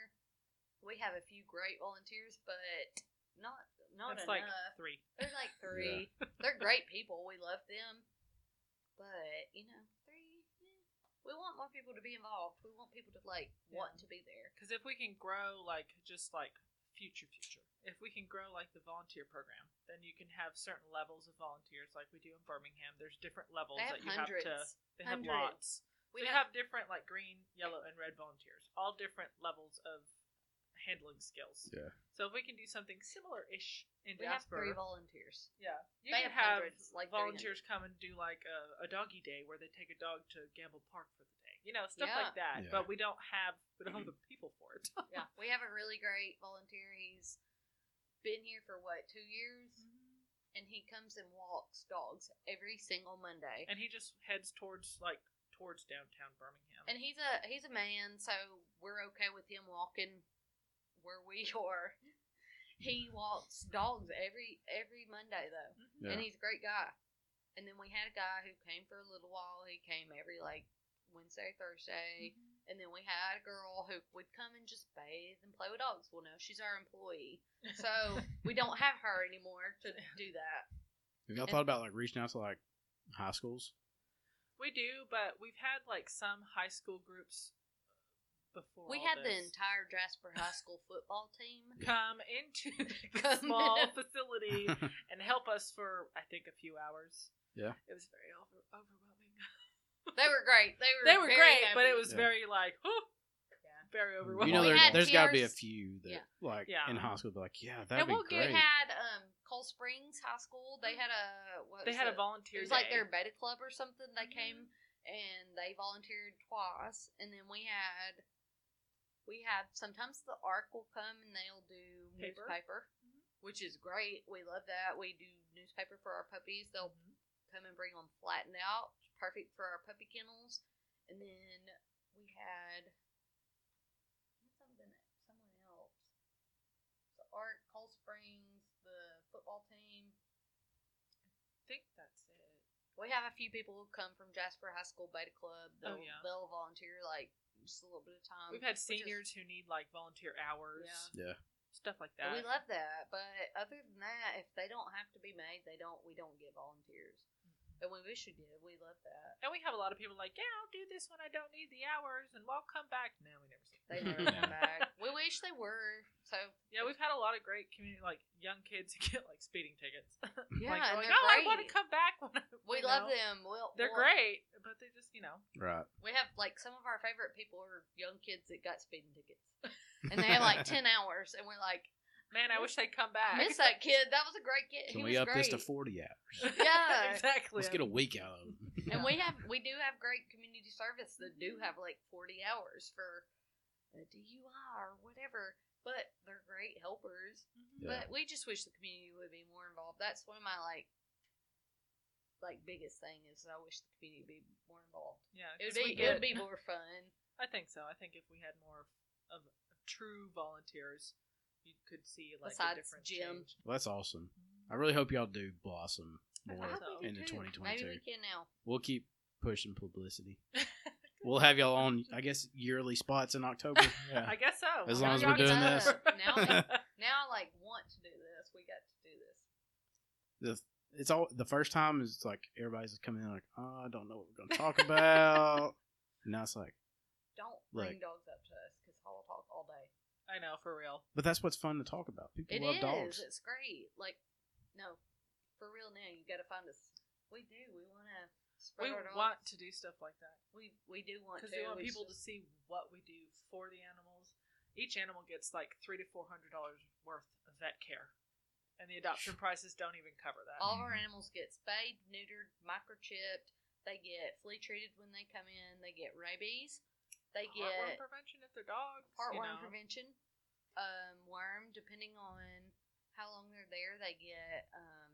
Speaker 3: We have a few great volunteers, but not not
Speaker 4: That's like
Speaker 3: enough.
Speaker 4: three.
Speaker 3: There's like three. They're great people. We love them, but you know, three. eh. We want more people to be involved. We want people to like
Speaker 4: Yeah.
Speaker 3: want to be there.
Speaker 4: Because if we can grow, like, just like future, future, if we can grow, like, the volunteer program, then you can have certain levels of volunteers, like we do in Birmingham. There's different levels
Speaker 3: They have
Speaker 4: that you
Speaker 3: hundreds.
Speaker 4: have to. They have
Speaker 3: Hundreds.
Speaker 4: lots.
Speaker 3: We
Speaker 4: so you
Speaker 3: have
Speaker 4: have different, like, green, yellow, and red volunteers, all different levels of handling skills.
Speaker 6: Yeah.
Speaker 4: So if we can do something similar-ish in
Speaker 3: We have
Speaker 4: Jasper,
Speaker 3: three volunteers.
Speaker 4: yeah, you
Speaker 3: They
Speaker 4: can
Speaker 3: have
Speaker 4: have
Speaker 3: hundreds, like 300.
Speaker 4: volunteers come and do like a, a doggy day where they take a dog to Gamble Park for the day, you know, stuff like that.
Speaker 6: Yeah.
Speaker 4: But we don't have we don't have the people for it.
Speaker 3: yeah, we have a really great volunteer. He's been here for what two years, and he comes and walks dogs every single Monday.
Speaker 4: and he just heads towards like towards downtown Birmingham.
Speaker 3: And he's a he's a man, so we're okay with him walking where we are. He walks dogs every every Monday though,
Speaker 6: Yeah.
Speaker 3: and he's a great guy. And then we had a guy who came for a little while. He came every like Wednesday, Thursday, and then we had a girl who would come and just bathe and play with dogs. Well, no, she's our employee, so we don't have her anymore to do that.
Speaker 5: Have y'all thought about like reaching out to like high schools?
Speaker 4: we do, but we've had like some high school groups before.
Speaker 3: We
Speaker 4: all
Speaker 3: had the
Speaker 4: this
Speaker 3: entire Jasper High School football team.
Speaker 4: come into the
Speaker 3: Come
Speaker 4: small
Speaker 3: in.
Speaker 4: facility and help us for I think a few hours.
Speaker 5: Yeah.
Speaker 4: it was very over- overwhelming.
Speaker 3: They were great. They were
Speaker 4: They were
Speaker 3: very
Speaker 4: great, but
Speaker 3: happy.
Speaker 4: it was
Speaker 5: Yeah.
Speaker 4: very like, whew,
Speaker 3: Yeah.
Speaker 4: very overwhelming.
Speaker 5: You know,
Speaker 3: We
Speaker 5: there,
Speaker 3: had
Speaker 5: there's got to be a
Speaker 3: peers-
Speaker 5: few that
Speaker 3: yeah.
Speaker 5: like
Speaker 4: Yeah.
Speaker 5: in high school, be like, yeah,
Speaker 3: And
Speaker 5: that'd
Speaker 3: we'll
Speaker 5: be
Speaker 3: get
Speaker 5: great.
Speaker 3: had um, Cole Springs High School. They had a what
Speaker 4: they
Speaker 3: was
Speaker 4: had
Speaker 3: it?
Speaker 4: a volunteer.
Speaker 3: It was like
Speaker 4: day. Mm-hmm.
Speaker 3: their beta club or something. They came and they volunteered twice, and then we had we had sometimes the ARC will come and they'll do
Speaker 4: Paper. Mm-hmm.
Speaker 3: newspaper, which is great. We love that. We do newspaper for our puppies. They'll
Speaker 4: Mhm.
Speaker 3: come and bring them flattened out, perfect for our puppy kennels. And then we had something someone else. The Art Cold Springs, the football team.
Speaker 4: I think that's it.
Speaker 3: We have a few people who come from Jasper High School Beta Club. They'll,
Speaker 4: Oh, yeah.
Speaker 3: they'll volunteer like just a little bit of time.
Speaker 4: We've had
Speaker 3: um, which is-
Speaker 4: seniors who need like volunteer hours,
Speaker 5: Yeah.
Speaker 4: stuff like
Speaker 3: and
Speaker 4: that.
Speaker 3: We love that, but other than that, if they don't have to be made, they don't. We don't get volunteers,
Speaker 4: Mm.
Speaker 3: and we wish we did. We love that.
Speaker 4: and we have a lot of people like, yeah, I'll do this when I don't need the hours, and we'll come back. No, we never. See them.
Speaker 3: They never come back. We wish they were. So
Speaker 4: Yeah, we've had a lot of great community, like young kids who get like speeding tickets.
Speaker 3: yeah,
Speaker 4: like, they're
Speaker 3: and
Speaker 4: like,
Speaker 3: they're
Speaker 4: oh, I
Speaker 3: great.
Speaker 4: want to come back. When I,
Speaker 3: We
Speaker 4: you
Speaker 3: love
Speaker 4: know?
Speaker 3: them. We'll,
Speaker 4: They're
Speaker 3: we'll-
Speaker 4: great, but they just, you know,
Speaker 5: Right.
Speaker 3: We have like some of our favorite people are young kids that got speeding tickets, and they have like ten hours, and we're like,
Speaker 4: man, I wish they'd come back.
Speaker 3: I miss that kid. That was a great kid.
Speaker 5: Can
Speaker 3: he
Speaker 5: we
Speaker 3: was
Speaker 5: up
Speaker 3: great.
Speaker 5: this to forty hours?
Speaker 3: Yeah.
Speaker 4: exactly.
Speaker 5: Let's get a week out of them.
Speaker 3: And we have we do have great community service that do have like forty hours for a DUI or whatever, but they're great helpers.
Speaker 4: Mhm.
Speaker 5: Yeah.
Speaker 3: But we just wish the community would be more involved. That's one of my like like biggest thing is I wish the community would be more involved.
Speaker 4: Yeah,
Speaker 3: It would
Speaker 4: 'cause
Speaker 3: be
Speaker 4: we
Speaker 3: it would
Speaker 4: get-
Speaker 3: be more fun.
Speaker 4: I think so. I think if we had more of, of true volunteers, you could see like
Speaker 3: Besides
Speaker 4: a different
Speaker 3: Jim.
Speaker 4: change.
Speaker 5: Well, that's awesome. I really hope y'all do blossom
Speaker 4: I
Speaker 5: more.
Speaker 4: hope
Speaker 5: do,
Speaker 4: we
Speaker 5: into too.
Speaker 3: Maybe
Speaker 5: 2022.
Speaker 3: we can now.
Speaker 5: We'll keep pushing publicity. we'll have y'all on, I guess, yearly spots in October.
Speaker 4: I guess so.
Speaker 5: As
Speaker 4: Well,
Speaker 5: long as
Speaker 4: y'all
Speaker 5: we're
Speaker 4: got
Speaker 5: doing
Speaker 4: that.
Speaker 5: this.
Speaker 3: Now, I- now I like want to do this. We got to do this.
Speaker 5: It's all the first time is like everybody's coming in like, oh, I don't know what we're gonna talk about. and now it's like,
Speaker 3: Don't bring
Speaker 5: Like-
Speaker 3: dogs up to us because I'll talk all day.
Speaker 4: I know for real.
Speaker 5: but that's what's fun to talk about. People
Speaker 3: It is.
Speaker 5: love dogs.
Speaker 3: It's great. Like, no, for real. Now you got to find us. We do. We want to spread
Speaker 4: We
Speaker 3: our dogs.
Speaker 4: want to do stuff like that
Speaker 3: We we do want to.
Speaker 4: because we want
Speaker 3: It's
Speaker 4: people to
Speaker 3: just-
Speaker 4: see what we do for the animals. Each animal gets like three to four hundred dollars worth of vet care, and the adoption prices don't even cover that.
Speaker 3: All of our animals get spayed, neutered, microchipped. They get flea treated when they come in. They get rabies. They
Speaker 4: Heartworm
Speaker 3: get
Speaker 4: prevention if they're dogs. you
Speaker 3: heartworm
Speaker 4: know.
Speaker 3: prevention. Um, worm, depending on how long they're there, they get um,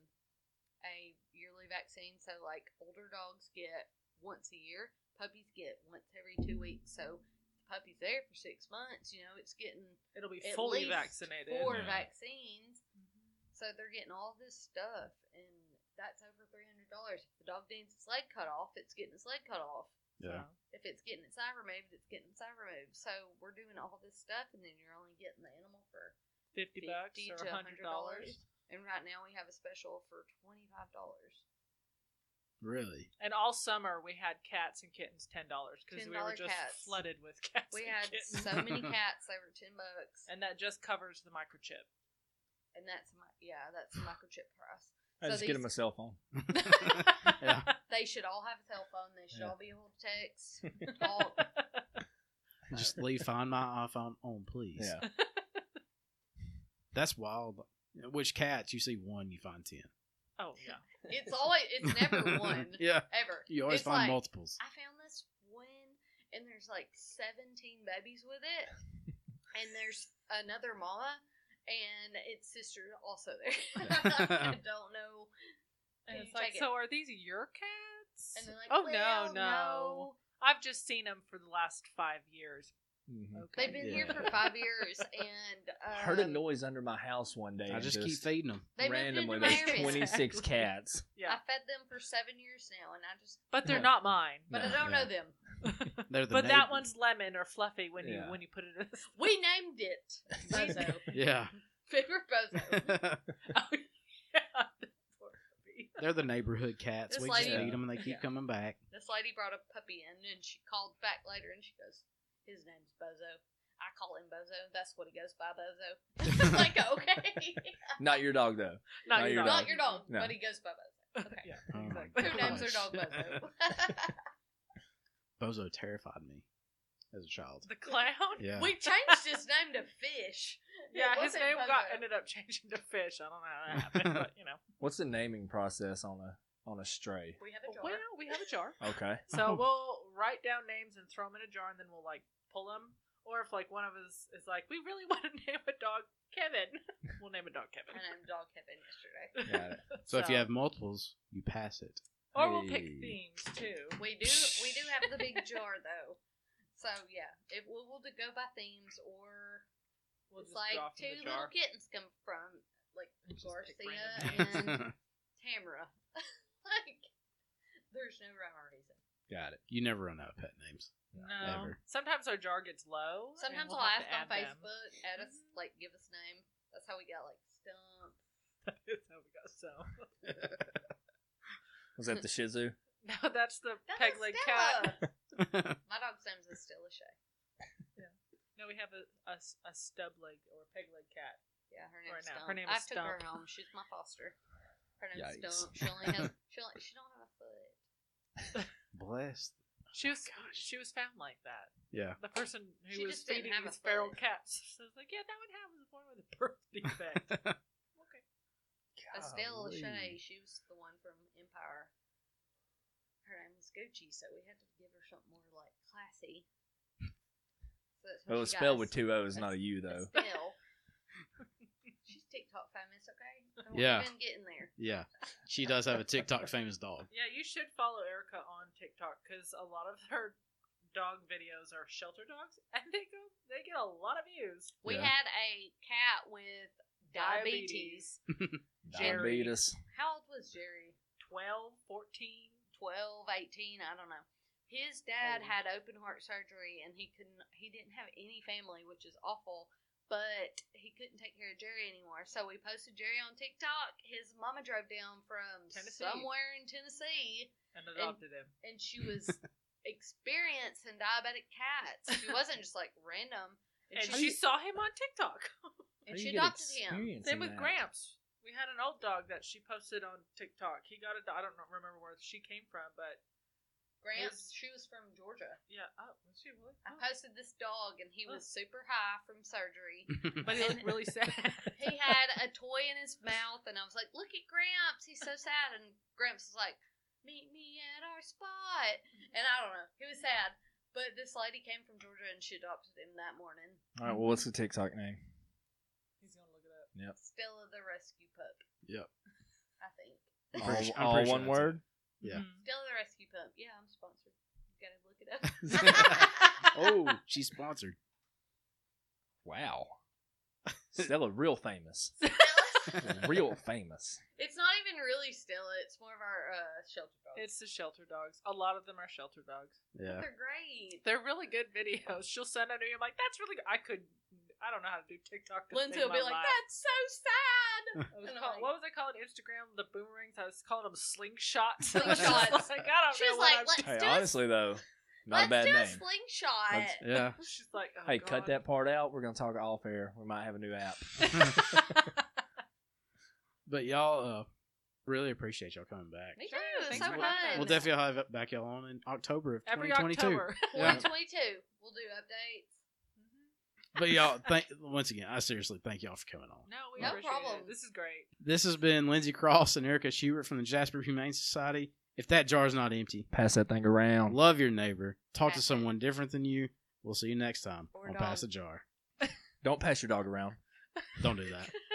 Speaker 3: a yearly vaccine. So, like older dogs get once a year, puppies get once every two weeks. So, the puppy's there for six months. You know, it's getting
Speaker 4: It'll be
Speaker 3: at
Speaker 4: fully
Speaker 3: least
Speaker 4: vaccinated. Mm-hmm.
Speaker 3: four
Speaker 6: Yeah.
Speaker 3: vaccines. So they're getting all this stuff, and that's over three hundred dollars. If the dog needs its leg cut off, it's getting its leg cut off.
Speaker 5: Yeah.
Speaker 3: If it's getting its eye removed, it's getting its eye removed. So we're doing all this stuff, and then you're only getting the animal for.
Speaker 4: fifty bucks
Speaker 3: 50
Speaker 4: or
Speaker 3: to
Speaker 4: hundred dollars.
Speaker 3: $100. And right now we have a special for twenty five dollars.
Speaker 5: Really?
Speaker 4: And all summer we had cats and kittens ten dollars because we were
Speaker 3: $10
Speaker 4: just
Speaker 3: cats.
Speaker 4: flooded with cats.
Speaker 3: We
Speaker 4: and
Speaker 3: had
Speaker 4: kittens.
Speaker 3: so many cats; they were ten bucks, and,
Speaker 4: and that just covers the microchip.
Speaker 3: that's my yeah, that's the microchip price.
Speaker 6: I
Speaker 3: So
Speaker 6: just get
Speaker 3: these-
Speaker 6: him a cell phone.
Speaker 5: Yeah.
Speaker 3: They should all have a cell phone. They should
Speaker 6: Yeah.
Speaker 3: all be able to text. all,
Speaker 5: Just leave find my iPhone on, please.
Speaker 6: Yeah.
Speaker 5: That's wild. Which cats? You see one, you find ten.
Speaker 4: Oh yeah.
Speaker 3: It's always it's never one
Speaker 5: yeah,
Speaker 3: ever.
Speaker 5: you always
Speaker 3: It's
Speaker 5: find
Speaker 3: like,
Speaker 5: multiples.
Speaker 3: I found this one, and there's like 17 babies with it, and there's another mama, and its sister also there. I don't know.
Speaker 4: And
Speaker 3: Can
Speaker 4: it's
Speaker 3: you
Speaker 4: like,
Speaker 3: take it?
Speaker 4: so are these your cats?
Speaker 3: And they're like,
Speaker 4: oh
Speaker 3: "Well,
Speaker 4: no, no, I've just seen them for the last five years.
Speaker 2: Mhm.
Speaker 3: They've
Speaker 4: Okay.
Speaker 3: been here
Speaker 5: Yeah.
Speaker 3: for five years, and um,
Speaker 2: I heard a noise under my house one day.
Speaker 5: I
Speaker 2: and
Speaker 5: just, keep feeding them.
Speaker 3: They moved into
Speaker 2: randomly
Speaker 3: my
Speaker 2: there's
Speaker 3: area.
Speaker 2: 26 cats.
Speaker 4: yeah,
Speaker 3: I fed them for seven years now, and I just
Speaker 4: but they're
Speaker 2: Yeah.
Speaker 4: not mine.
Speaker 3: but I
Speaker 2: No,
Speaker 3: don't
Speaker 2: yeah.
Speaker 3: know them.
Speaker 5: They're the
Speaker 4: but
Speaker 5: neighbor-
Speaker 4: that one's lemon or fluffy when
Speaker 2: Yeah.
Speaker 4: you when you put it in.
Speaker 3: We named it Bozo.
Speaker 5: Yeah,
Speaker 3: Figure Bozo.
Speaker 5: they're
Speaker 4: Oh, yeah. Poor puppy.
Speaker 5: the neighborhood cats.
Speaker 3: This
Speaker 5: we just
Speaker 3: lady-
Speaker 5: feed them and they keep
Speaker 3: Yeah.
Speaker 5: coming back.
Speaker 3: This lady brought a puppy in, and she called back later, and she goes, "His name's Bozo. I call him Bozo. That's what he goes by, Bozo." It's like, okay,
Speaker 2: Not your dog though.
Speaker 4: Not,
Speaker 2: Not
Speaker 4: your
Speaker 2: your
Speaker 4: dog.
Speaker 3: not your dog,
Speaker 2: No.
Speaker 3: but he goes by Bozo. Okay,
Speaker 4: Yeah,
Speaker 5: Oh my
Speaker 4: exactly.
Speaker 3: who names their dog
Speaker 5: gosh.
Speaker 3: Bozo?
Speaker 5: Bozo terrified me as a child.
Speaker 4: The clown.
Speaker 5: Yeah,
Speaker 3: we changed his name to Fish.
Speaker 4: Yeah,
Speaker 3: It
Speaker 4: his
Speaker 3: wasn't
Speaker 4: name got
Speaker 3: Bozo.
Speaker 4: ended up changing to fish. I don't know how that happened, but you know.
Speaker 2: What's the naming process on a on a stray?
Speaker 3: We have a
Speaker 4: Well,
Speaker 3: jar.
Speaker 4: we have a jar.
Speaker 2: Okay.
Speaker 4: So
Speaker 5: Oh.
Speaker 4: we'll write down names and throw them in a jar, and then we'll like pull them. Or if like one of us is like, we really want to name a dog Kevin, we'll name a dog
Speaker 3: I
Speaker 4: Kevin.
Speaker 3: named dog Kevin yesterday.
Speaker 2: Got it.
Speaker 5: so if you have multiples, you pass it.
Speaker 4: or we'll pick
Speaker 2: Hey.
Speaker 4: themes too.
Speaker 3: We do we do have the big jar though. So yeah, it we'll, we'll do go by themes or
Speaker 4: We'll
Speaker 3: it's like
Speaker 4: draw from
Speaker 3: two
Speaker 4: the
Speaker 3: little
Speaker 4: jar.
Speaker 3: kittens come from like
Speaker 4: Just pick
Speaker 3: Garcia and
Speaker 4: random
Speaker 3: Tamara. like there's no rhyme or reason.
Speaker 6: Got it.
Speaker 5: you never run out of pet names.
Speaker 4: No.
Speaker 5: Ever.
Speaker 4: Sometimes our jar gets low. and
Speaker 3: Sometimes
Speaker 4: we'll
Speaker 3: I'll ask
Speaker 4: have to
Speaker 3: on
Speaker 4: add them. Mm-hmm.
Speaker 3: Facebook, add us like give us name. That's how we got like stump.
Speaker 4: That's how we got so.
Speaker 2: Was that the Shih Tzu?
Speaker 4: No, that's the
Speaker 3: That
Speaker 4: peg
Speaker 3: was
Speaker 4: leg
Speaker 3: Stella.
Speaker 4: cat.
Speaker 3: My dog's name is Stella Shay.
Speaker 4: No, we have a, a, s- a stub leg or a peg leg cat.
Speaker 3: Yeah, her
Speaker 4: Or
Speaker 3: name's
Speaker 4: no,
Speaker 3: Stump.
Speaker 4: her name
Speaker 3: I
Speaker 4: is
Speaker 3: took her
Speaker 4: Stump.
Speaker 3: home. She's my foster. Her name's
Speaker 6: Yikes.
Speaker 3: Stump. She only has she, only, she don't have a foot.
Speaker 5: Blessed.
Speaker 4: She was she was found like that.
Speaker 5: Yeah.
Speaker 4: The person who
Speaker 3: She
Speaker 4: was
Speaker 3: just didn't
Speaker 4: feeding
Speaker 3: have a
Speaker 4: these feral
Speaker 3: foot.
Speaker 4: cats. So I was like, yeah, that one had was born with a birth defect. okay.
Speaker 3: Estelle
Speaker 6: Golly.
Speaker 3: Lachey, she was the one from Empire. Her name was Gucci, so we had to give her something more like classy. So that's
Speaker 2: It
Speaker 3: how
Speaker 2: was
Speaker 3: she got
Speaker 2: spelled
Speaker 3: Es-
Speaker 2: with two O's, not a U though.
Speaker 3: Estelle. She's TikTok famous, okay? Don't
Speaker 5: Yeah.
Speaker 3: even get in there.
Speaker 5: Yeah, she does have a TikTok famous dog.
Speaker 4: Yeah, you should follow Erica on TikTok because a lot of her dog videos are shelter dogs, and they go they get a lot of views.
Speaker 3: We
Speaker 2: Yeah.
Speaker 3: had a cat with diabetes. Jerry.
Speaker 2: Diabetes.
Speaker 3: How old was Jerry?
Speaker 4: 12, 14.
Speaker 3: 12, 18, I don't know. His dad
Speaker 4: Old.
Speaker 3: had open heart surgery and he couldn't he didn't have any family, which is awful, but he couldn't take care of Jerry anymore. So we posted Jerry on TikTok. His mama drove down from
Speaker 4: Tennessee.
Speaker 3: somewhere in Tennessee
Speaker 4: And adopted him.
Speaker 3: and she was experienced in diabetic cats. She wasn't just like random. And,
Speaker 4: And
Speaker 3: she,
Speaker 4: she saw him on TikTok.
Speaker 3: and she adopted him.
Speaker 4: Same with Gramps. We had an old dog that she posted on TikTok. He got a do- I don't know- remember where she came from, but
Speaker 3: Gramps, she was from Georgia.
Speaker 4: yeah. Oh, was she really?
Speaker 3: I
Speaker 4: Oh.
Speaker 3: posted this dog and he was super high from surgery.
Speaker 4: But he looked really sad.
Speaker 3: he had a toy in his mouth, and I was like, "Look at Gramps, he's so sad." And Gramps was like, "Meet me at our spot," and I don't know, he was sad. But this lady came from Georgia, and she adopted him that morning.
Speaker 2: All right. Well, what's the TikTok name?
Speaker 4: He's gonna look it up.
Speaker 3: Stella the rescue pup.
Speaker 5: Yep.
Speaker 3: I think
Speaker 5: I'm
Speaker 2: All,
Speaker 5: pretty su- I'm
Speaker 2: all
Speaker 5: pretty sure
Speaker 2: one
Speaker 5: that's it.
Speaker 2: word.
Speaker 5: Yeah.
Speaker 4: Mhm.
Speaker 3: Stella the rescue pup. Yeah, I'm sponsored. You gotta look it up.
Speaker 5: Oh, she's sponsored.
Speaker 2: Wow. Stella, real famous. real famous.
Speaker 3: it's not even really Stella. It's more of our uh, shelter dog.
Speaker 4: It's the shelter dogs. A lot of them are shelter dogs.
Speaker 5: Yeah.
Speaker 3: They're great.
Speaker 4: They're really good videos. She'll send them to you. I'm like, that's really good. I could. I don't know how to do TikTok. to
Speaker 3: Lindsay
Speaker 4: save
Speaker 3: will be
Speaker 4: my
Speaker 3: like,
Speaker 4: life.
Speaker 3: "That's so sad."
Speaker 4: I was
Speaker 3: and I'm
Speaker 4: call-
Speaker 3: like-
Speaker 4: what was I calling Instagram? The boomerangs. I was calling them slingshots. I was
Speaker 3: Slingshots.
Speaker 4: just like, I don't
Speaker 3: She
Speaker 4: know
Speaker 3: was
Speaker 4: what
Speaker 3: like,
Speaker 4: I'm
Speaker 3: "Let's
Speaker 2: Hey,
Speaker 3: do a
Speaker 2: honestly though, not
Speaker 3: Let's
Speaker 2: a bad
Speaker 3: do
Speaker 2: name.
Speaker 3: a slingshot.
Speaker 2: Let's-
Speaker 5: Yeah.
Speaker 4: She's like, oh,
Speaker 2: hey,
Speaker 4: God.
Speaker 2: cut that part out. We're gonna talk off air. We might have a new app.
Speaker 5: But y'all uh, really appreciate y'all coming back.
Speaker 3: Me
Speaker 4: Sure,
Speaker 3: too. It's
Speaker 4: thanks
Speaker 3: so
Speaker 4: for
Speaker 3: fun.
Speaker 4: having us.
Speaker 5: We'll definitely have it back y'all on in October of
Speaker 4: every
Speaker 5: 2022.
Speaker 4: October.
Speaker 5: Yeah.
Speaker 4: Mm-hmm.
Speaker 3: 2022. We'll do updates.
Speaker 1: But y'all, thank once again, I seriously thank y'all for coming on.
Speaker 4: No, we
Speaker 3: No
Speaker 4: appreciate
Speaker 3: problem.
Speaker 4: It. This is great.
Speaker 1: This has been Lindsey Cross and Erica Schubert from the Jasper Humane Society. If that jar's not empty,
Speaker 2: Pass that thing around.
Speaker 1: love your neighbor. Talk to
Speaker 3: Pass it.
Speaker 1: someone different than you. We'll see you next time
Speaker 3: Or
Speaker 1: on
Speaker 3: dog.
Speaker 1: Pass the Jar.
Speaker 2: Don't pass your dog around.
Speaker 1: Don't do that.